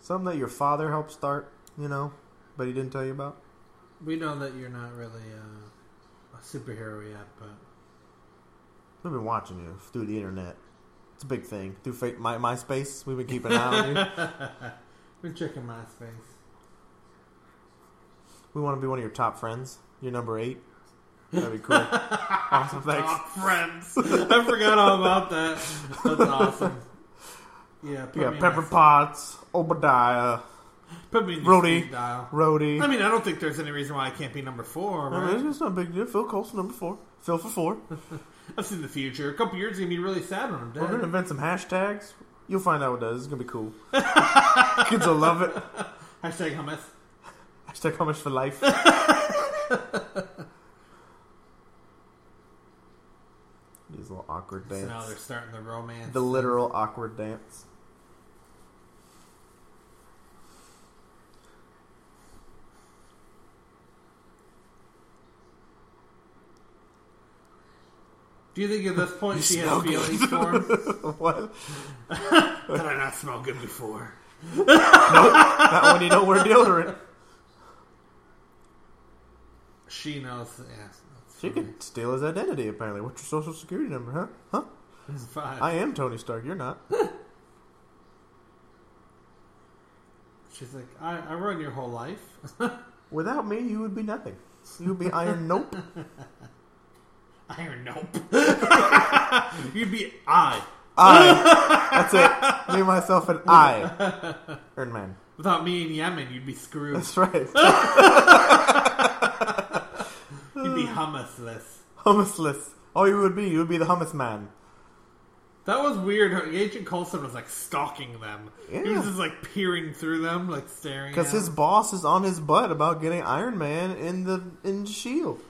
Speaker 3: Something that your father helped start, you know, but he didn't tell you about.
Speaker 2: We know that you're not really uh, a superhero yet, but
Speaker 3: We've been watching you through the internet. It's a big thing. Through fake my MySpace, we've been keeping an eye on you.
Speaker 2: we're checking my space.
Speaker 3: We want to be one of your top friends. You're number eight. That'd be cool. awesome, thanks.
Speaker 2: Oh, friends. I forgot all about that. That's awesome. Yeah, put
Speaker 3: You
Speaker 2: me
Speaker 3: got
Speaker 2: in
Speaker 3: Pepper
Speaker 2: my-
Speaker 3: Potts, Obadiah,
Speaker 2: Put me in the
Speaker 3: Brody.
Speaker 2: speed dial.
Speaker 3: Rhodey.
Speaker 2: I mean, I don't think there's any reason why I can't be number four.
Speaker 3: I mean,
Speaker 2: Right?
Speaker 3: it's not a big deal. Phil Coulson, number four. Phil for four.
Speaker 2: I've seen the future. A couple years, you're gonna be really sad when I'm
Speaker 3: We're gonna
Speaker 2: dead.
Speaker 3: invent some hashtags. You'll find out what it does. It's gonna be cool. Kids will love it.
Speaker 2: Hashtag hummus.
Speaker 3: Hashtag how much for life. These little awkward
Speaker 2: So now they're
Speaker 3: dance.
Speaker 2: starting the romance.
Speaker 3: The literal awkward dance.
Speaker 2: Do you think at this point she has
Speaker 3: smell good.
Speaker 2: feelings for him?
Speaker 3: what?
Speaker 2: Did I not smell good before?
Speaker 3: Not when you don't wear deodorant.
Speaker 2: She knows. Yeah, that's
Speaker 3: She could steal his identity, apparently. What's your social security number, huh? Huh?
Speaker 2: fine.
Speaker 3: I am Tony Stark. You're not.
Speaker 2: She's like, I, I ruined your whole life.
Speaker 3: Without me, you would be nothing. You would be Iron Nope.
Speaker 2: Iron Nope. You'd be I.
Speaker 3: I. That's it. Me, myself, and I. Iron Man.
Speaker 2: Without me in Yemen, you'd be screwed.
Speaker 3: That's right.
Speaker 2: You'd be hummusless.
Speaker 3: Hummusless. Oh, you would be. You would be the hummus man.
Speaker 2: That was weird. Agent Coulson was like stalking them. He
Speaker 3: Yeah.
Speaker 2: was just like peering through them, like staring.
Speaker 3: Because
Speaker 2: at
Speaker 3: his
Speaker 2: them.
Speaker 3: boss is on his butt about getting Iron Man in the in Shield.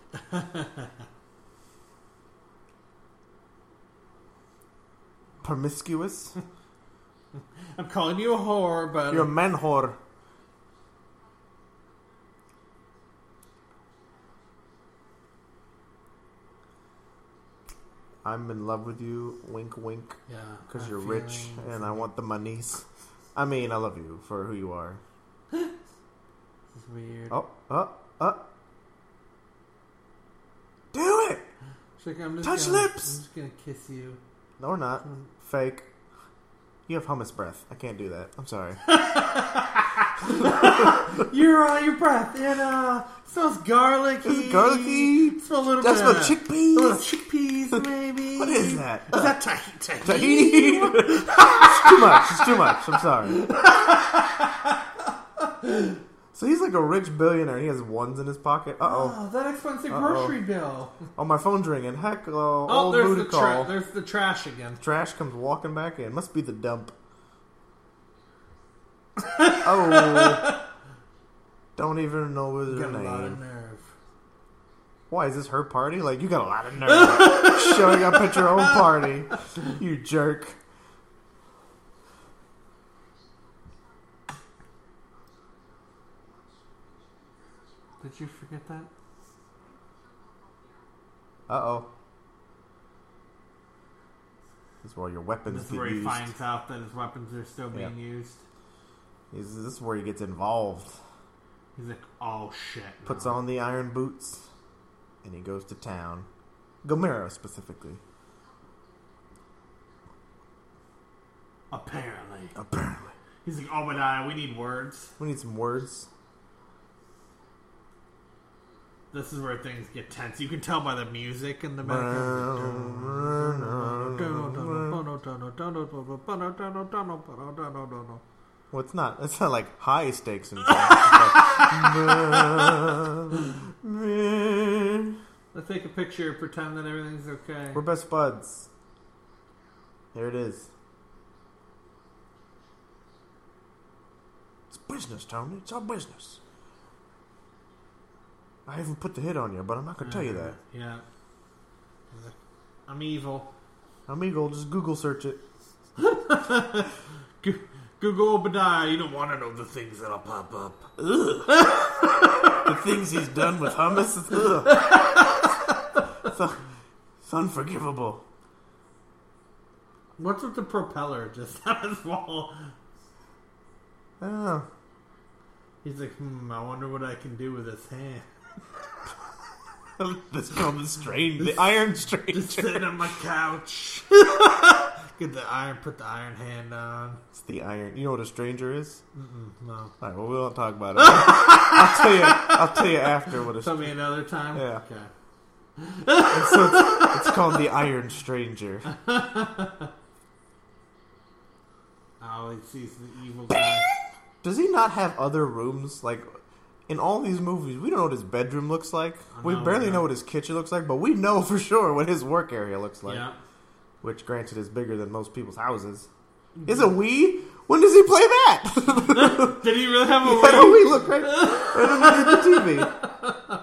Speaker 3: Promiscuous.
Speaker 2: I'm calling you a whore, but
Speaker 3: You're a man whore. I'm in love with you. Wink, wink.
Speaker 2: yeah,
Speaker 3: Because
Speaker 2: I'm
Speaker 3: you're
Speaker 2: feeling-
Speaker 3: rich and I want the monies. I mean, I love you for who you are.
Speaker 2: This is weird.
Speaker 3: Oh, oh, oh. Do it!
Speaker 2: She's like, I'm just
Speaker 3: touch
Speaker 2: gonna,
Speaker 3: lips!
Speaker 2: I'm just gonna kiss you.
Speaker 3: No, we're not. Fake. You have hummus breath. I can't do that. I'm sorry.
Speaker 2: You're on your breath. It uh, smells garlicky.
Speaker 3: Is it garlicky?
Speaker 2: Smell a little
Speaker 3: That's
Speaker 2: bit
Speaker 3: what
Speaker 2: of
Speaker 3: chickpeas?
Speaker 2: A little chickpeas, maybe.
Speaker 3: What is that?
Speaker 2: Is that Tahiti? Tahiti?
Speaker 3: Tahiti. it's too much. It's too much. I'm sorry. So he's like a rich billionaire. He has ones in his pocket. Uh oh.
Speaker 2: Oh, that explains the
Speaker 3: Uh-oh.
Speaker 2: grocery bill.
Speaker 3: Oh, my phone's ringing. Heck, oh,
Speaker 2: Oh,
Speaker 3: old
Speaker 2: there's
Speaker 3: booty
Speaker 2: the
Speaker 3: call.
Speaker 2: tra- there's the trash again.
Speaker 3: Trash comes walking back in. Must be the dump. oh. Don't even know what her
Speaker 2: Got a lot of
Speaker 3: name.
Speaker 2: nerve.
Speaker 3: Why is this her party? Like you got a lot of nerve showing up at your own party, you jerk.
Speaker 2: Did you forget that?
Speaker 3: Uh oh. This is where your weapons
Speaker 2: This is
Speaker 3: get
Speaker 2: where he
Speaker 3: used.
Speaker 2: finds out that his weapons are still
Speaker 3: Yeah.
Speaker 2: being used.
Speaker 3: He's- this is where he gets involved.
Speaker 2: He's like, oh shit.
Speaker 3: Puts on the iron boots, and he goes to town. Gomera specifically,
Speaker 2: Apparently.
Speaker 3: apparently.
Speaker 2: He's like, Obadiah, we need words.
Speaker 3: We need some words.
Speaker 2: This is where things get tense. You can tell by the music in the background.
Speaker 3: Well, it's not. It's not like high stakes involved.
Speaker 2: Let's take a picture, pretend that everything's okay.
Speaker 3: We're best buds. There it is. It's business, Tony. It's all business. I haven't put the hit on you, but I'm not gonna tell you that.
Speaker 2: Yeah. He's like, I'm evil. Mm-hmm.
Speaker 3: I'm eagle. Just Google search it.
Speaker 2: Go- Google Obadiah. You don't want to know the things that'll pop up.
Speaker 3: The things he's done with hummus. Ugh. It's un- it's unforgivable.
Speaker 2: What's with the propeller just on his wall?
Speaker 3: I don't know.
Speaker 2: He's like, hmm, I wonder what I can do with this hand.
Speaker 3: That's called the strain, the iron strain.
Speaker 2: Just sitting on my couch. Get the iron, put the iron hand on.
Speaker 3: It's the iron. You know what a stranger is?
Speaker 2: No.
Speaker 3: All right. Well, we won't talk about it. I'll tell you. I'll tell you after what
Speaker 2: Tell
Speaker 3: a stranger.
Speaker 2: me another time?
Speaker 3: Yeah.
Speaker 2: Okay.
Speaker 3: So it's, it's called the iron stranger.
Speaker 2: Oh, he sees the evil guy.
Speaker 3: Does he not have other rooms? Like in all these movies, we don't know what his bedroom looks like. We
Speaker 2: No, we
Speaker 3: barely
Speaker 2: don't.
Speaker 3: know what his kitchen looks like, but we know for sure what his work area looks like.
Speaker 2: yeah.
Speaker 3: Which, granted, is bigger than most people's houses. Is it we? When does he play that?
Speaker 2: Did he really have a
Speaker 3: Why
Speaker 2: ring?
Speaker 3: don't we look right, right underneath the TV?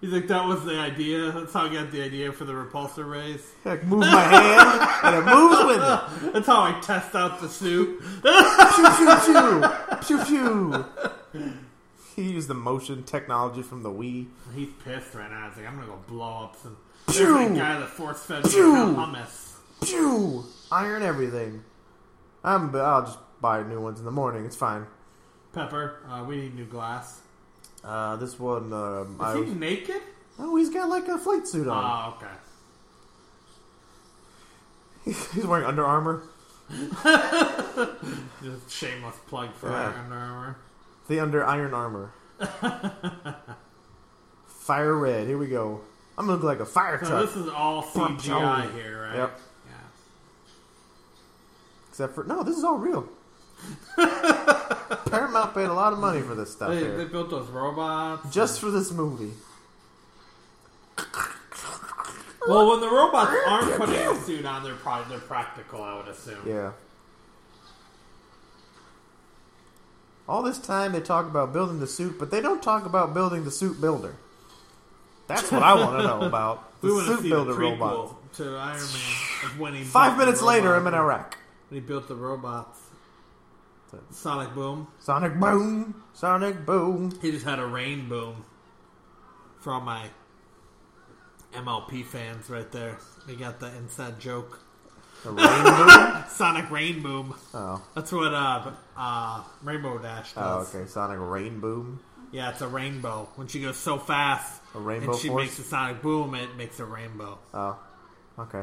Speaker 2: He's like, that was the idea. That's how I got the idea for the repulsor rays.
Speaker 3: Like move my hand and it moves with it.
Speaker 2: That's how I test out the soup.
Speaker 3: Pew pew pew. Pew pew. He used the motion technology from the Wii.
Speaker 2: He's pissed right now. He's like, I'm gonna go blow up some. There's
Speaker 3: Pew!
Speaker 2: that guy that force fed me
Speaker 3: Pew!
Speaker 2: hummus.
Speaker 3: Pew! Iron everything. I'm I'll just buy new ones in the morning. It's fine.
Speaker 2: Pepper, uh, we need new glass.
Speaker 3: Uh, this one um,
Speaker 2: Is
Speaker 3: I
Speaker 2: he
Speaker 3: was- Um,
Speaker 2: naked?
Speaker 3: Oh, he's got like a flight suit on.
Speaker 2: Oh, okay.
Speaker 3: he's wearing Under Armour.
Speaker 2: Just shameless plug for
Speaker 3: Yeah.
Speaker 2: Under Armour.
Speaker 3: The under Iron Armor. fire red. Here we go. I'm gonna look like a fire
Speaker 2: So
Speaker 3: truck.
Speaker 2: this is all CGI here, right?
Speaker 3: Yep.
Speaker 2: Yeah.
Speaker 3: Except for no, this is all real. Paramount paid a lot of money for this stuff
Speaker 2: They,
Speaker 3: here,
Speaker 2: they built those robots.
Speaker 3: just for this movie.
Speaker 2: Well, when the robots aren't putting a suit on, they're probably they're practical. I would assume.
Speaker 3: Yeah. All this time they talk about building the suit, but they don't talk about building the suit builder. That's what I want to know about the
Speaker 2: We want to
Speaker 3: suit
Speaker 2: see the
Speaker 3: builder
Speaker 2: prequel
Speaker 3: robot.
Speaker 2: to Iron Man of when he built
Speaker 3: Five
Speaker 2: the
Speaker 3: minutes later,
Speaker 2: robot.
Speaker 3: I'm in Iraq.
Speaker 2: When he built the robots. Sonic Boom.
Speaker 3: Sonic boom, Sonic boom.
Speaker 2: He just had a rain boom for all my MLP fans right there. They got the inside joke.
Speaker 3: The rain boom.
Speaker 2: Sonic Rain Boom.
Speaker 3: Oh,
Speaker 2: That's what uh, uh, Rainbow Dash
Speaker 3: oh,
Speaker 2: does.
Speaker 3: okay. Sonic rain boom.
Speaker 2: Yeah, it's a rainbow. When she goes so fast
Speaker 3: A rainbow
Speaker 2: and she
Speaker 3: force?
Speaker 2: makes a sonic boom, it makes a rainbow.
Speaker 3: Oh, okay.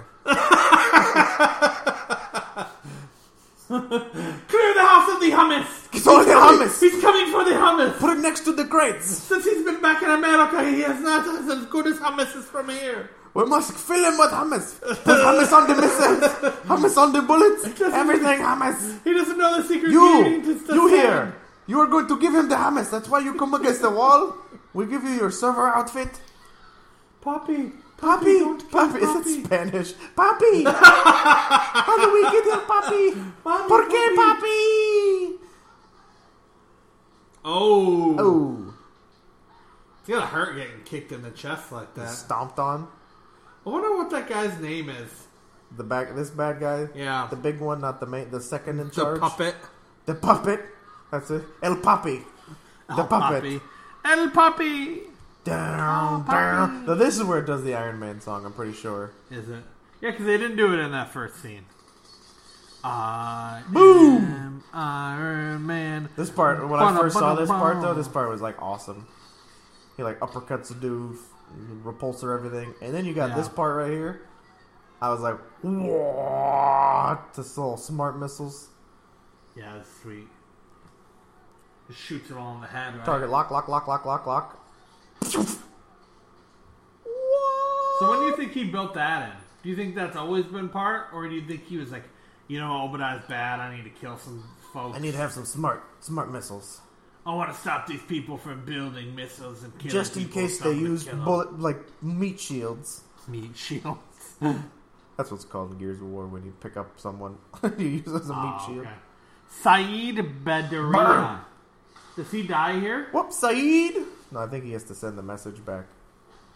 Speaker 2: Clear the house of the hummus!
Speaker 3: It's only hummus.
Speaker 2: He's coming for the hummus!
Speaker 3: Put it next to the grates.
Speaker 2: Since he's been back in America, he has not had as good as hummus is from here.
Speaker 3: We must fill him with hummus. Put hummus on the missiles. Hummus on the bullets. Everything hummus.
Speaker 2: He doesn't know the secret
Speaker 3: You,
Speaker 2: ingredient is the sun.
Speaker 3: you here. You are going to give him the hummus. That's why you come against the wall. We give you your server outfit.
Speaker 2: Poppy.
Speaker 3: Papi,
Speaker 2: don't kill
Speaker 3: papi, is
Speaker 2: Papi.
Speaker 3: that Spanish? Papi! How do we get him, papi?
Speaker 2: Mommy,
Speaker 3: ¿Por qué,
Speaker 2: Poppy?
Speaker 3: papi?
Speaker 2: Oh.
Speaker 3: Oh,
Speaker 2: It's gonna hurt getting kicked in the chest like that.
Speaker 3: stomped on
Speaker 2: I wonder what that guy's name is.
Speaker 3: the back. This bad guy,
Speaker 2: Yeah.
Speaker 3: the big one, not the main, the second in
Speaker 2: The
Speaker 3: charge.
Speaker 2: puppet.
Speaker 3: The puppet. That's it. El Papi. Oh, The
Speaker 2: El
Speaker 3: puppet.
Speaker 2: Papi. El Papi.
Speaker 3: Down, down. Now, this is where it does the Iron Man song, I'm pretty sure.
Speaker 2: Is it? Yeah, because they didn't do it in that first scene. I
Speaker 3: Boom!
Speaker 2: am Iron Man.
Speaker 3: This part, when I first saw this part, though, this part was like awesome. He like uppercuts a dude, repulsor everything, and then you got
Speaker 2: Yeah.
Speaker 3: this part right here. I was like, what? This little smart missiles.
Speaker 2: Yeah, that's sweet. Just shoots it all in the head. Right?
Speaker 3: Target lock, lock, lock, lock, lock, lock.
Speaker 2: So when do you think he built that in? Do you think that's always been part, or do you think he was like, you know, Obadiah's bad. I need to kill some folks.
Speaker 3: I need to have some smart, smart missiles,
Speaker 2: I want to stop these people from building missiles and killing
Speaker 3: just in
Speaker 2: people,
Speaker 3: case
Speaker 2: so
Speaker 3: they
Speaker 2: I'm gonna
Speaker 3: use
Speaker 2: kill 'em."
Speaker 3: bullet like meat shields.
Speaker 2: meat shields.
Speaker 3: That's what's called in Gears of War when you pick up someone, you use it as a meat
Speaker 2: Oh,
Speaker 3: shield.
Speaker 2: okay. Saeed Bedaria. Does he die here?
Speaker 3: Whoops, Saeed! No, I think he has to send the message back.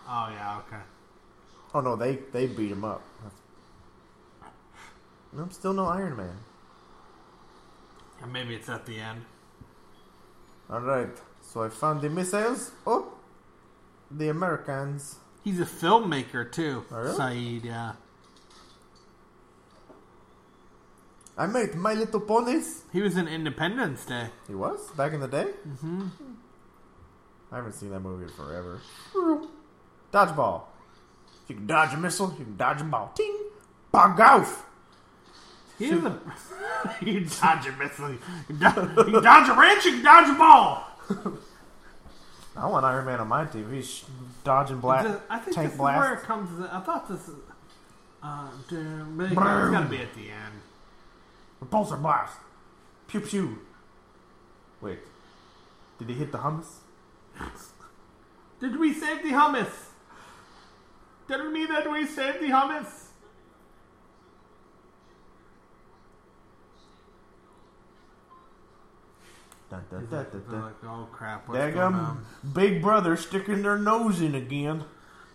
Speaker 2: Oh yeah, okay.
Speaker 3: Oh no, they they beat him up. That's- I'm still no Iron Man.
Speaker 2: And maybe it's at the end.
Speaker 3: All right, so I found the missiles. Oh, the Americans.
Speaker 2: He's a filmmaker too.
Speaker 3: Oh, really?
Speaker 2: Saeed, yeah.
Speaker 3: I made My Little Ponies.
Speaker 2: He was in Independence Day.
Speaker 3: He was back in the day. Mm-hmm. I haven't seen that movie in forever. Dodgeball. You can dodge a missile. You can dodge a ball. Ting. Bog off.
Speaker 2: He is a you dodge a missile. You dodge, you dodge a wrench, you can dodge a ball.
Speaker 3: I want Iron Man on my team. He's dodging blast,
Speaker 2: I think
Speaker 3: tank
Speaker 2: this
Speaker 3: blast.
Speaker 2: is where it comes. I thought this is. Uh, damn, maybe it's gotta be at the end.
Speaker 3: Repulsor blast. Pew pew. Wait. Did he hit the hummus?
Speaker 2: Did we save the hummus? Did it mean that we saved the hummus?
Speaker 3: Dun, dun, dun, dun,
Speaker 2: They're
Speaker 3: dun.
Speaker 2: like, oh crap, what's
Speaker 3: There
Speaker 2: going on?
Speaker 3: come Big Brother sticking their nose in again.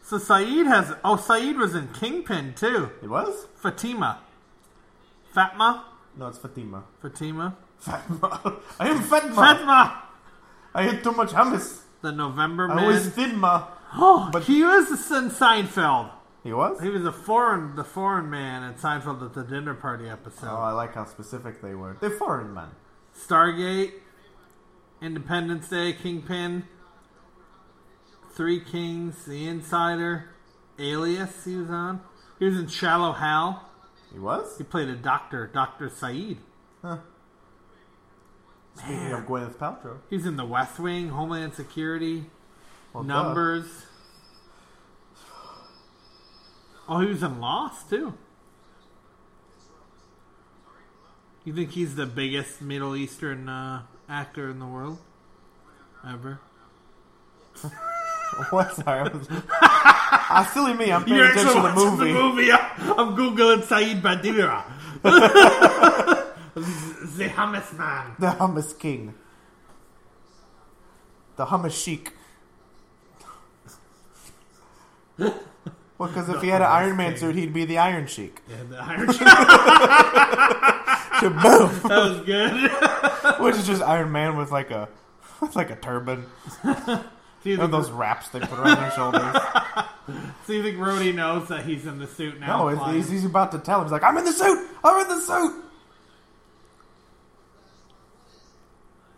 Speaker 2: So Saeed has. Oh, Saeed was in Kingpin too.
Speaker 3: It was?
Speaker 2: Fatima. Fatma?
Speaker 3: No, it's Fatima.
Speaker 2: Fatima?
Speaker 3: Fatma. I am Fatma.
Speaker 2: Fatma!
Speaker 3: I ate too much hummus.
Speaker 2: The November
Speaker 3: I
Speaker 2: Man.
Speaker 3: was thin, ma.
Speaker 2: oh,
Speaker 3: but-
Speaker 2: he was in Seinfeld.
Speaker 3: He was?
Speaker 2: He was a foreign, the foreign man in Seinfeld at the dinner party episode.
Speaker 3: Oh, I like how specific they were. They're foreign, man.
Speaker 2: Stargate, Independence Day, Kingpin, Three Kings, The Insider, Alias. He was on. He was in Shallow Hal.
Speaker 3: He was?
Speaker 2: He played a doctor, Doctor Saeed.
Speaker 3: Speaking of Gwyneth Paltrow.
Speaker 2: He's in The West Wing, Homeland Security,
Speaker 3: Well, duh.
Speaker 2: Numbers. Oh, he was in Lost too. You think he's the biggest Middle Eastern uh, actor in the world ever?
Speaker 3: Oh, What? Sorry. I, was... Ah, silly me. I'm paying attention to the movie.
Speaker 2: movie. I'm googling Saeed Badira. the hummus man.
Speaker 3: The hummus king. The hummus sheik. well, because if he had an Iron Man suit, he'd be the Iron Sheik.
Speaker 2: Yeah, the Iron Chef.
Speaker 3: Shaboom!
Speaker 2: That was good.
Speaker 3: Which is just Iron Man with like a with like a turban
Speaker 2: so, you
Speaker 3: and
Speaker 2: think,
Speaker 3: those wraps they put around their shoulders.
Speaker 2: so you think Rhodey knows that he's in the suit now?
Speaker 3: No,
Speaker 2: flying?
Speaker 3: he's, he's about to tell him. He's like, "I'm in the suit. I'm in the suit."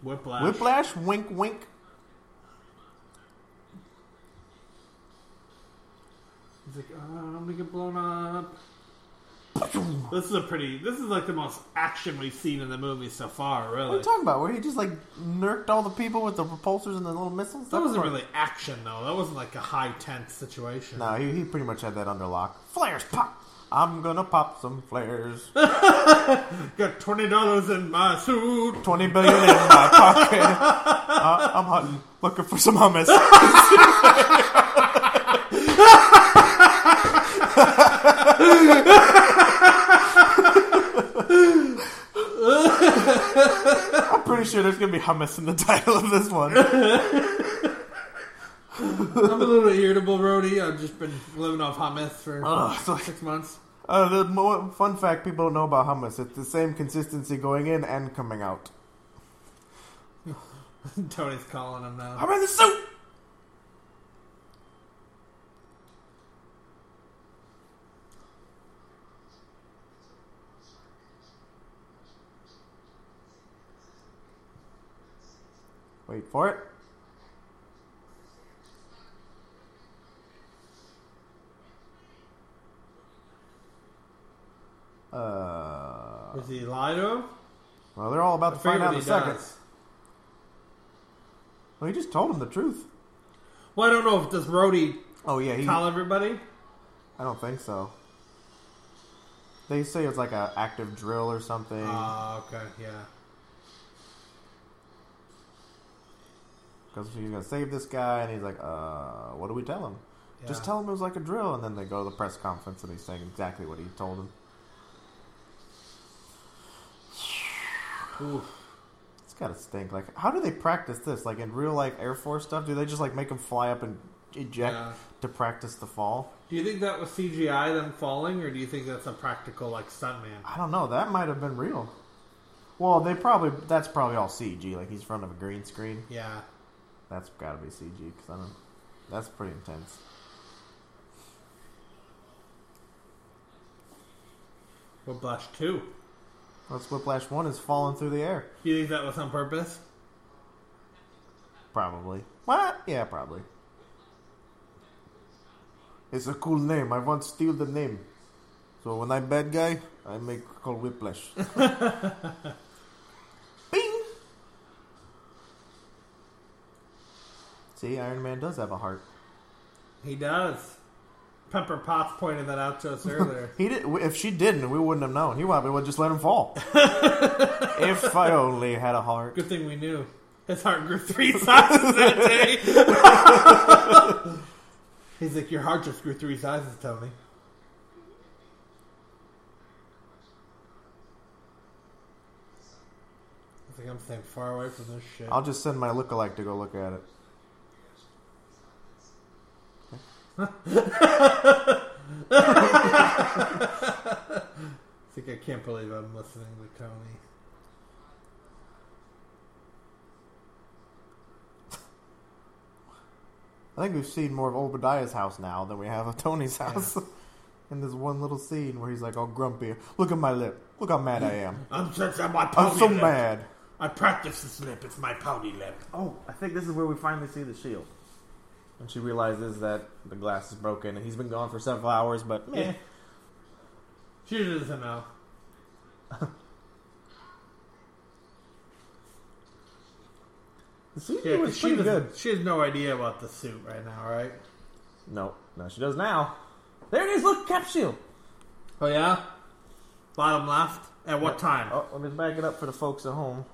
Speaker 2: Whiplash.
Speaker 3: Whiplash, wink, wink.
Speaker 2: He's like, oh, I'm gonna get blown up. This is a pretty. This is like the most action we've seen in the movie so far.
Speaker 3: What are
Speaker 2: Really,
Speaker 3: you talking about? Where he just like nerked all the people with the repulsors and the little missiles?
Speaker 2: that wasn't really action though. That wasn't like a high tense situation.
Speaker 3: No, he, he pretty much had that under lock. Flares pop. I'm gonna pop some flares.
Speaker 2: Got twenty dollars in my suit.
Speaker 3: Twenty billion in my pocket. Uh, I'm hunting, looking for some hummus. I'm pretty sure there's gonna be hummus in the title of this one.
Speaker 2: I'm a little irritable, Rody. I've just been living off hummus for
Speaker 3: Ugh, so-
Speaker 2: six months.
Speaker 3: Uh, the mo- fun fact people don't know about hummus: it's the same consistency going in and coming out.
Speaker 2: Tony's calling him now.
Speaker 3: I'm in the suit. Wait for it. Uh,
Speaker 2: Is he lie to him?
Speaker 3: well, they're all about to
Speaker 2: Figure
Speaker 3: find out in a
Speaker 2: he
Speaker 3: second.
Speaker 2: does.
Speaker 3: Well, he just told him the truth.
Speaker 2: Well, I don't know if does Rhodey
Speaker 3: Oh yeah, he.
Speaker 2: tell everybody.
Speaker 3: I don't think so. They say it's like a active drill or something.
Speaker 2: Ah, okay, yeah.
Speaker 3: because he's gonna save this guy, and he's like, "Uh, what do we tell him? Just
Speaker 2: Yeah.
Speaker 3: tell him it was like a drill." And then they go to the press conference, and he's saying exactly what he told him.
Speaker 2: Oof.
Speaker 3: It's gotta stink. Like, how do they practice this? Like in real life Air Force stuff, do they just like make him fly up and eject
Speaker 2: Yeah.
Speaker 3: to practice the fall?
Speaker 2: Do you think that was CGI them falling, or do you think that's a practical like stuntman?
Speaker 3: I don't know. That might have been real. Well, they probably that's probably all CG. Like he's in front of a green screen.
Speaker 2: Yeah.
Speaker 3: That's gotta be CG because I don't. That's pretty intense.
Speaker 2: Or Blush Two.
Speaker 3: That's Whiplash One is falling through the air.
Speaker 2: Do you think that was on purpose?
Speaker 3: Probably. What? Yeah, probably. It's a cool name. I want to steal the name. So when I'm bad guy, I make call Whiplash. Bing. See, Iron Man does have a heart.
Speaker 2: He does. Pepper Potts pointed that out to us earlier.
Speaker 3: He did. If she didn't, we wouldn't have known. He probably would just let him fall. if I only had a heart.
Speaker 2: Good thing we knew. His heart grew three sizes that day. He's like, your heart just grew three sizes, Tony. I think I'm staying far away from this shit.
Speaker 3: I'll just send my lookalike to go look at it.
Speaker 2: I think I can't believe I'm listening to Tony.
Speaker 3: I think we've seen more of Obadiah's house now than we have of Tony's house. In this one little scene where he's like all grumpy. Look at my lip. Look how mad I am.
Speaker 2: I'm such a my pony
Speaker 3: I'm so
Speaker 2: lip.
Speaker 3: mad.
Speaker 2: I practice this lip. It's my pony lip.
Speaker 3: Oh, I think this is where we finally see the shield. And she realizes that the glass is broken and he's been gone for several hours, but meh.
Speaker 2: Yeah. She doesn't know.
Speaker 3: The scene
Speaker 2: Yeah,
Speaker 3: was
Speaker 2: 'cause she
Speaker 3: pretty
Speaker 2: doesn't-
Speaker 3: good.
Speaker 2: She has no idea about the suit right now, right?
Speaker 3: No, no, she does now. There it is, look, cap shield.
Speaker 2: Oh yeah. Bottom left. At what time?
Speaker 3: Oh, let me back it up for the folks at home.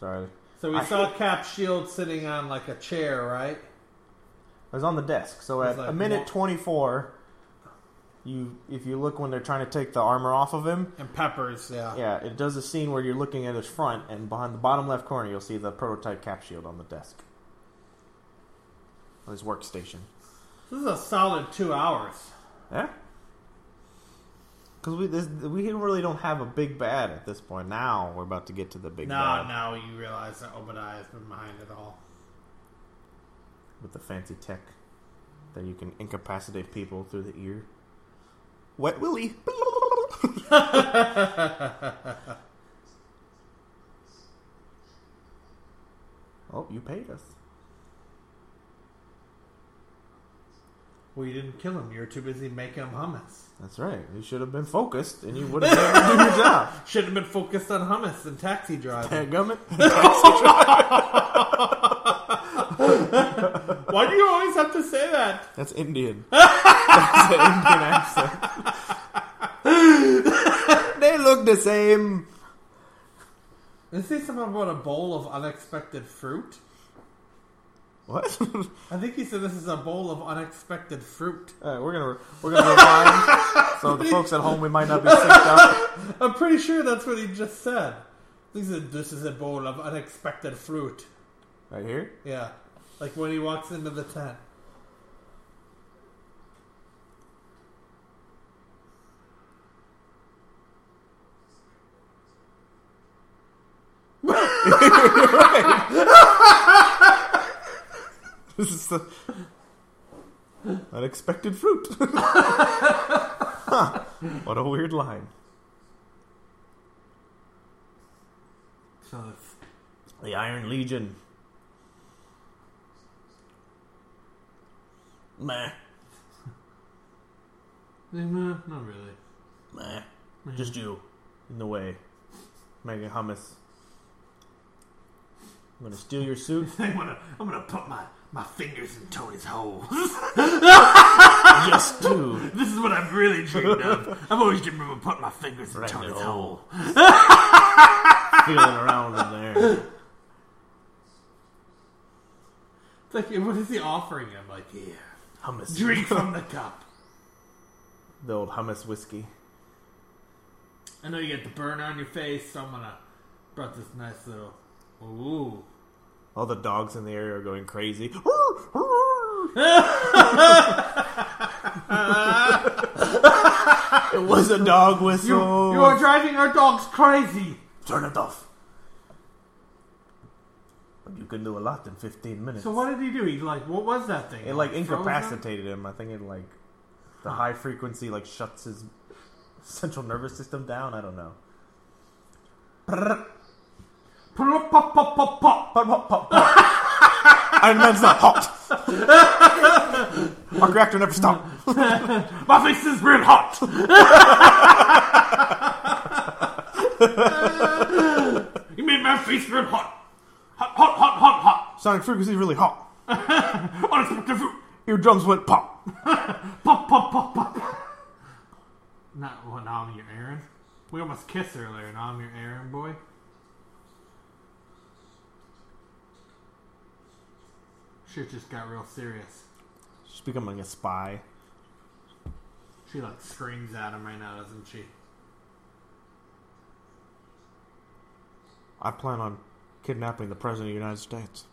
Speaker 3: Sorry. It
Speaker 2: So we
Speaker 3: I
Speaker 2: saw Cap Shield sitting on like a chair, right?
Speaker 3: was on the desk. So
Speaker 2: It's
Speaker 3: at
Speaker 2: like
Speaker 3: a minute
Speaker 2: one-
Speaker 3: 24, you if you look when they're trying to take the armor off of him,
Speaker 2: And Peppers, yeah.
Speaker 3: Yeah, it does a scene where you're looking at his front, and behind the bottom left corner, you'll see the prototype cap shield on the desk. On his workstation.
Speaker 2: This is a solid two hours.
Speaker 3: Yeah. Because we this, we really don't have a big bad at this point. Now we're about to get to the big
Speaker 2: Now,
Speaker 3: bad
Speaker 2: now you realize that Obadiah has been behind it all.
Speaker 3: with the fancy tech that you can incapacitate people through the ear. Wet Willie. oh, you paid us.
Speaker 2: Well, you didn't kill him. You were too busy making him hummus.
Speaker 3: That's right. You should have been focused, and you would have been able to do your job.
Speaker 2: Should have been focused on hummus and taxi driving.
Speaker 3: That government.
Speaker 2: Why do you always have to say that?
Speaker 3: That's Indian. That's an Indian accent. they look the same.
Speaker 2: Did he say something about a bowl of unexpected fruit?
Speaker 3: What? All
Speaker 2: I think he said this is a bowl of unexpected fruit.
Speaker 3: right, we're gonna we're gonna rewind. so the folks at home, we might not be synced up.
Speaker 2: I'm pretty sure that's what he just said. He said, This is a bowl of unexpected fruit.
Speaker 3: Right here.
Speaker 2: Yeah. Like when he walks into the tent.
Speaker 3: This is the unexpected fruit. Huh. What a weird line.
Speaker 2: So it's
Speaker 3: The Iron Legion. Meh.
Speaker 2: Eh, nah, Not really.
Speaker 3: Meh. Just you. In the way. Making hummus. I'm gonna steal your suit.
Speaker 2: I'm gonna, I'm gonna put my, my fingers in Tony's hole.
Speaker 3: yes, too.
Speaker 2: this is what I've really dreamed of. I've always dreamed of putting my fingers in
Speaker 3: Right in the
Speaker 2: Tony's
Speaker 3: hole.
Speaker 2: hole.
Speaker 3: Feeling around in there.
Speaker 2: It's like, what is he offering? I'm like, yeah.
Speaker 3: Hummus.
Speaker 2: Drink from the cup.
Speaker 3: The old hummus whiskey.
Speaker 2: I know you got the burn on your face, so I'm gonna brought this nice little. Ooh.
Speaker 3: All the dogs in the area are going crazy. it was a dog
Speaker 2: You,
Speaker 3: whistle.
Speaker 2: you are driving our dogs crazy.
Speaker 3: Turn it off. But you can do a lot in 15 minutes.
Speaker 2: So what did he do? He like, what was that thing?
Speaker 3: It like
Speaker 2: froze him?
Speaker 3: incapacitated him. I think it like the high frequency like shuts his central nervous system down. I don't know.
Speaker 2: Pop, pop, pop, pop, pop.
Speaker 3: Pop, pop, pop, pop. Iron Man's not hot. Our reactor never stopped.
Speaker 2: My face is real hot. you made my face real hot. Hot, hot, hot, hot, hot.
Speaker 3: Sonic frequency is really hot.
Speaker 2: Unexpected fruit.
Speaker 3: Eardrums went pop.
Speaker 2: Pop, pop, pop, pop. Not, well, now I'm your Aaron. We almost kissed earlier, now I'm your Aaron boy. Shit just got real serious.
Speaker 3: She's becoming a spy.
Speaker 2: She like screams at him right now, doesn't she?
Speaker 3: I plan on kidnapping the president of the United States.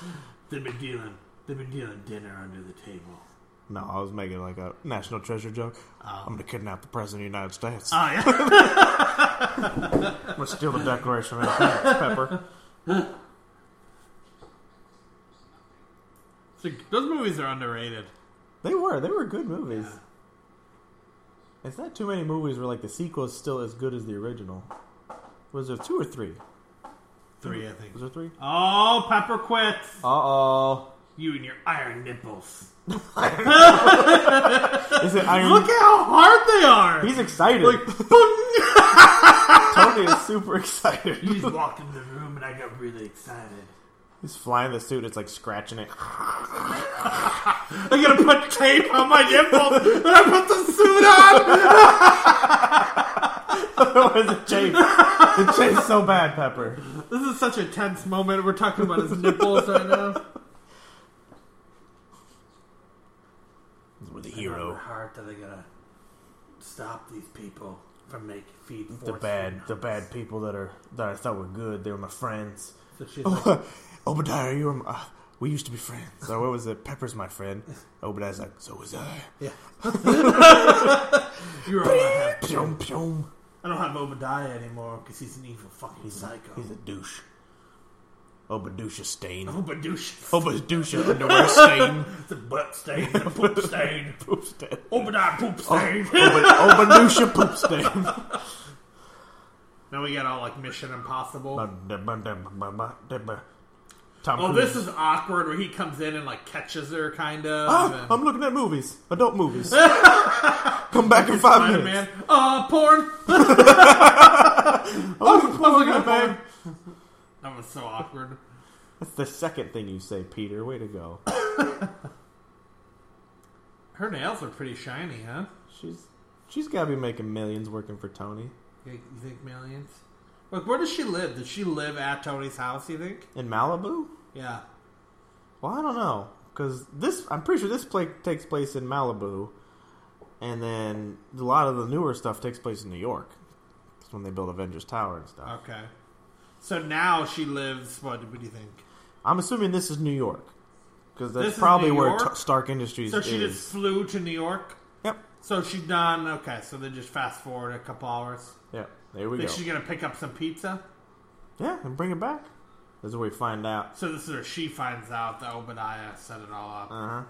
Speaker 2: They've been dealing. They've been dealing dinner under the table.
Speaker 3: No, I was making like a national treasure joke. I'm gonna kidnap the president of the United States.
Speaker 2: Oh yeah.
Speaker 3: I'm gonna steal the Declaration of Independence, Pepper.
Speaker 2: so, those movies are underrated.
Speaker 3: They were. They were good movies. It's not too many movies where like the sequel is still as good as the original. Was there two or three?
Speaker 2: Three, I think.
Speaker 3: Was there three?
Speaker 2: Oh, Pepper quits.
Speaker 3: Uh oh.
Speaker 2: You and your iron nipples.
Speaker 3: Is it Iron?
Speaker 2: Look at how hard they are.
Speaker 3: He's excited. Tony is super excited.
Speaker 2: You just walk in the room and I got really excited.
Speaker 3: He's flying the suit. It's like scratching it.
Speaker 2: I'm gonna put tape on my nipples and I put the suit on.
Speaker 3: Where's the chafe? The chafe's so bad, Pepper.
Speaker 2: This is such a tense moment. We're talking about his nipples right now.
Speaker 3: With the
Speaker 1: Hero. Heart that I gotta stop these people from making feed
Speaker 3: The bad, the bad people that are that I thought were good. They were my friends.
Speaker 2: So she's like,
Speaker 3: Oh, Obadiah, you were. My, uh, we used to be friends. So what was it? Pepper's my friend. Obadiah's like, so was I.
Speaker 2: "You're all I have.
Speaker 3: Pyom, pyom.
Speaker 2: I don't have Obadiah anymore because he's an evil fucking psycho."
Speaker 3: He's a douche. Obadusha stain.
Speaker 2: Obadusha.
Speaker 3: Obadusha underwear stain.
Speaker 2: The butt stain, the poop stain.
Speaker 3: poop stain.
Speaker 2: Obadiah
Speaker 3: Oh.
Speaker 2: poop stain.
Speaker 3: Obadusha poop stain.
Speaker 2: Now we got all like Mission Impossible.
Speaker 3: Tom
Speaker 2: Oh,
Speaker 3: Cruise.
Speaker 2: this is awkward where he comes in and like catches her kind of.
Speaker 3: Ah,
Speaker 2: and
Speaker 3: I'm looking at movies, adult movies. Come back in five
Speaker 2: Spider
Speaker 3: minutes.
Speaker 2: Man. Uh, porn.
Speaker 3: Oh,
Speaker 2: I was
Speaker 3: look
Speaker 2: looking
Speaker 3: at
Speaker 2: at
Speaker 3: babe.
Speaker 2: porn. That was so awkward.
Speaker 3: That's the second thing you say, Peter. Way to go.
Speaker 2: Her nails are pretty shiny, huh?
Speaker 3: She's she's got to be making millions working for Tony
Speaker 2: You you think millions? Like, where does she live? Does she live at Tony's house? You think?
Speaker 3: in Malibu.
Speaker 2: Yeah.
Speaker 3: Well, I don't know because this I'm pretty sure this play takes place in Malibu, and then a lot of the newer stuff takes place in New York. That's when they build Avengers Tower and stuff.
Speaker 2: Okay. So now she lives. What, what do you think?
Speaker 3: I'm assuming this is New York because
Speaker 2: This
Speaker 3: that's
Speaker 2: is
Speaker 3: probably
Speaker 2: New
Speaker 3: where
Speaker 2: York?
Speaker 3: T- Stark Industries
Speaker 2: So
Speaker 3: is.
Speaker 2: she just flew to New York.
Speaker 3: Yep.
Speaker 2: So she's done. Okay, so then just fast forward a couple hours.
Speaker 3: Yep. There we
Speaker 2: Think
Speaker 3: go.
Speaker 2: she's gonna pick up some pizza.
Speaker 3: Yeah, and bring it back. That's where we find out.
Speaker 2: So this is where she finds out that Obadiah set it all up.
Speaker 3: Uh huh.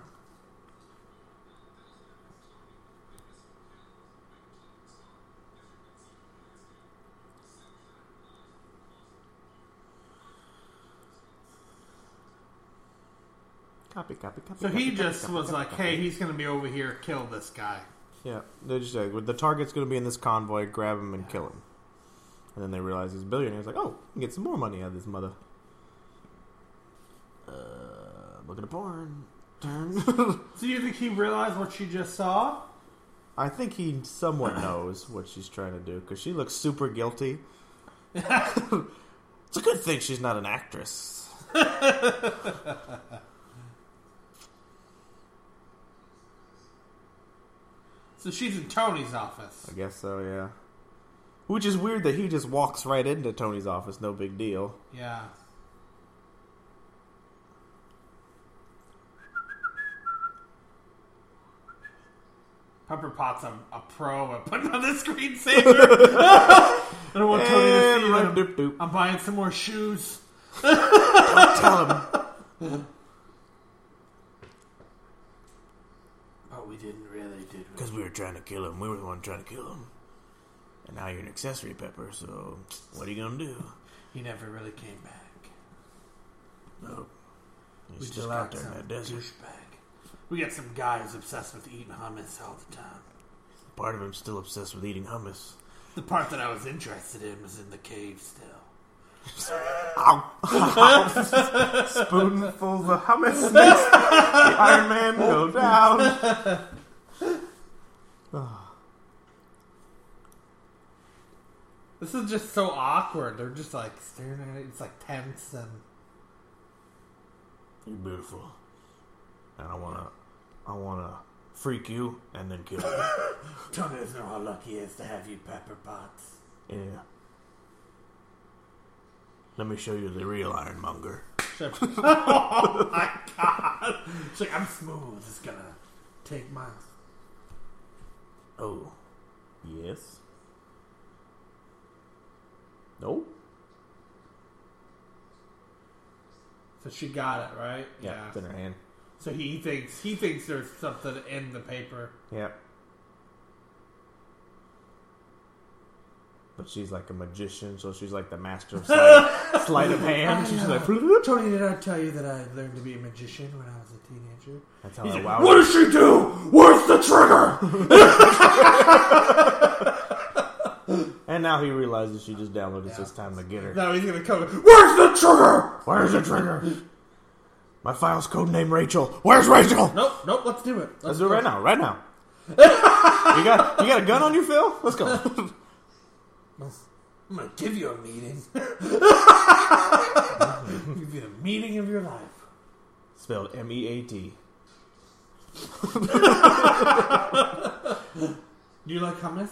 Speaker 3: copy, copy, copy.
Speaker 2: So
Speaker 3: copy,
Speaker 2: he
Speaker 3: copy,
Speaker 2: just
Speaker 3: copy,
Speaker 2: was
Speaker 3: copy,
Speaker 2: like,
Speaker 3: copy.
Speaker 2: "Hey, he's gonna be over here, kill this guy."
Speaker 3: Yeah, they just like the target's going to be in this convoy. Grab him and kill him. And then they realize he's a billionaire. It's like, oh, we can get some more money out of this mother. Uh, look at a porn. Turn.
Speaker 2: So you think he realized what she just saw?
Speaker 3: I think he somewhat knows what she's trying to do because she looks super guilty. it's a good thing she's not an actress.
Speaker 2: So she's in Tony's office.
Speaker 3: I guess so, yeah. Which is weird that he just walks right into Tony's office, no big deal.
Speaker 2: Yeah. Pepper Pot's a, a pro at putting on the screensaver. I don't want Tony to see
Speaker 3: And
Speaker 2: them.
Speaker 3: right doop doop.
Speaker 2: I'm buying some more shoes.
Speaker 3: Tell him.
Speaker 2: But Oh, we didn't really, did we?
Speaker 3: Because we were trying to kill him. We were the one trying to kill him. And now you're an accessory, Pepper, so what are you going to do?
Speaker 2: He never really came back.
Speaker 3: No. You're
Speaker 2: We
Speaker 3: still
Speaker 2: just got
Speaker 3: out there in
Speaker 2: some
Speaker 3: that desert.
Speaker 2: douchebag. We got some guy who's obsessed with eating hummus all the time.
Speaker 3: Part of him's still obsessed with eating hummus.
Speaker 2: The part that I was interested in was in the cave still.
Speaker 3: Ow. Spoonfuls of hummus makes the Iron Man go down.
Speaker 2: This is just so awkward. They're just like staring at it. It's like tense and
Speaker 3: You're beautiful. And I wanna, I wanna freak you and then kill you.
Speaker 2: Tony doesn't know how lucky he is to have you, Pepper Potts.
Speaker 3: yeah. Let me show you the real Ironmonger.
Speaker 2: oh my god! It's like I'm smooth. It's gonna take my.
Speaker 3: Oh, yes. No.
Speaker 2: So she got it right.
Speaker 3: it's in her hand.
Speaker 2: So he thinks he thinks there's something in the paper.
Speaker 3: Yeah. But she's like a magician, so she's like the master of sleight, sleight of hand. She's like,
Speaker 2: Tony, did I tell you that I learned to be a magician when I was a teenager?
Speaker 3: that's how I Oh, wow.
Speaker 2: What does she do? Where's the trigger?
Speaker 3: And now he realizes she just downloaded it's his time to get her.
Speaker 2: Now he's gonna come. Where's the trigger?
Speaker 3: Where's the trigger? My file's codename Rachel. Where's Rachel?
Speaker 2: Nope, nope. Let's do it.
Speaker 3: Let's do it right now, right now. you got you got a gun on you, Phil? Let's go.
Speaker 2: I'm gonna give you a meeting. give you the meeting of your life.
Speaker 3: Spelled M E A T.
Speaker 2: Do you like hummus?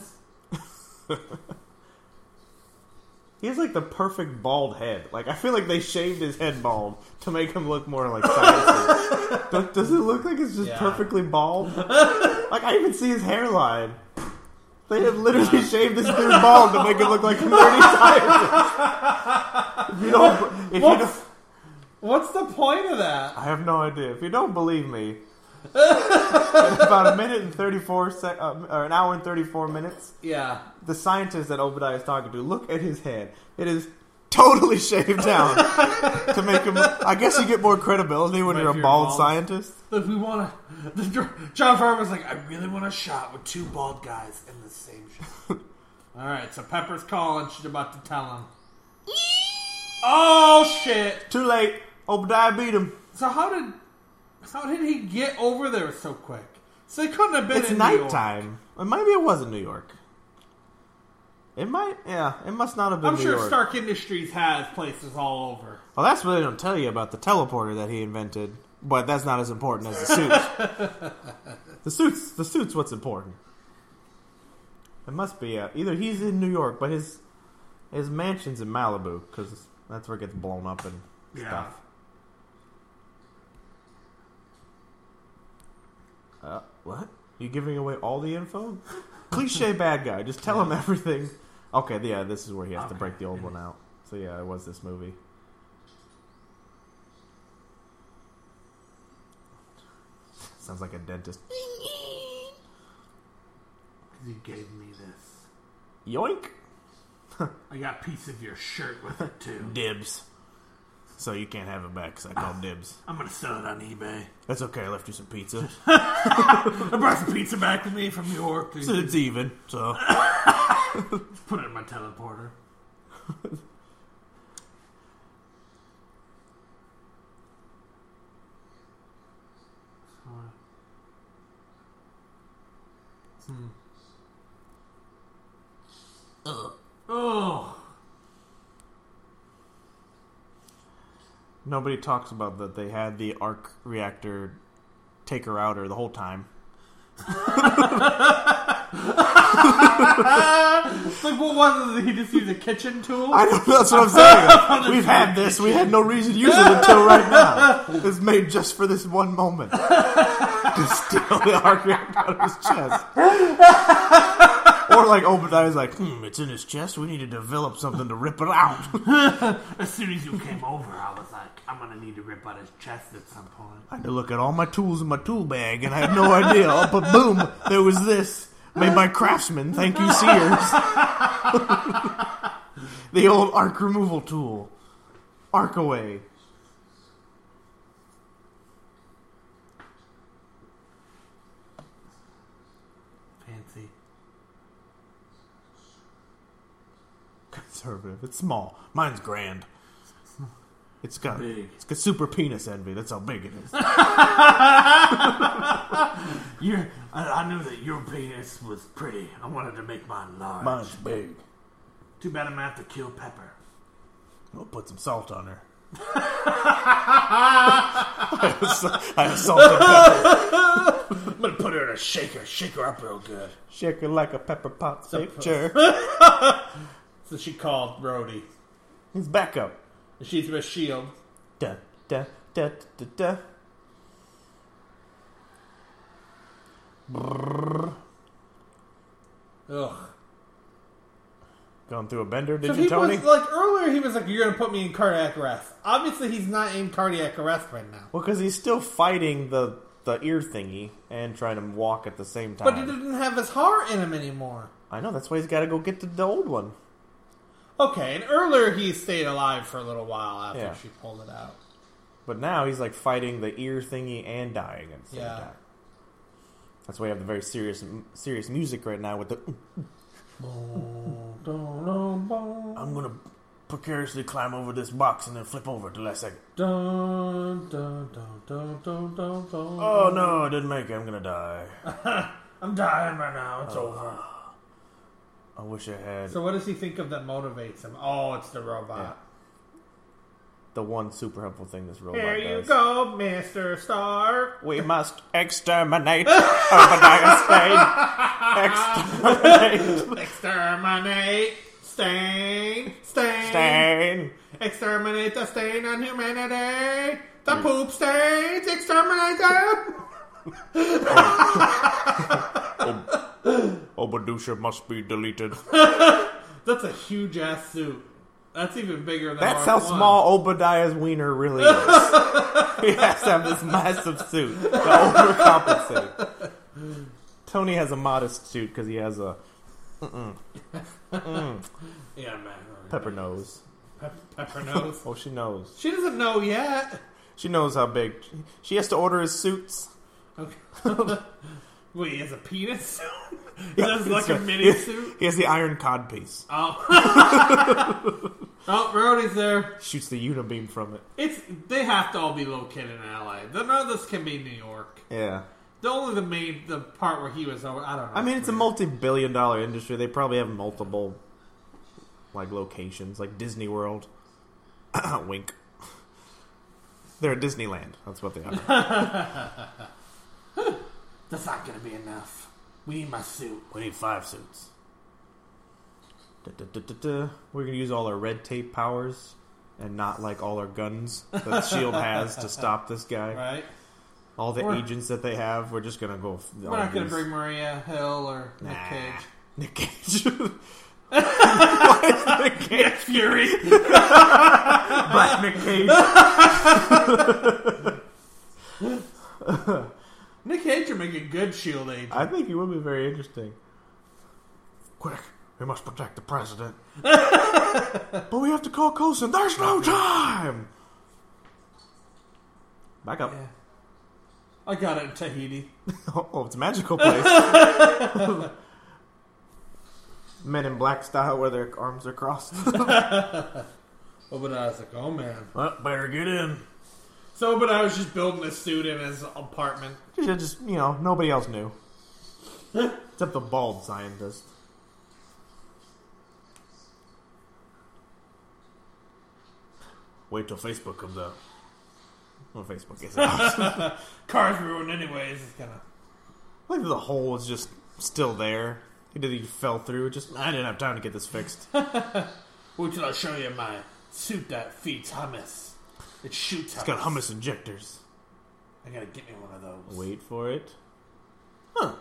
Speaker 3: He has like the perfect bald head. Like I feel like they shaved his head bald to make him look more like science. does, does it look like it's just
Speaker 2: Yeah.
Speaker 3: perfectly bald? like I even see his hairline. They have literally shaved this dude bald to make him look like a nerdy scientist. If you don't, if you
Speaker 2: What?
Speaker 3: don't,
Speaker 2: What's the point of that?
Speaker 3: I have no idea. If you don't believe me, in about a minute and 34 sec- uh, or an hour and 34 minutes,
Speaker 2: Yeah.
Speaker 3: the scientist that Obadiah is talking to, look at his head. It is totally shaved down to make him. I guess you get more credibility when
Speaker 2: If
Speaker 3: you're a
Speaker 2: you're
Speaker 3: bald,
Speaker 2: bald.
Speaker 3: scientist.
Speaker 2: Look, we want to. The, dr- John Farmer's like, I really want a shot with two bald guys in the same shot. All right, so Pepper's calling. She's about to tell him. oh shit!
Speaker 3: Too late. Obadiah beat him.
Speaker 2: So how did how did he get over there so quick? So they couldn't have been
Speaker 3: It's
Speaker 2: in New York.
Speaker 3: nighttime. Or Maybe it was in New York. It might, yeah. It must not have been
Speaker 2: I'm
Speaker 3: New
Speaker 2: sure
Speaker 3: York.
Speaker 2: Stark Industries has places all over.
Speaker 3: Well, that's what they don't tell you about the teleporter that he invented, but that's not as important as the suits. the suits, the suits, what's important? It must be uh, either he's in New York, but his his mansion's in Malibu because that's where it gets blown up and
Speaker 2: Yeah.
Speaker 3: stuff. Uh, what? You giving away all the info? Cliche bad guy. Just tell him everything. Okay, yeah, this is where he has to
Speaker 2: Okay.
Speaker 3: break the old one out. So yeah, it was this movie. Sounds like a dentist.
Speaker 2: You gave me this.
Speaker 3: Yoink!
Speaker 2: I got a piece of your shirt with it too.
Speaker 3: Dibs. So you can't have it back because I called dibs.
Speaker 2: I'm gonna sell it on eBay.
Speaker 3: That's okay. I left you some pizza.
Speaker 2: I brought some pizza back with me from New York. Dude.
Speaker 3: So it's even. So
Speaker 2: Put it in my teleporter. Hmm. Oh,
Speaker 3: nobody talks about that they had the arc reactor taker outer the whole time.
Speaker 2: it's like what was it? He just used a kitchen tool.
Speaker 3: I don't know. That's what I'm saying. We've had this. We had no reason to use it until right now. It was made just for this one moment. to steal the arc reactor out of his chest. Or like Obadiah's like, hmm, it's in his chest. We need to develop something to rip it out.
Speaker 2: As soon as you came over, I was like, I'm gonna need to rip out his chest at some point.
Speaker 3: I had to look at all my tools in my tool bag, and I had no idea. Up a boom, there was this made by Craftsman. Thank you, Sears. the old arc removal tool, arc away.
Speaker 2: Fancy.
Speaker 3: Conservative. It's small. Mine's grand. It's got
Speaker 2: Big.
Speaker 3: it's got super penis envy. That's how big it is.
Speaker 2: Your, I, I knew that your penis was pretty. I wanted to make mine large.
Speaker 3: Mine's big.
Speaker 2: Too bad I'm gonna have to kill Pepper.
Speaker 3: I'm gonna put some salt on her. I have sa- I have salt and pepper.
Speaker 2: I'm gonna put her in a shaker, shake her up real good.
Speaker 3: Shake her like a pepper pot picture.
Speaker 2: So she called Rhodey.
Speaker 3: He's back up.
Speaker 2: She's with Shield.
Speaker 3: Da, da, da, da, da.
Speaker 2: Ugh.
Speaker 3: Going through a bender, did
Speaker 2: So
Speaker 3: you,
Speaker 2: he
Speaker 3: Tony?
Speaker 2: was like earlier. He was like, "You're gonna put me in cardiac arrest." Obviously, he's not in cardiac arrest right now.
Speaker 3: well, because he's still fighting the the ear thingy and trying to walk at the same
Speaker 2: But he
Speaker 3: time.
Speaker 2: didn't have his heart in him anymore.
Speaker 3: I know that's why he's got to go get the, the old one.
Speaker 2: Okay, and earlier he stayed alive for a little while after
Speaker 3: Yeah.
Speaker 2: she pulled it out.
Speaker 3: But now he's like fighting the ear thingy and dying at the same
Speaker 2: Yeah.
Speaker 3: time. That's why you have the very serious m- serious music right now with the. I'm gonna precariously climb over this box and then flip over at the last second. Oh no, I didn't make it. I'm gonna die.
Speaker 2: I'm dying right now.
Speaker 3: Oh.
Speaker 2: It's over.
Speaker 3: I wish I had
Speaker 2: So what does he think of that motivates him? Oh, it's the robot.
Speaker 3: the one super helpful thing this robot
Speaker 2: Here
Speaker 3: does.
Speaker 2: you go, Mister Stark.
Speaker 3: We must exterminate Obadiah Stane. Exterminate
Speaker 2: Exterminate, stain, stain,
Speaker 3: Stane.
Speaker 2: Exterminate the stain on humanity.
Speaker 3: Mm.
Speaker 2: The poop stains. Exterminate them.
Speaker 3: Obadusha must be deleted.
Speaker 2: That's a huge ass suit. That's even bigger than Mark
Speaker 3: That's how
Speaker 2: one.
Speaker 3: small Obadiah's wiener really is. he has to have this massive suit to overcompensate. Tony has a modest suit because he has a
Speaker 2: Yeah, man.
Speaker 3: pepper nose.
Speaker 2: Pep- pepper nose.
Speaker 3: Oh, she knows.
Speaker 2: she doesn't know yet.
Speaker 3: She knows how big. She has to order his suits.
Speaker 2: Okay. Wait, he has a penis suit? He has like a
Speaker 3: That's right.
Speaker 2: mini suit?
Speaker 3: He has the iron cod piece.
Speaker 2: Oh. oh, Rhodey's there.
Speaker 3: Shoots the unibeam from it.
Speaker 2: It's they have to all be located in LA. None of this can be New York.
Speaker 3: Yeah.
Speaker 2: The only the main the part where he was over I don't know.
Speaker 3: I mean, it's a multi-billion-dollar industry. They probably have multiple like locations, like Disney World. Wink. They're at Disneyland. That's what they are.
Speaker 2: That's not gonna be enough. We need my suit.
Speaker 3: we need five suits. Da-da-da-da-da. We're gonna use all our red tape powers and not like all our guns that Shield E has to stop this guy.
Speaker 2: Right?
Speaker 3: All the
Speaker 2: We're-
Speaker 3: agents that they have, we're just gonna go.
Speaker 2: We're not gonna bring Maria Hill or Nick
Speaker 3: Nah.
Speaker 2: Cage.
Speaker 3: Nick Cage.
Speaker 2: Nick Fury.
Speaker 3: Black Nick Cage.
Speaker 2: Nick Cage would make a good shield agent.
Speaker 3: I think he would be very interesting. Quick, we must protect the president. but we have to call Coulson. There's no time. Back up.
Speaker 2: Yeah. I got it in Tahiti.
Speaker 3: Oh, oh, it's a magical place. Men in black style where their arms are crossed.
Speaker 2: Oh, but I was like, oh man.
Speaker 3: well, better get in.
Speaker 2: So, but I was just building a suit in his apartment.
Speaker 3: Just, just, you know, nobody else knew. Except the bald scientist. Wait till Facebook comes out. Well, Facebook is out.
Speaker 2: Car's ruined anyways. It's kind of
Speaker 3: like the hole is just still there. He did. He fell through. Just I didn't have time to get this fixed.
Speaker 2: Wait till I show you my suit that feeds hummus. It shoots hummus.
Speaker 3: It's got hummus injectors.
Speaker 2: I gotta get me one of those.
Speaker 3: Wait for it. Huh.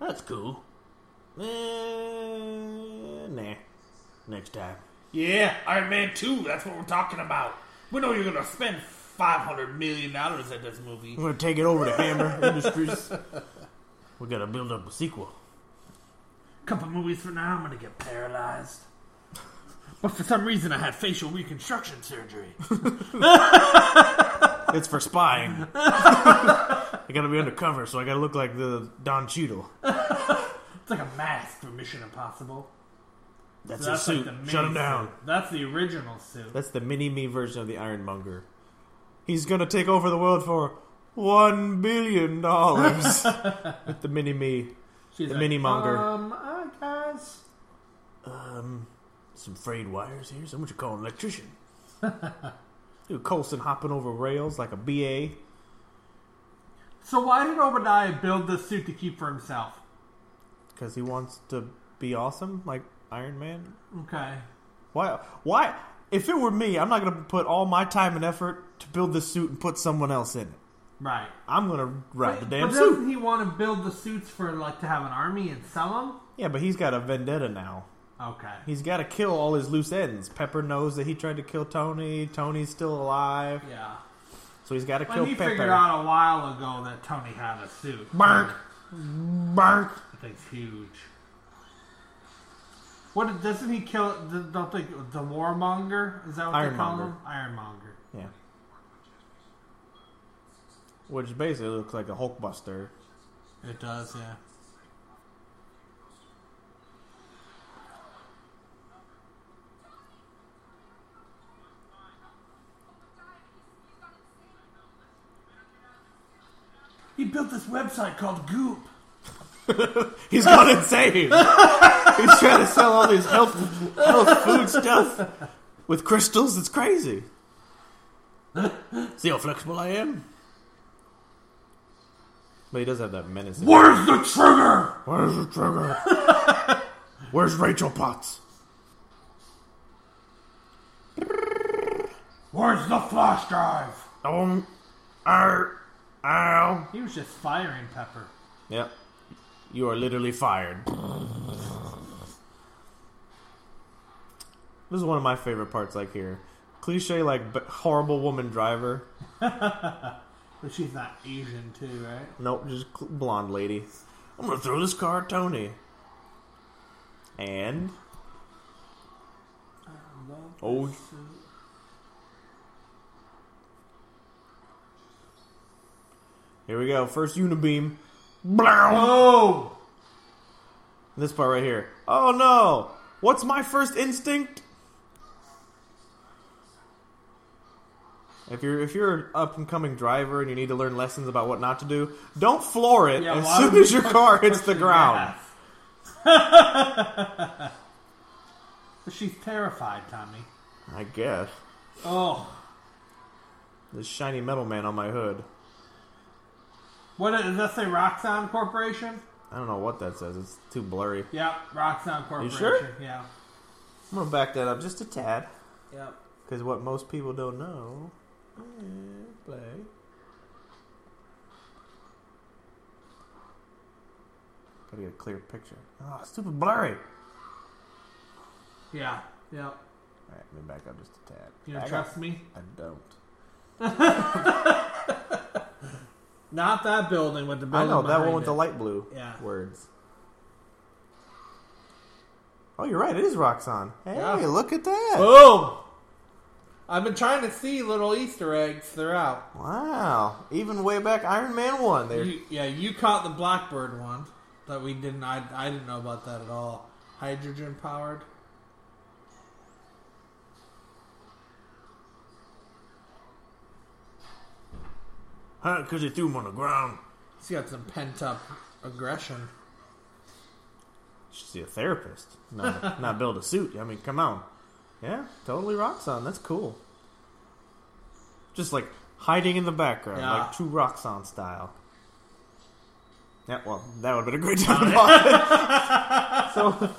Speaker 3: That's cool. Eh, nah. Next time.
Speaker 2: Yeah, Iron Man 2, that's what we're talking about. We know you're gonna spend $500 million at this movie.
Speaker 3: We're gonna take it over to Hammer Industries. We gotta build up a sequel.
Speaker 2: couple movies from now, I'm gonna get paralyzed. But for some reason, I had facial reconstruction surgery.
Speaker 3: It's for spying. I gotta be undercover, so I gotta look like the Don Cheadle.
Speaker 2: It's like a mask for Mission Impossible.
Speaker 3: That's,
Speaker 2: So
Speaker 3: his
Speaker 2: like,
Speaker 3: suit.
Speaker 2: the main
Speaker 3: Shut him down.
Speaker 2: suit. That's the original suit.
Speaker 3: That's the mini me version of the Ironmonger. He's gonna take over the world for one billion dollars. With the mini me,
Speaker 2: She's
Speaker 3: the mini-monger.
Speaker 2: Um, uh, guys.
Speaker 3: some frayed wires here. Someone should call an electrician. Dude, Colson hopping over rails like a BA.
Speaker 2: So why did Obadiah build this suit to keep for himself?
Speaker 3: Because he wants to be awesome, like Iron Man.
Speaker 2: Okay.
Speaker 3: Why? Why? If it were me, I'm not going to put all my time and effort to build this suit and put someone else in it.
Speaker 2: Right.
Speaker 3: I'm going to write the damn
Speaker 2: but
Speaker 3: suit.
Speaker 2: doesn't he want to build the suits for like to have an army and sell
Speaker 3: Yeah, but he's got a vendetta now.
Speaker 2: them? Okay.
Speaker 3: He's got to kill all his loose ends. Pepper knows that he tried to kill Tony. Tony's still alive,
Speaker 2: Yeah.
Speaker 3: so he's got to
Speaker 2: When
Speaker 3: kill
Speaker 2: he figured
Speaker 3: Pepper.
Speaker 2: out a while ago that Tony had a suit.
Speaker 3: Bark, bark.
Speaker 2: That thing's huge. What doesn't he kill? th- Don't think the warmonger is that what they call
Speaker 3: Ironmonger.
Speaker 2: him? Ironmonger.
Speaker 3: Yeah. Which basically looks like a Hulkbuster.
Speaker 2: It does, yeah. He built this website called Goop.
Speaker 3: He's gone insane. He's trying to sell all these health, health food stuff with crystals. It's crazy. See how flexible I am. But he does have that menace.
Speaker 2: Where's the trigger?
Speaker 3: Where's the trigger? Where's Rachel Potts?
Speaker 2: Where's the flash drive?
Speaker 3: Um, ow, ow.
Speaker 2: He was just firing Pepper.
Speaker 3: Yep. You are literally fired. This is one of my favorite parts, like here. Cliche, like, b- horrible woman driver.
Speaker 2: But she's not Asian, too, right?
Speaker 3: Nope, just cl- blonde lady. I'm gonna throw this car at Tony. And. Oh, here we go. First unibeam. Blow!
Speaker 2: Oh!
Speaker 3: This part right here. Oh no! What's my first instinct? If you're if you're an up and coming driver and you need to learn lessons about what not to do, don't floor it
Speaker 2: Yeah,
Speaker 3: as
Speaker 2: why
Speaker 3: soon
Speaker 2: would
Speaker 3: as your
Speaker 2: you
Speaker 3: car hits the
Speaker 2: push
Speaker 3: ground.
Speaker 2: gas? but she's terrified, Tommy.
Speaker 3: I guess.
Speaker 2: Oh.
Speaker 3: This shiny metal man on my hood.
Speaker 2: What is- does that say Roxxon Corporation?
Speaker 3: I don't know what that says. It's too blurry.
Speaker 2: Yeah, Roxxon Corporation.
Speaker 3: sure?
Speaker 2: Yeah.
Speaker 3: I'm gonna back that up just a tad.
Speaker 2: Yep.
Speaker 3: Because what most people don't know. eh, Play. Gotta get a clear picture. Oh, stupid blurry.
Speaker 2: Yeah. Yep.
Speaker 3: Alright, let me back up just a tad.
Speaker 2: You don't
Speaker 3: I
Speaker 2: trust
Speaker 3: got-
Speaker 2: me?
Speaker 3: I don't.
Speaker 2: Not that building with the
Speaker 3: I
Speaker 2: building.
Speaker 3: know, that one
Speaker 2: behind
Speaker 3: with the
Speaker 2: it.
Speaker 3: light blue
Speaker 2: Yeah.
Speaker 3: words. Oh, you're right. It is Roxanne. Hey,
Speaker 2: Yeah. Oh.
Speaker 3: look at that.
Speaker 2: Boom! I've been trying to see little Easter eggs throughout.
Speaker 3: Wow. Even way back Iron Man 1 there.
Speaker 2: You, yeah, you caught the Blackbird one that we didn't. I, I didn't know about that at all. Hydrogen powered.
Speaker 4: Huh? Because you threw him on the ground.
Speaker 2: He's got some pent up aggression.
Speaker 3: should see a therapist. No, not build a suit. I mean, come on. Yeah, totally Roxanne. That's cool. Just like hiding in the background,
Speaker 2: Yeah.
Speaker 3: like true Roxanne style. Yeah, well, that would have been a great time to pause it.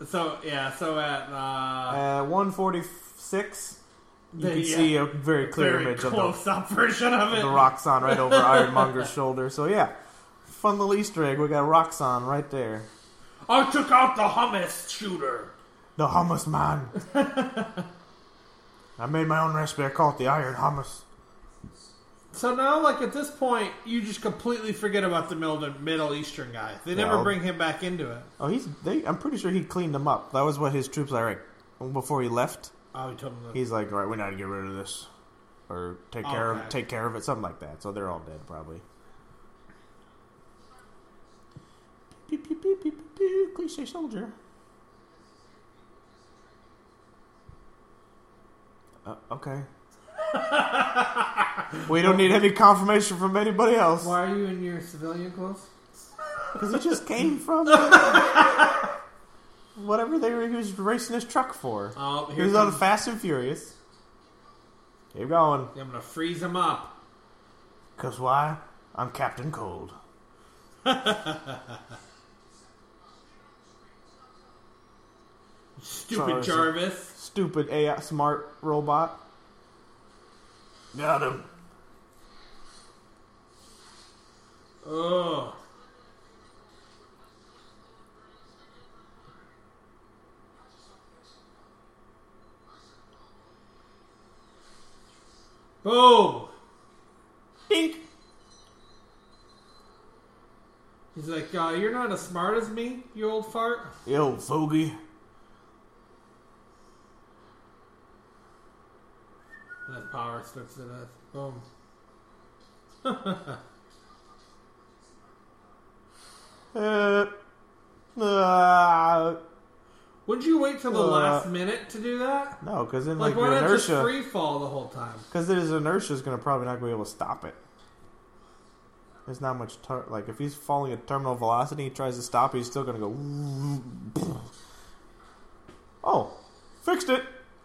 Speaker 3: So,
Speaker 2: So yeah, so at uh,
Speaker 3: uh, 146, you
Speaker 2: The-
Speaker 3: can
Speaker 2: yeah.
Speaker 3: see a very clear
Speaker 2: very
Speaker 3: image of the,
Speaker 2: close up version of it.
Speaker 3: the Roxanne right over Ironmonger's shoulder. So, yeah, fun little Easter egg. We got Roxanne right there.
Speaker 2: I took out the hummus shooter.
Speaker 3: The hummus man. I made my own recipe. I call it the iron hummus.
Speaker 2: So now, like at this point, you just completely forget about the Middle Middle Eastern guy. They never
Speaker 3: No.
Speaker 2: bring him back into it.
Speaker 3: Oh, he's. They, I'm pretty sure he cleaned them up. That was what his troops are like before he left.
Speaker 2: Oh, he told him. that
Speaker 3: He's like, all right, we need to get rid of this, or take care
Speaker 2: Okay.
Speaker 3: of take care of it, something like that. So they're all dead probably. Pew, pew, pew, pew, pew, pew, cliche soldier. Uh, okay. we don't need any confirmation from anybody else.
Speaker 2: Why are you in your civilian clothes?
Speaker 3: Because he just came from whatever they were he was racing his truck for.
Speaker 2: Oh,
Speaker 3: he
Speaker 2: here
Speaker 3: was on
Speaker 2: comes,
Speaker 3: Fast and Furious. Keep going.
Speaker 2: I'm gonna freeze him up.
Speaker 3: Cause why? I'm Captain Cold.
Speaker 2: Stupid
Speaker 3: Sorry, sir.
Speaker 2: Jarvis.
Speaker 3: Stupid AI smart robot.
Speaker 4: Got him.
Speaker 2: Oh. Boom!
Speaker 3: Dink.
Speaker 2: He's like, uh, you're not as smart as me, you old fart.
Speaker 3: Yo, fogey.
Speaker 2: And that power strips it us. Boom.
Speaker 3: Uh, uh,
Speaker 2: Would you wait till the
Speaker 3: Uh,
Speaker 2: last minute to do that?
Speaker 3: no, because then
Speaker 2: Like,
Speaker 3: like,
Speaker 2: why
Speaker 3: your
Speaker 2: not just
Speaker 3: inertia,
Speaker 2: free fall the whole time?
Speaker 3: because then his inertia is gonna probably not gonna be able to stop it. There's not much tar- like if he's falling at terminal velocity, he tries to stop, he's still gonna go. Oh, fixed it.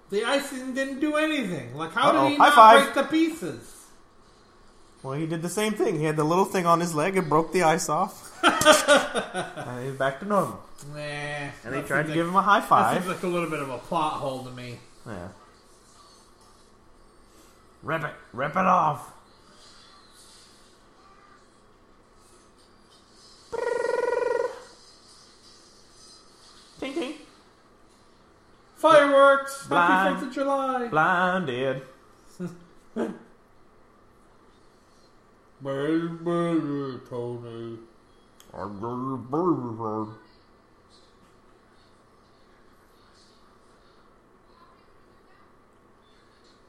Speaker 2: The icing didn't do anything. Like, how
Speaker 3: Uh-oh.
Speaker 2: did he
Speaker 3: High
Speaker 2: not
Speaker 3: five.
Speaker 2: break the pieces?
Speaker 3: Well, he did the same thing. He had the little thing on his leg and broke the ice off. and he's back to normal.
Speaker 2: Nah.
Speaker 3: And they tried to give him a high
Speaker 2: That
Speaker 3: five.
Speaker 2: seems like a little bit of a plot hole to me.
Speaker 3: Yeah.
Speaker 4: Rip it. Rip it off.
Speaker 3: Ting ting.
Speaker 2: Fireworks!
Speaker 3: Blind.
Speaker 2: Happy Fourth of July!
Speaker 3: Blinded.
Speaker 2: Baby, Tony.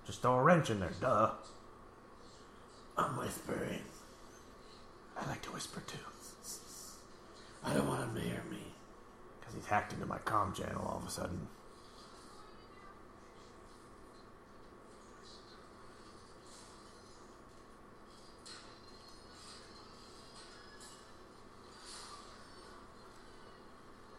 Speaker 4: Just throw a wrench in there. Duh.
Speaker 2: I'm whispering.
Speaker 4: I like to whisper too.
Speaker 2: I don't want him to hear me.
Speaker 4: Because he's hacked into my comm channel all of a sudden.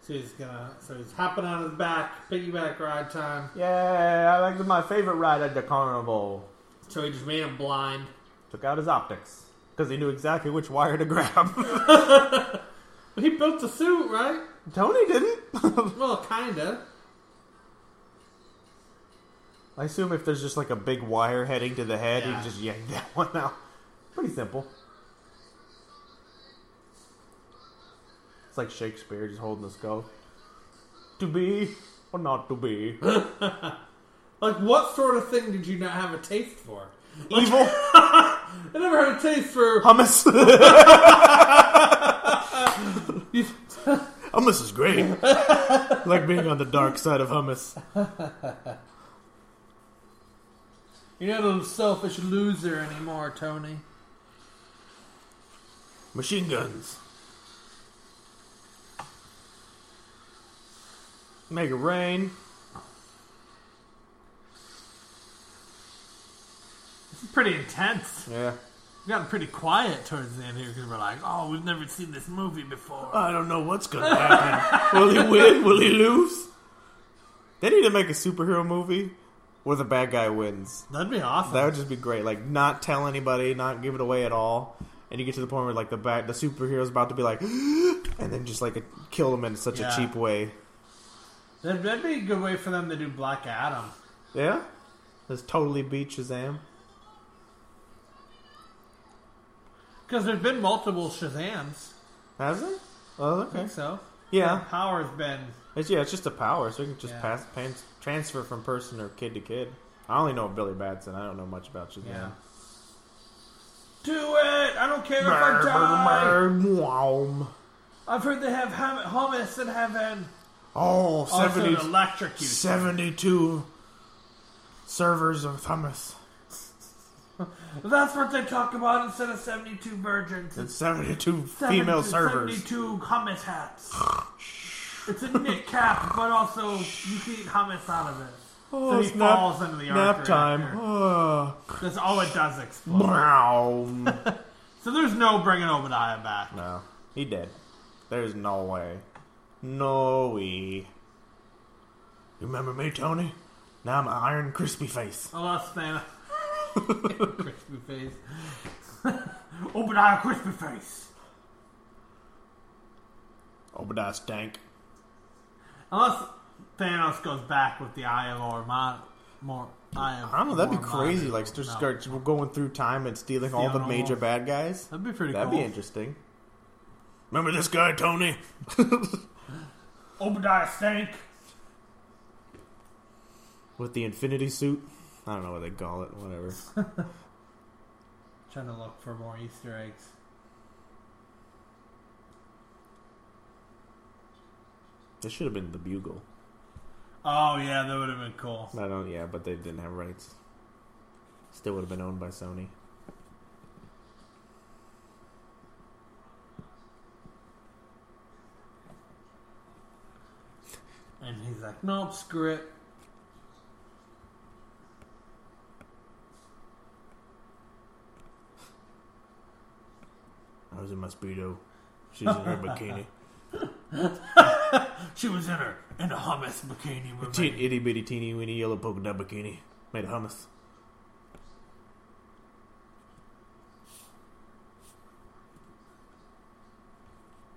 Speaker 2: So he's gonna. So he's hopping on his back, piggyback ride time.
Speaker 3: Yeah, I like my favorite ride at the carnival.
Speaker 2: So he just made him blind.
Speaker 3: Took out his optics because he knew exactly which wire to grab.
Speaker 2: But he built the suit, right?
Speaker 3: Tony didn't.
Speaker 2: Well, kinda.
Speaker 3: I assume if there's just like a big wire heading to the head,
Speaker 2: Yeah.
Speaker 3: you just yank that one out. Pretty simple. It's like Shakespeare just holding the skull. To be or not to be.
Speaker 2: Like, what sort of thing did you not have a taste for?
Speaker 3: Evil
Speaker 2: I never had a taste for.
Speaker 3: hummus.
Speaker 2: You-
Speaker 3: hummus is great. like being on the dark side of hummus.
Speaker 2: You're not a selfish loser anymore, Tony.
Speaker 3: Machine guns. Make it rain.
Speaker 2: This is pretty intense.
Speaker 3: Yeah.
Speaker 2: We've gotten pretty quiet towards the end here because we're like, oh, we've never seen this movie before.
Speaker 3: I don't know what's gonna happen. Will he win? Will he lose? They need to make a superhero movie where the bad guy wins.
Speaker 2: That'd be awesome.
Speaker 3: That would just be great. Like, not tell anybody, not give it away at all, and you get to the point where like the bad the superhero's about to be like, and then just like kill him in such
Speaker 2: Yeah.
Speaker 3: a cheap way.
Speaker 2: That'd, that'd be a good way for them to do Black Adam.
Speaker 3: Yeah, this totally beat Shazam.
Speaker 2: Because there's been multiple Shazams.
Speaker 3: Has it? Oh,
Speaker 2: I
Speaker 3: okay.
Speaker 2: think so.
Speaker 3: Yeah,
Speaker 2: Power's been.
Speaker 3: It's, yeah, it's just a power, so you can just
Speaker 2: Yeah.
Speaker 3: pass pan, transfer from person or kid to kid. I only know Billy Batson. I don't know much about Shazam.
Speaker 2: Yeah. Do it! I don't care if I die!
Speaker 3: Wow.
Speaker 2: I've heard they have hum- hummus in heaven.
Speaker 3: Oh,
Speaker 2: Also
Speaker 3: 70
Speaker 2: electrocute.
Speaker 3: 72 servers of hummus
Speaker 2: That's what they talk about instead of 72 virgins.
Speaker 3: and
Speaker 2: It's
Speaker 3: 72
Speaker 2: 70
Speaker 3: female servers.
Speaker 2: 72 hummus hats. it's a knit cap, but also you can eat hummus out of it. so
Speaker 3: Oh,
Speaker 2: he
Speaker 3: it's nap-
Speaker 2: falls into the arc
Speaker 3: nap
Speaker 2: right
Speaker 3: time.
Speaker 2: after.
Speaker 3: Oh.
Speaker 2: That's all it does explode.
Speaker 3: Wow.
Speaker 2: So there's no bringing Obadiah back.
Speaker 3: no, he dead. There's no way. No way.
Speaker 4: You remember me, Tony? Now I'm an Iron Crispy Face.
Speaker 2: Unless Santa. crispy face. Obadiah crispy face.
Speaker 3: Obadiah stank.
Speaker 2: Unless Thanos goes back with the Eye of Ormond. More Eye of
Speaker 3: I don't know. That'd be
Speaker 2: Ormond.
Speaker 3: crazy. Like, just
Speaker 2: No.
Speaker 3: start going through time and stealing all the
Speaker 2: Stealing
Speaker 3: major
Speaker 2: all-
Speaker 3: bad guys.
Speaker 2: That'd be pretty
Speaker 3: That'd
Speaker 2: cool.
Speaker 3: be interesting.
Speaker 4: Remember this guy, Tony?
Speaker 2: Obadiah Stank.
Speaker 3: With the infinity suit. I don't know what they call it. Whatever.
Speaker 2: Trying to look for more Easter eggs.
Speaker 3: This should have been the bugle.
Speaker 2: Oh yeah, that would have been cool.
Speaker 3: I don't. Yeah, but they didn't have rights. Still would have been owned by Sony.
Speaker 2: And he's like, nope, screw it.
Speaker 3: I was in my speedo. She's in her bikini.
Speaker 2: She was in her in a hummus bikini. With
Speaker 3: Teen, itty bitty teeny weeny yellow polka dot bikini made of hummus.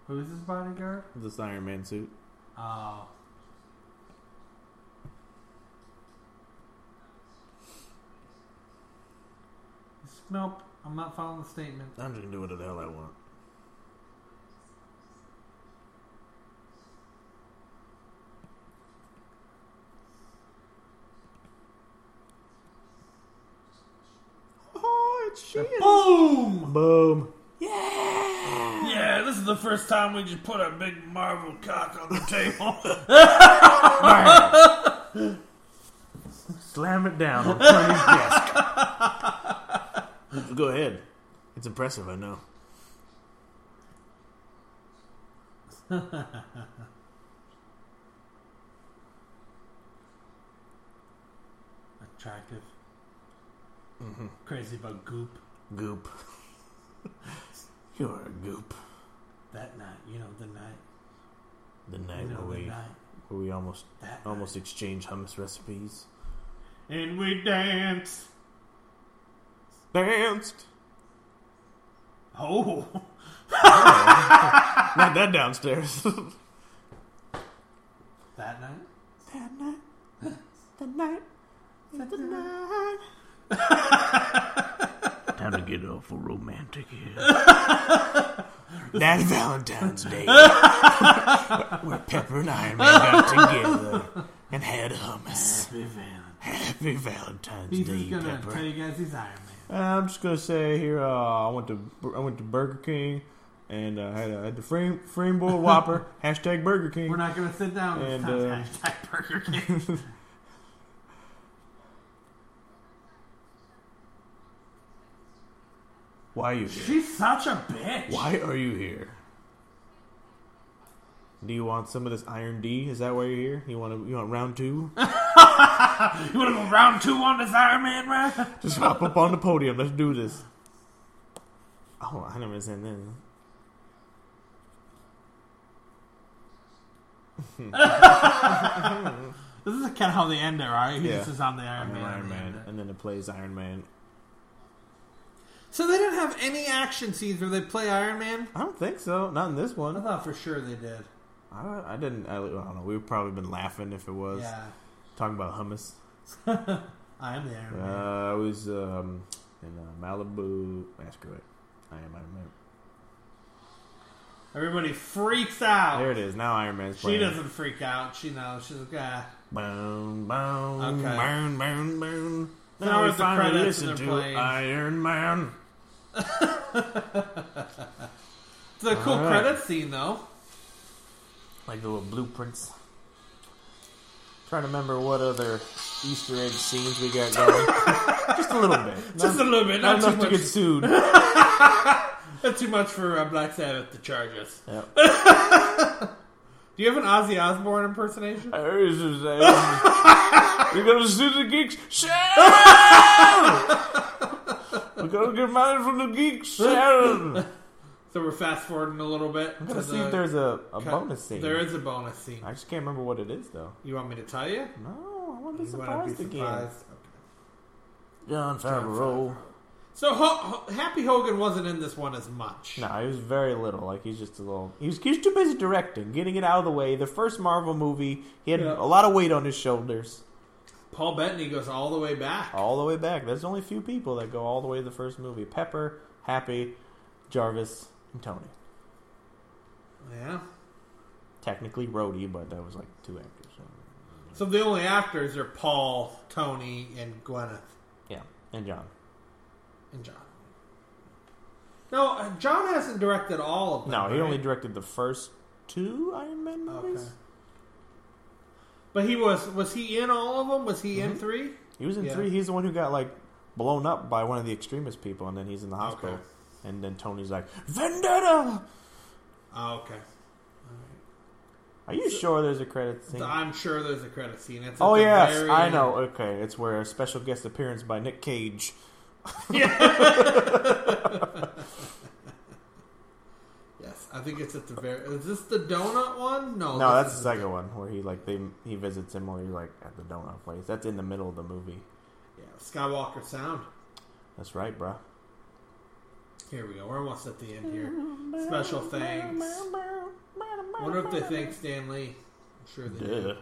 Speaker 2: Who's his bodyguard?
Speaker 3: This Iron Man suit.
Speaker 2: Oh. It's- Nope, I'm not following the statement.
Speaker 3: I'm just gonna do whatever the hell I want. Oh, it's she.
Speaker 2: Boom!
Speaker 3: Boom.
Speaker 2: Yeah, this is the first time we just put our big marble cock on the table.
Speaker 3: Slam it down on Tony's desk. Go ahead. It's impressive, I know.
Speaker 2: Attractive. Crazy about goop.
Speaker 3: Goop. You're a goop.
Speaker 2: That night, you know, the night.
Speaker 3: The night
Speaker 2: You know,
Speaker 3: where
Speaker 2: the
Speaker 3: we,
Speaker 2: night.
Speaker 3: where we almost
Speaker 2: That night.
Speaker 3: almost exchange hummus recipes.
Speaker 2: And we danced.
Speaker 3: Danced.
Speaker 2: Oh.
Speaker 3: Not that downstairs.
Speaker 2: That night?
Speaker 3: that night. The night. The night.
Speaker 4: Time to get awful romantic here.
Speaker 3: That Valentine's Day.
Speaker 4: Where Pepper and Iron Man got together and had hummus.
Speaker 2: Big Valentine.
Speaker 4: Happy Valentine's
Speaker 2: He's
Speaker 4: Day,
Speaker 2: just gonna
Speaker 4: Pepper.
Speaker 2: tell you guys he's Iron Man.
Speaker 3: Uh, I'm just gonna say here. Uh, I went to I went to Burger King, and uh, had, a, had the frame frame boy Whopper. hashtag Burger King.
Speaker 2: We're not gonna sit down this
Speaker 3: And,
Speaker 2: time.
Speaker 3: uh,
Speaker 2: Hashtag Burger King.
Speaker 4: Why are you here?
Speaker 2: She's such a bitch.
Speaker 4: Why are you here?
Speaker 3: Do you want some of this Iron D? Is that why you're here? You want to, you want round two?
Speaker 2: You want to go round two on this Iron Man round?
Speaker 3: Just hop up on the podium. Let's do this. Oh, I never said that.
Speaker 2: This is kind of how they end it, right? He
Speaker 3: Yeah.
Speaker 2: just is on the Iron, Man.
Speaker 3: Iron
Speaker 2: and they end
Speaker 3: Man,
Speaker 2: it.
Speaker 3: and then it plays Iron Man.
Speaker 2: So they didn't have any action scenes where they play Iron Man.
Speaker 3: I don't think so. Not in this
Speaker 2: I
Speaker 3: one.
Speaker 2: thought for sure they did.
Speaker 3: I, I didn't. I, I don't know. We've probably been laughing if it was
Speaker 2: Yeah,
Speaker 3: talking about hummus.
Speaker 2: I am the Iron
Speaker 3: Uh,
Speaker 2: Man.
Speaker 3: I was um, in uh, Malibu. Ah, screw it. I am Iron Man.
Speaker 2: Everybody freaks out.
Speaker 3: There it is. Now Iron Man's
Speaker 2: She
Speaker 3: playing.
Speaker 2: doesn't freak out. She knows. She's like, ah.
Speaker 3: Boom, boom,
Speaker 2: Okay.
Speaker 3: boom, boom, boom.
Speaker 2: So now
Speaker 3: we
Speaker 2: it's the
Speaker 3: finally
Speaker 2: credits and
Speaker 3: listen
Speaker 2: they're
Speaker 3: to
Speaker 2: playing.
Speaker 3: Iron Man.
Speaker 2: It's a cool
Speaker 3: Alright.
Speaker 2: credit scene, though.
Speaker 3: Like the little blueprints. Trying to remember what other Easter egg scenes we got going. Just a little bit. Not,
Speaker 2: Just a little bit. Not,
Speaker 3: not
Speaker 2: too
Speaker 3: enough to
Speaker 2: much.
Speaker 3: get sued.
Speaker 2: Not too much for uh, Black Sabbath to charge us.
Speaker 3: Yep.
Speaker 2: Do you have an Ozzy Osbourne impersonation?
Speaker 3: You're gonna sue the geeks. Sharon! We're gonna get money from the geeks, Sharon.
Speaker 2: So we're fast forwarding a little bit.
Speaker 3: I'm
Speaker 2: to
Speaker 3: gonna see
Speaker 2: the
Speaker 3: if there's a, a
Speaker 2: cut.
Speaker 3: bonus scene.
Speaker 2: There is a bonus scene.
Speaker 3: I just can't remember what it is though.
Speaker 2: You want me to tell you?
Speaker 3: No, I want to be
Speaker 2: You wanna
Speaker 3: surprised again.
Speaker 2: surprised? Okay.
Speaker 3: John Favreau.
Speaker 2: So Ho- Ho- Happy Hogan wasn't in this one as much.
Speaker 3: No, he was very little. Like he's just a little. He's he's too busy directing, getting it out of the way. The first Marvel movie, he had
Speaker 2: Yeah.
Speaker 3: a lot of weight on his shoulders,
Speaker 2: Paul Bettany goes all the way back.
Speaker 3: all the way back. There's only a few people that go all the way to the first movie: Pepper, Happy, Jarvis, and Tony.
Speaker 2: Yeah.
Speaker 3: Technically Rhodey, but that was like two actors. so,
Speaker 2: So the only actors are Paul, Tony, and Gwyneth
Speaker 3: Yeah, and John.
Speaker 2: and John. No, uh, John hasn't directed all of them.
Speaker 3: No, he
Speaker 2: Oh, right?
Speaker 3: only directed the first two Iron Man movies.
Speaker 2: Okay. But he was was he in all of them? Was he
Speaker 3: Mm-hmm.
Speaker 2: in three?
Speaker 3: He was in
Speaker 2: Yeah.
Speaker 3: three. He's the one who got like blown up by one of the extremist people, and then he's in the hospital.
Speaker 2: Okay.
Speaker 3: And then Tony's like, "Vendetta."
Speaker 2: Oh, okay.
Speaker 3: Are you sure there's a credit
Speaker 2: So
Speaker 3: scene?
Speaker 2: I'm sure there's a credit scene. It's at
Speaker 3: Oh
Speaker 2: the
Speaker 3: yes,
Speaker 2: very
Speaker 3: I
Speaker 2: end.
Speaker 3: know. Okay, it's where a special guest appearance by Nick Cage.
Speaker 2: Yes, I think it's at the very. Is this the donut one? No,
Speaker 3: No,
Speaker 2: Oh, this
Speaker 3: that's
Speaker 2: is
Speaker 3: the second one where he like they he visits him while he's like at the donut place. That's in the middle of the movie.
Speaker 2: Yeah, Skywalker Sound.
Speaker 3: That's right, bruh.
Speaker 2: Here we go. We're almost at the end here. Special thanks. Wonder if they thank Stan Lee. I'm sure they
Speaker 3: Yeah.
Speaker 2: do.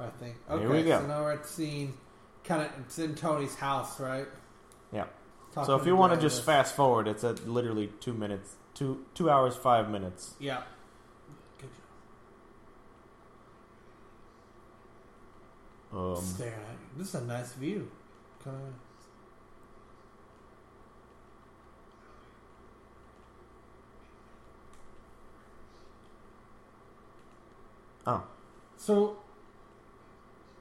Speaker 2: I think. Okay,
Speaker 3: Here we go.
Speaker 2: so now we're at the scene. Kind of, it's in Tony's house, right?
Speaker 3: Yeah.
Speaker 2: Talking
Speaker 3: So if you want to
Speaker 2: Jarvis.
Speaker 3: just fast forward, it's at literally two minutes, two two hours five minutes.
Speaker 2: Yeah. Good job.
Speaker 3: Um,
Speaker 2: Staring at you. This is a nice view. Kind of.
Speaker 3: oh,
Speaker 2: So,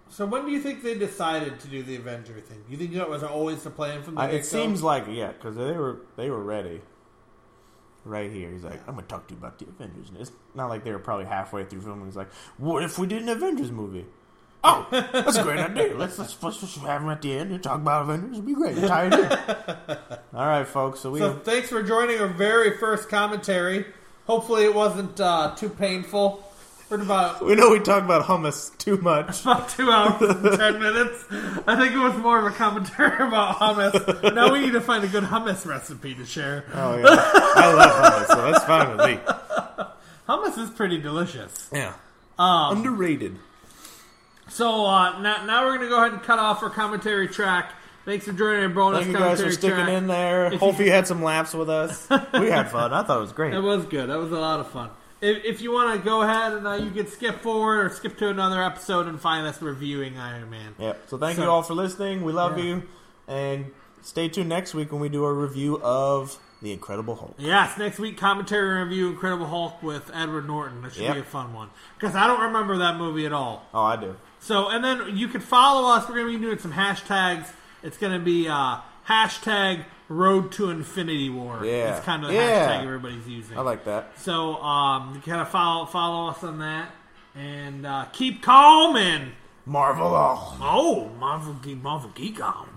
Speaker 2: so when do you think they decided to do the Avenger thing? You think that was always the plan from the
Speaker 3: I, Uh, it
Speaker 2: get-go?
Speaker 3: seems like yeah, because they were they were ready. Right here, he's like, "I'm gonna talk to you about the Avengers." And it's not like they were probably halfway through filming. He's like, "What if we did an Avengers movie?" Oh, that's a great idea. Let's let's, let's, let's have them at the end and talk about Avengers. It'd be great. Tie it in. All right, folks. So we
Speaker 2: So thanks for joining our very first commentary. Hopefully it wasn't uh, too painful. Heard about
Speaker 3: we know we talk about hummus too much.
Speaker 2: about two hours and ten minutes. I think it was more of a commentary about hummus. now we need to find a good hummus recipe to share.
Speaker 3: Oh yeah, I love hummus, so that's fine with me.
Speaker 2: Hummus is pretty delicious.
Speaker 3: Yeah,
Speaker 2: Um,
Speaker 3: underrated.
Speaker 2: So uh, now, now we're going to go ahead and cut off our commentary track. Thanks for joining our bonus
Speaker 3: Thank you guys
Speaker 2: commentary
Speaker 3: for sticking
Speaker 2: track.
Speaker 3: in there.
Speaker 2: you-
Speaker 3: Hope you had some laughs with us. We had fun. I thought it was great.
Speaker 2: That was good. That was a lot of fun. If, if you want to go ahead and uh, you can skip forward or skip to another episode and find us reviewing Iron Man.
Speaker 3: Yep. So thank you
Speaker 2: So-
Speaker 3: all for listening. We love
Speaker 2: Yeah.
Speaker 3: you, and stay tuned next week when we do a review of The Incredible Hulk.
Speaker 2: Yes, next week commentary and review Incredible Hulk with Edward Norton. That should
Speaker 3: Yep.
Speaker 2: be a fun one because I don't remember that movie at all.
Speaker 3: Oh, I do.
Speaker 2: So, and then you can follow us. We're going to be doing some hashtags. It's going to be uh, hashtag Road to Infinity War.
Speaker 3: Yeah.
Speaker 2: It's kind of the
Speaker 3: Yeah.
Speaker 2: hashtag everybody's using.
Speaker 3: I like that.
Speaker 2: So um, you kind of follow follow us on that and uh, keep calm and
Speaker 3: Marvel all.
Speaker 2: oh Marvel Geek Marvel Geek on.